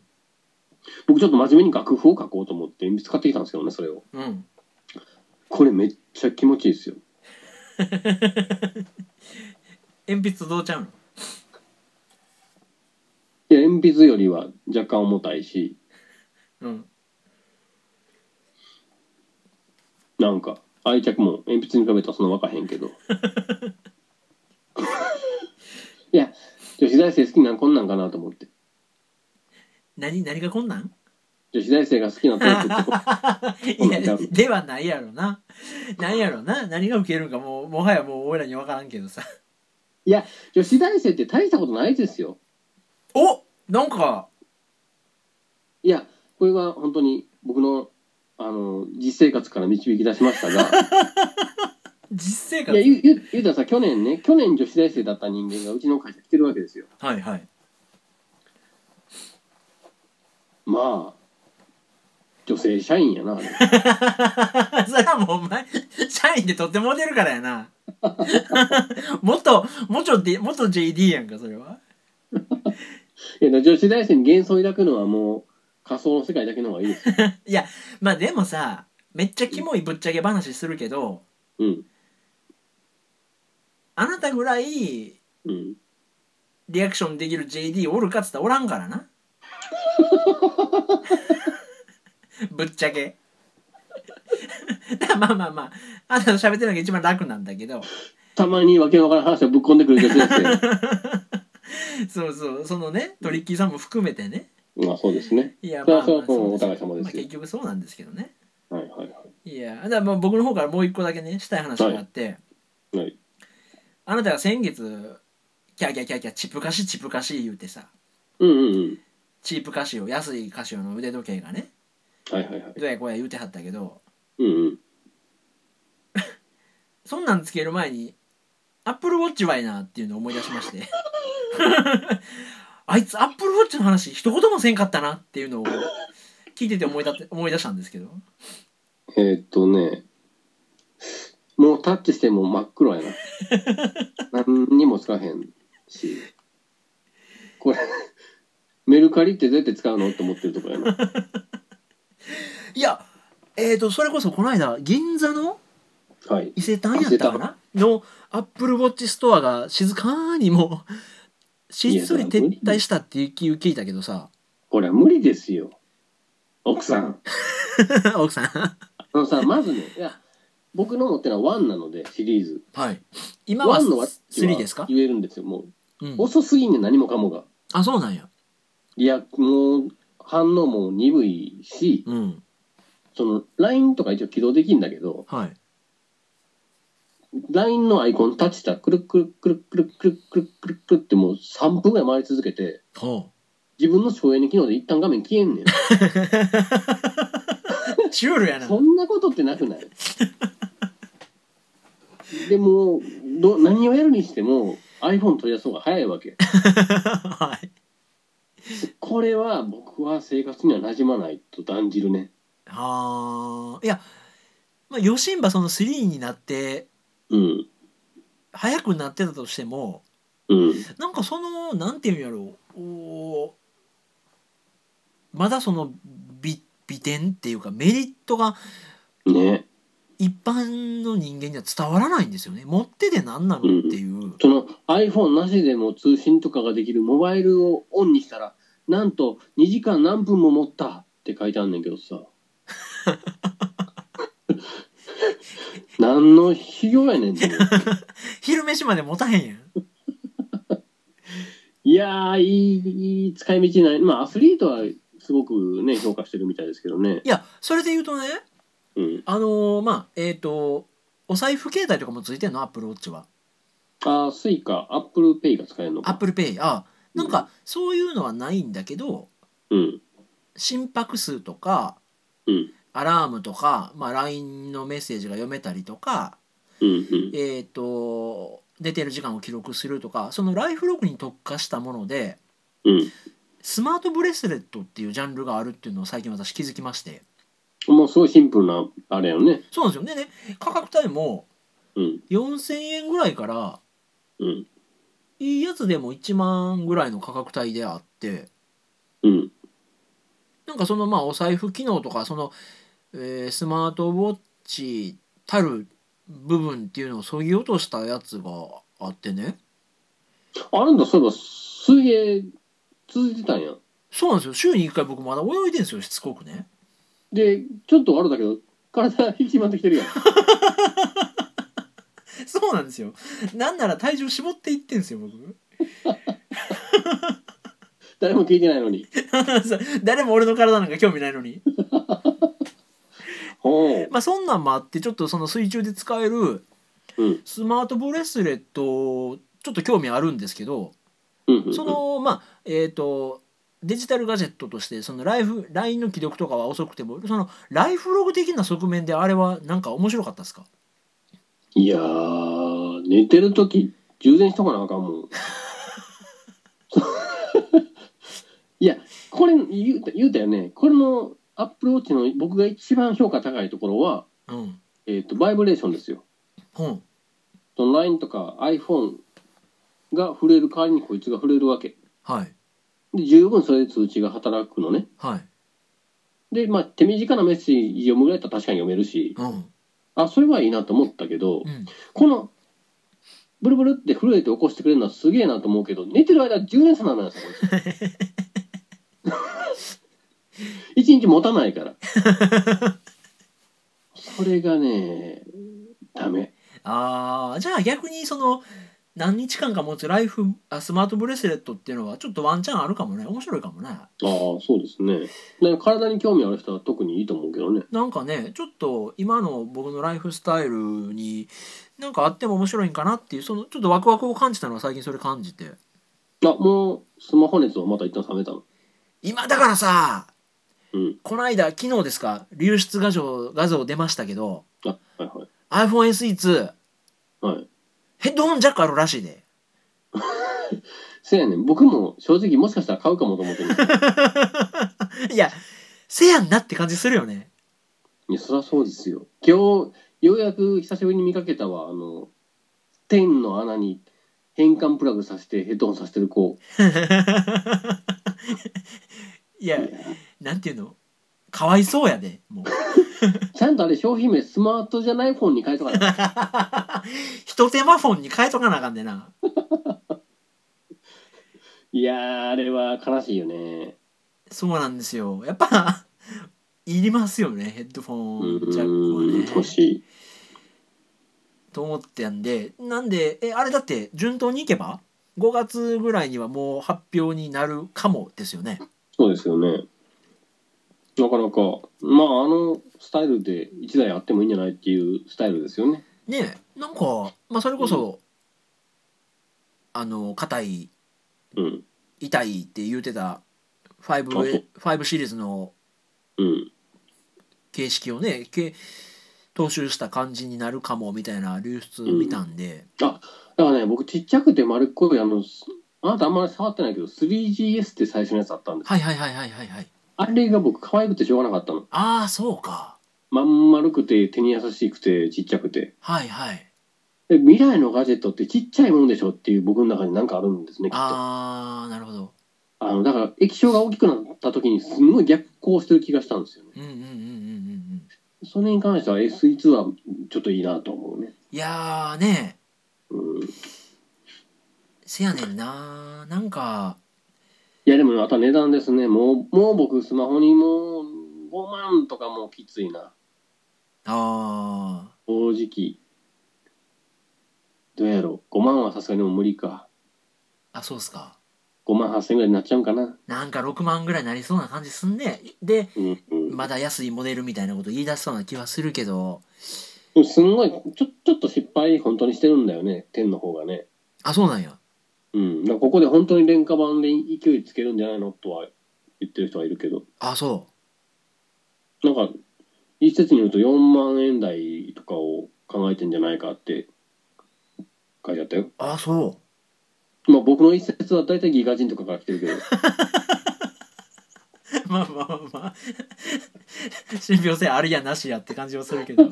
A: 僕ちょっと真面目に楽譜を書こうと思って鉛筆買ってきたんですけどね、それを。
B: うん [LAUGHS]
A: これめっちゃ気持ちいいですよ。
B: 鉛筆とどうちゃうの
A: いや、鉛筆よりは若干重たいし、
B: うん
A: なんか、愛着も鉛筆に比べたらその分かへんけど。いや、女子大生好きなんこんなんかなと思って。
B: 何何がこんなん
A: 女子大生が好きなトークって
B: [LAUGHS]
A: こ
B: いやではないやろな何やろな何が受けるんかもうもはやもう俺らに分からんけどさ
A: いや、女子大生って大したことないですよ。
B: おなんか
A: いや、これは本当に僕の、あの、実生活から導き出しましたが、
B: 実
A: い
B: 生
A: や、
B: 活
A: ゆ、ゆ、ゆうたらさ、去年ね、去年女子大生だった人間がうちの会社来てるわけですよ。
B: はいはい
A: まあ、女性社員やな。あれ
B: [LAUGHS] それはもうお前社員でとっても出るからやな [LAUGHS] 元元 D 元 JD やんかそれはい
A: や、女子大生に幻想を抱くのはもう、仮想の世界だけの方がいいですよ。
B: まあでもさめっちゃキモいぶっちゃけ話するけど
A: うん。
B: あなたぐらい
A: うん。
B: リアクションできる JD おるかっつったらおらんからな [LAUGHS] ぶっちゃけ [LAUGHS] だからまあまあまああなたと喋ってるのが一番楽なんだけど
A: たまにわけわからん話をぶっ込んでくる女子
B: [LAUGHS]
A: 大生。
B: そうそうそのねトリッキーさんも含めてね
A: まあ、そうですね。
B: いや
A: それ
B: まあ
A: は
B: ま
A: そ
B: あ
A: うそう
B: そう
A: お互い様
B: ま
A: で
B: あ
A: すよ
B: 結。局そうなんですけどね
A: はいはい
B: いやだからまあ僕の方からもう一個だけねしたい話があって、
A: はい。はい。
B: あなたが先月キャーキャーキャーキャーチップ菓子チップ菓子言うてさ
A: うんうんうん。
B: チープ菓子を安い菓子をの腕時計がね
A: はいはいはい。
B: どうやこうや言うてはったけど
A: うんうん。
B: そんなんつける前にアップルウォッチはいなっていうのを思い出しまして [LAUGHS] あいつアップルウォッチの話一言もせんかったなっていうのを聞いてて思いだって思い出したんですけど
A: えーっとね、もうタッチしても真っ黒や
B: [LAUGHS]
A: な。何にもつかへんし。これ、メルカリってどうやって使うのって思ってるとこやな。
B: いやえー、とそれこそこの間銀座の
A: はい。
B: 伊勢丹やったかなのアップルウォッチストアが静かにもうしっそり撤退したっていう気を聞いたけどさ [LAUGHS]
A: これは無理ですよ。奥さん。
B: 奥さん
A: あのさ、まずね、いや、僕の持ってるのは1なので、シリーズ。
B: はい今は
A: 1の私
B: 3ですか
A: は、言えるんですよ。もう、
B: うん、
A: 遅すぎんねん何もかもが。
B: あそうなんや
A: いや、もう、反応も鈍いし、
B: うん
A: その、LINE とか一応起動できるんだけど、
B: はい
A: LINE のアイコンタッチしたらくるくるくるくるくるくるくるくるってもう3分ぐらい回り続けて
B: ほ
A: 自分の省エネ機能で一旦画面消えんねん
B: [LAUGHS] うシュールやな
A: そんなことってなくないでもど何をやるにしても iPhone 取り出す方が早いわけ
B: はい
A: これは僕は生活には馴染まないと断じるね
B: あーいやまあ吉んばその3になって
A: うん
B: 早くなってたとしても
A: うん
B: なんかそのなんていうんやろうおーまだその美美点っていうかメリットが
A: ね
B: 一般の人間には伝わらないんですよね持ってて何なのっていう、
A: その iPhone なしでも通信とかができるモバイルをオンにしたらなんと2時間何分も持ったって書いてあんねんけど
B: [LAUGHS]
A: さ何の修行やねんって
B: 昼飯まで持たへんやん
A: いやーいいいい使い道ないまあアスリートはすごくね評価してるみたいですけどね
B: いやそれで言うとね
A: うん
B: あのーまあえっ、とお財布携帯とかもついてんのアップルウォッチは
A: あスイカアップルペイが使えるの
B: アッ
A: か
B: プルペイあなんかそういうのはないんだけど
A: うん
B: 心拍数とか
A: うん
B: アラームとか、まあ、LINE のメッセージが読めたりとか
A: うんうん
B: えっ、と寝てる時間を記録するとかそのライフログに特化したもので
A: うん
B: スマートブレスレットっていうジャンルがあるっていうのを最近私気づきまして
A: もうすごいシンプルなあれやね
B: そうなんですよねね価格帯も
A: うん
B: 4000円ぐらいから
A: うん
B: いいやつでも1万ぐらいの価格帯であって
A: うん
B: なんかそのまあお財布機能とかその、えースマートウォッチたる部分っていうのをそぎ落としたやつがあってね
A: あるんだそういえば水泳続いてたんや
B: そうなんですよ週に1回僕まだ泳いでんですよしつこくね
A: でちょっとあるだけど体引きまってきてるやん
B: [LAUGHS] そうなんですよなんなら体重絞っていってんですよ僕 [LAUGHS]
A: 誰も聞いてないのに
B: 誰も俺の体なんか興味ないのに
A: ほう
B: まあそんなんもあってちょっとその水中で使える
A: うん
B: スマートブレスレットちょっと興味あるんですけど
A: うんうんうん
B: そのまあえっ、とデジタルガジェットとしてそのライフ LINE の既読とかは遅くてもそのライフログ的な側面であれはなんか面白かったですか
A: いやー寝てる時充電しとかなあかんもんいやこれ言うた言うたよねこれのアップルウォッチの僕が一番評価高いところは、
B: うん
A: えー、とバイブレーションですよ
B: うん
A: その LINE とか iPhone が触れる代わりにこいつが触れるわけ
B: はい
A: で十分それで通知が働くのね
B: はい
A: でまあ手短なメッセージ読むぐらいだったら確かに読めるし
B: うん
A: あそれはいいなと思ったけど
B: うん
A: このブルブルって震えて起こしてくれるのはすげえなと思うけど寝てる間10年差なのよそこ [LAUGHS] 一日持たないからそれがねダメ
B: あーじゃあ逆にその何日間か持つライフあスマートブレスレットっていうのはちょっとワンチャンあるかもね面白いかもね
A: ああそうですねだから体に興味ある人は特にいいと思うけどね
B: なんかねちょっと今の僕のライフスタイルになんかあっても面白いんかなっていうそのちょっとワクワクを感じたのは最近それ感じて
A: あもうスマホ熱をまた一旦冷めたの
B: 今だからさ
A: うん
B: この間昨日ですか流出画像画像出ましたけど
A: あはいはい
B: iPhoneSE2
A: はい
B: ヘッドホンジャックあるらしいで
A: せやねん僕も正直もしかしたら買うかもと思ってる
B: いやせやんなって感じするよね
A: いやそりゃそうですよ今日ようやく久しぶりに見かけたわあの天の穴に変換プラグさせてヘッドホンさせてる子
B: [LAUGHS] いやなんていうのかわいそうやで
A: [LAUGHS]
B: もう
A: ちゃんとあれ商品名スマートじゃないフォンに変えとか
B: [LAUGHS]
A: な
B: 一手間フォンに変えとかなあかんでない
A: やーあれは悲しいよね
B: そうなんですよやっぱいりますよねヘッドフ
A: う
B: ォンジャックは
A: ーん
B: ね
A: 欲しい
B: と思ってたんでなんでえあれだって順当にいけば5月ぐらいにはもう発表になるかもですよね
A: そうですよねなかなかまああのスタイルで1台あってもいいんじゃないっていうスタイルですよね
B: ねえなんか、まあ、それこそ、あの硬い
A: うん
B: 痛いって言うてた
A: あそ
B: 5,
A: う
B: 5シリーズの
A: うん
B: 形式をねけ踏襲した感じになるかもみたいな流出を見たんで、
A: だからね僕ちっちゃくて丸っこいあのあなたあんまり触ってないけど 3GS って最初のやつあったんです
B: はいはいはいはいはいはい
A: あれが僕可愛くてしょうがなかったの。
B: ああそうか
A: まん丸くて手に優しくてちっちゃくて。
B: はいはい
A: で未来のガジェットってちっちゃいもんでしょっていう僕の中になんかあるんですねきっとあ
B: ああなるほど
A: のだから液晶が大きくなった時にすんごい逆行してる気がしたんですよね
B: うんうんうんうんうんうん
A: それに関しては SE2 はちょっといいなと思うね
B: いやーね
A: うんい
B: せやねんななんか
A: やでもまた値段ですねもうもう僕スマホにもう5万とかもうきついな
B: あ
A: 正直どうやろう5万はさすがにもう無理か
B: ーあそうっすか
A: 5万8000円ぐらいになっちゃうんかな
B: なんか6万ぐらいになりそうな感じすんねで
A: うんうん
B: まだ安いモデルみたいなこと言い出しそうな気はするけど
A: でもすんごいちょちょっと失敗本当にしてるんだよね天の方がね
B: あそうなんや
A: うんなんかここで本当に廉価版で勢いつけるんじゃないのとは言ってる人はいるけど
B: あそ
A: なんか一説によると4万円台とかを考えてんじゃないかって書いてあったよ。
B: ああそ
A: まあ僕の一節は大体ギガ人とかから来てるけど、
B: うまあまあまあまあ信憑性あるやなしやって感じはするけど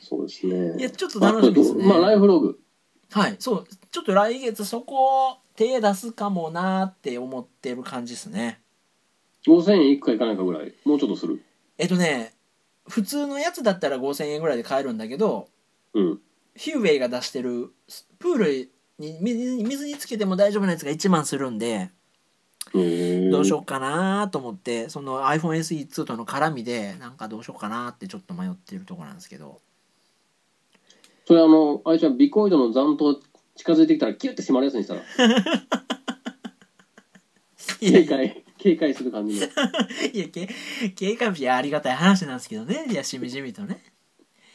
A: そうですね。
B: いやちょっと
A: あ
B: 楽しみですね
A: まあライフログ。
B: はいそうちょっと来月そこ手出すかもなーって思ってる感じですね
A: 5000円いくかいかないかぐらい。もうちょっとする。
B: えっとね普通のやつだったら5000円ぐらいで買えるんだけど
A: うん。
B: ヒューウェイが出してるプールに水に水につけても大丈夫なやつが1万するんで
A: へえ
B: どうしようかなーと思ってその iPhoneSE2 との絡みでなんかどうしようかなーってちょっと迷ってるところなんですけど
A: それあの、あいちゃん、ビコイドの残党近づいてきたらキュッて閉まるやつにしたら、警
B: いやいや
A: 戒、警戒する感じの。
B: いやけ警戒日ありがたい話なんですけどねいやしみじみとね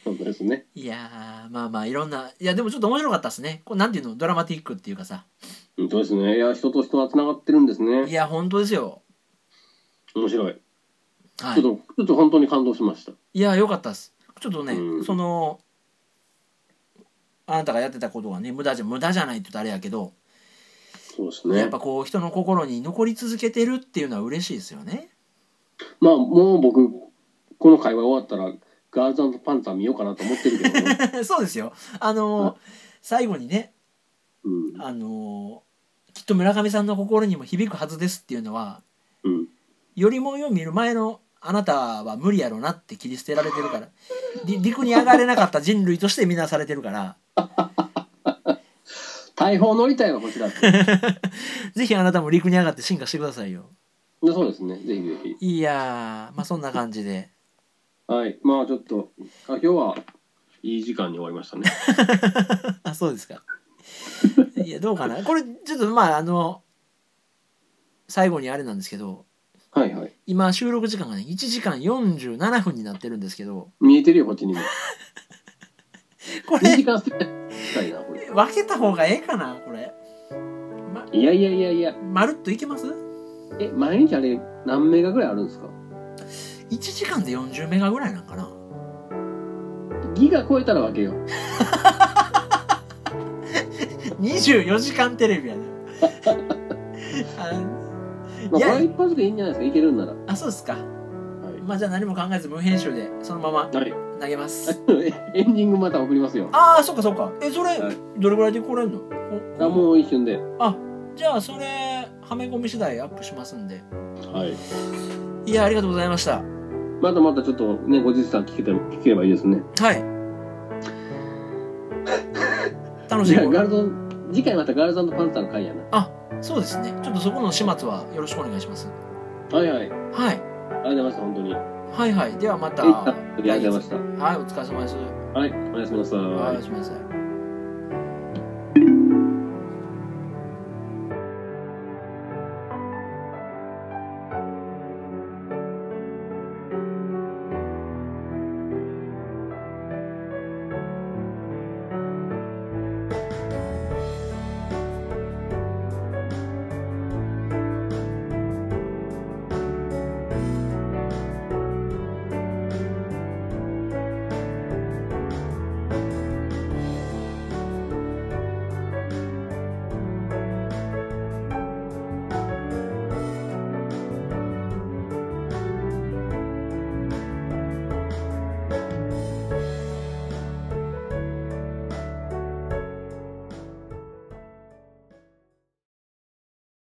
A: そうですね。
B: いやーまあまあいろんないやでもちょっと面白かったですねこうなんていうのドラマティックっていうかさ
A: 本当ですね。いや、人と人は繋がってるんです
B: い
A: ね。
B: や本当ですよ
A: 面白い。
B: は
A: ち
B: い
A: ょっと、ちょっと本当に感動しました。
B: いや良かったですちょっとね、
A: うん
B: そのあなたがやってたことがね無駄じゃ無駄じゃないって言うとあれやけど、
A: そうですね。
B: やっぱこう人の心に残り続けてるっていうのは嬉しいですよね [LAUGHS]
A: まあ、もう僕、この会話終わったら、ガールズパンツァー見ようかなと思ってるけど
B: [LAUGHS]
A: ね。
B: そうですよあのー
A: うん
B: 最後にね
A: うん。
B: あのーきっと村上さんの心にも響くはずですっていうのは
A: うん。
B: よりもよ見る前のあなたは無理やろなって切り捨てられてるからり陸に上がれなかった人類として見なされてるから
A: 大砲乗りたいわ、こちらって。で
B: ぜひあなたも陸に上がって進化してくださいよ
A: そうですね。ぜひぜひ。
B: いやーまあそんな感じで
A: はい。まあ、ちょっと、あ今日は、いい時間に終わりましたね。
B: あ [LAUGHS] そうですかいやどうかなこれちょっとまああの最後にあれなんですけど
A: はいはい。
B: 今収録時間がね1時間47分になってるんですけど
A: 見えてるよ、こっちにも。
B: こ
A: 2時
B: れ
A: 間スペしたいな、これ。
B: 分けた方がええかなこれ、ま、
A: いやいやいやいや。
B: まるっといけます
A: え、毎日あれ、何メガぐらいあるんですか
B: ?1 時間で40メガぐらいなんかな
A: ギガ超えたらわけよ。
B: 24時間テレビやね [LAUGHS] あ
A: まあ、
B: いや
A: これ一発でいいんじゃないですか、いけるんなら。は
B: あそうですか
A: い。
B: まあじゃあ何も考えず無編集でそのまま
A: はい。 [LAUGHS]
B: 投げます
A: エンディングまた送りますよ。
B: ああそっかそっかえそれ
A: はい
B: どれぐらいで来れんの
A: あ、もう一瞬で。
B: じゃあそれはめ込み次第アップしますんで
A: はい。
B: いやありがとうございました
A: まだまだちょっとね、後日談聞けて聞ければいいですね。 [LAUGHS]
B: はい楽しい
A: じゃあ、
B: こ
A: ガー
B: と
A: ルズ、次回またガールズパンツァーの回やな。
B: そうですねちょっとそこの始末はよろしくお願いします
A: はいはい。あ
B: はい
A: りがとうございました、本当に。え
B: はいはいではまた
A: いありがとうございました。
B: はいお疲れ様です
A: はい、おやすみなさい。
B: はいお疲れ様です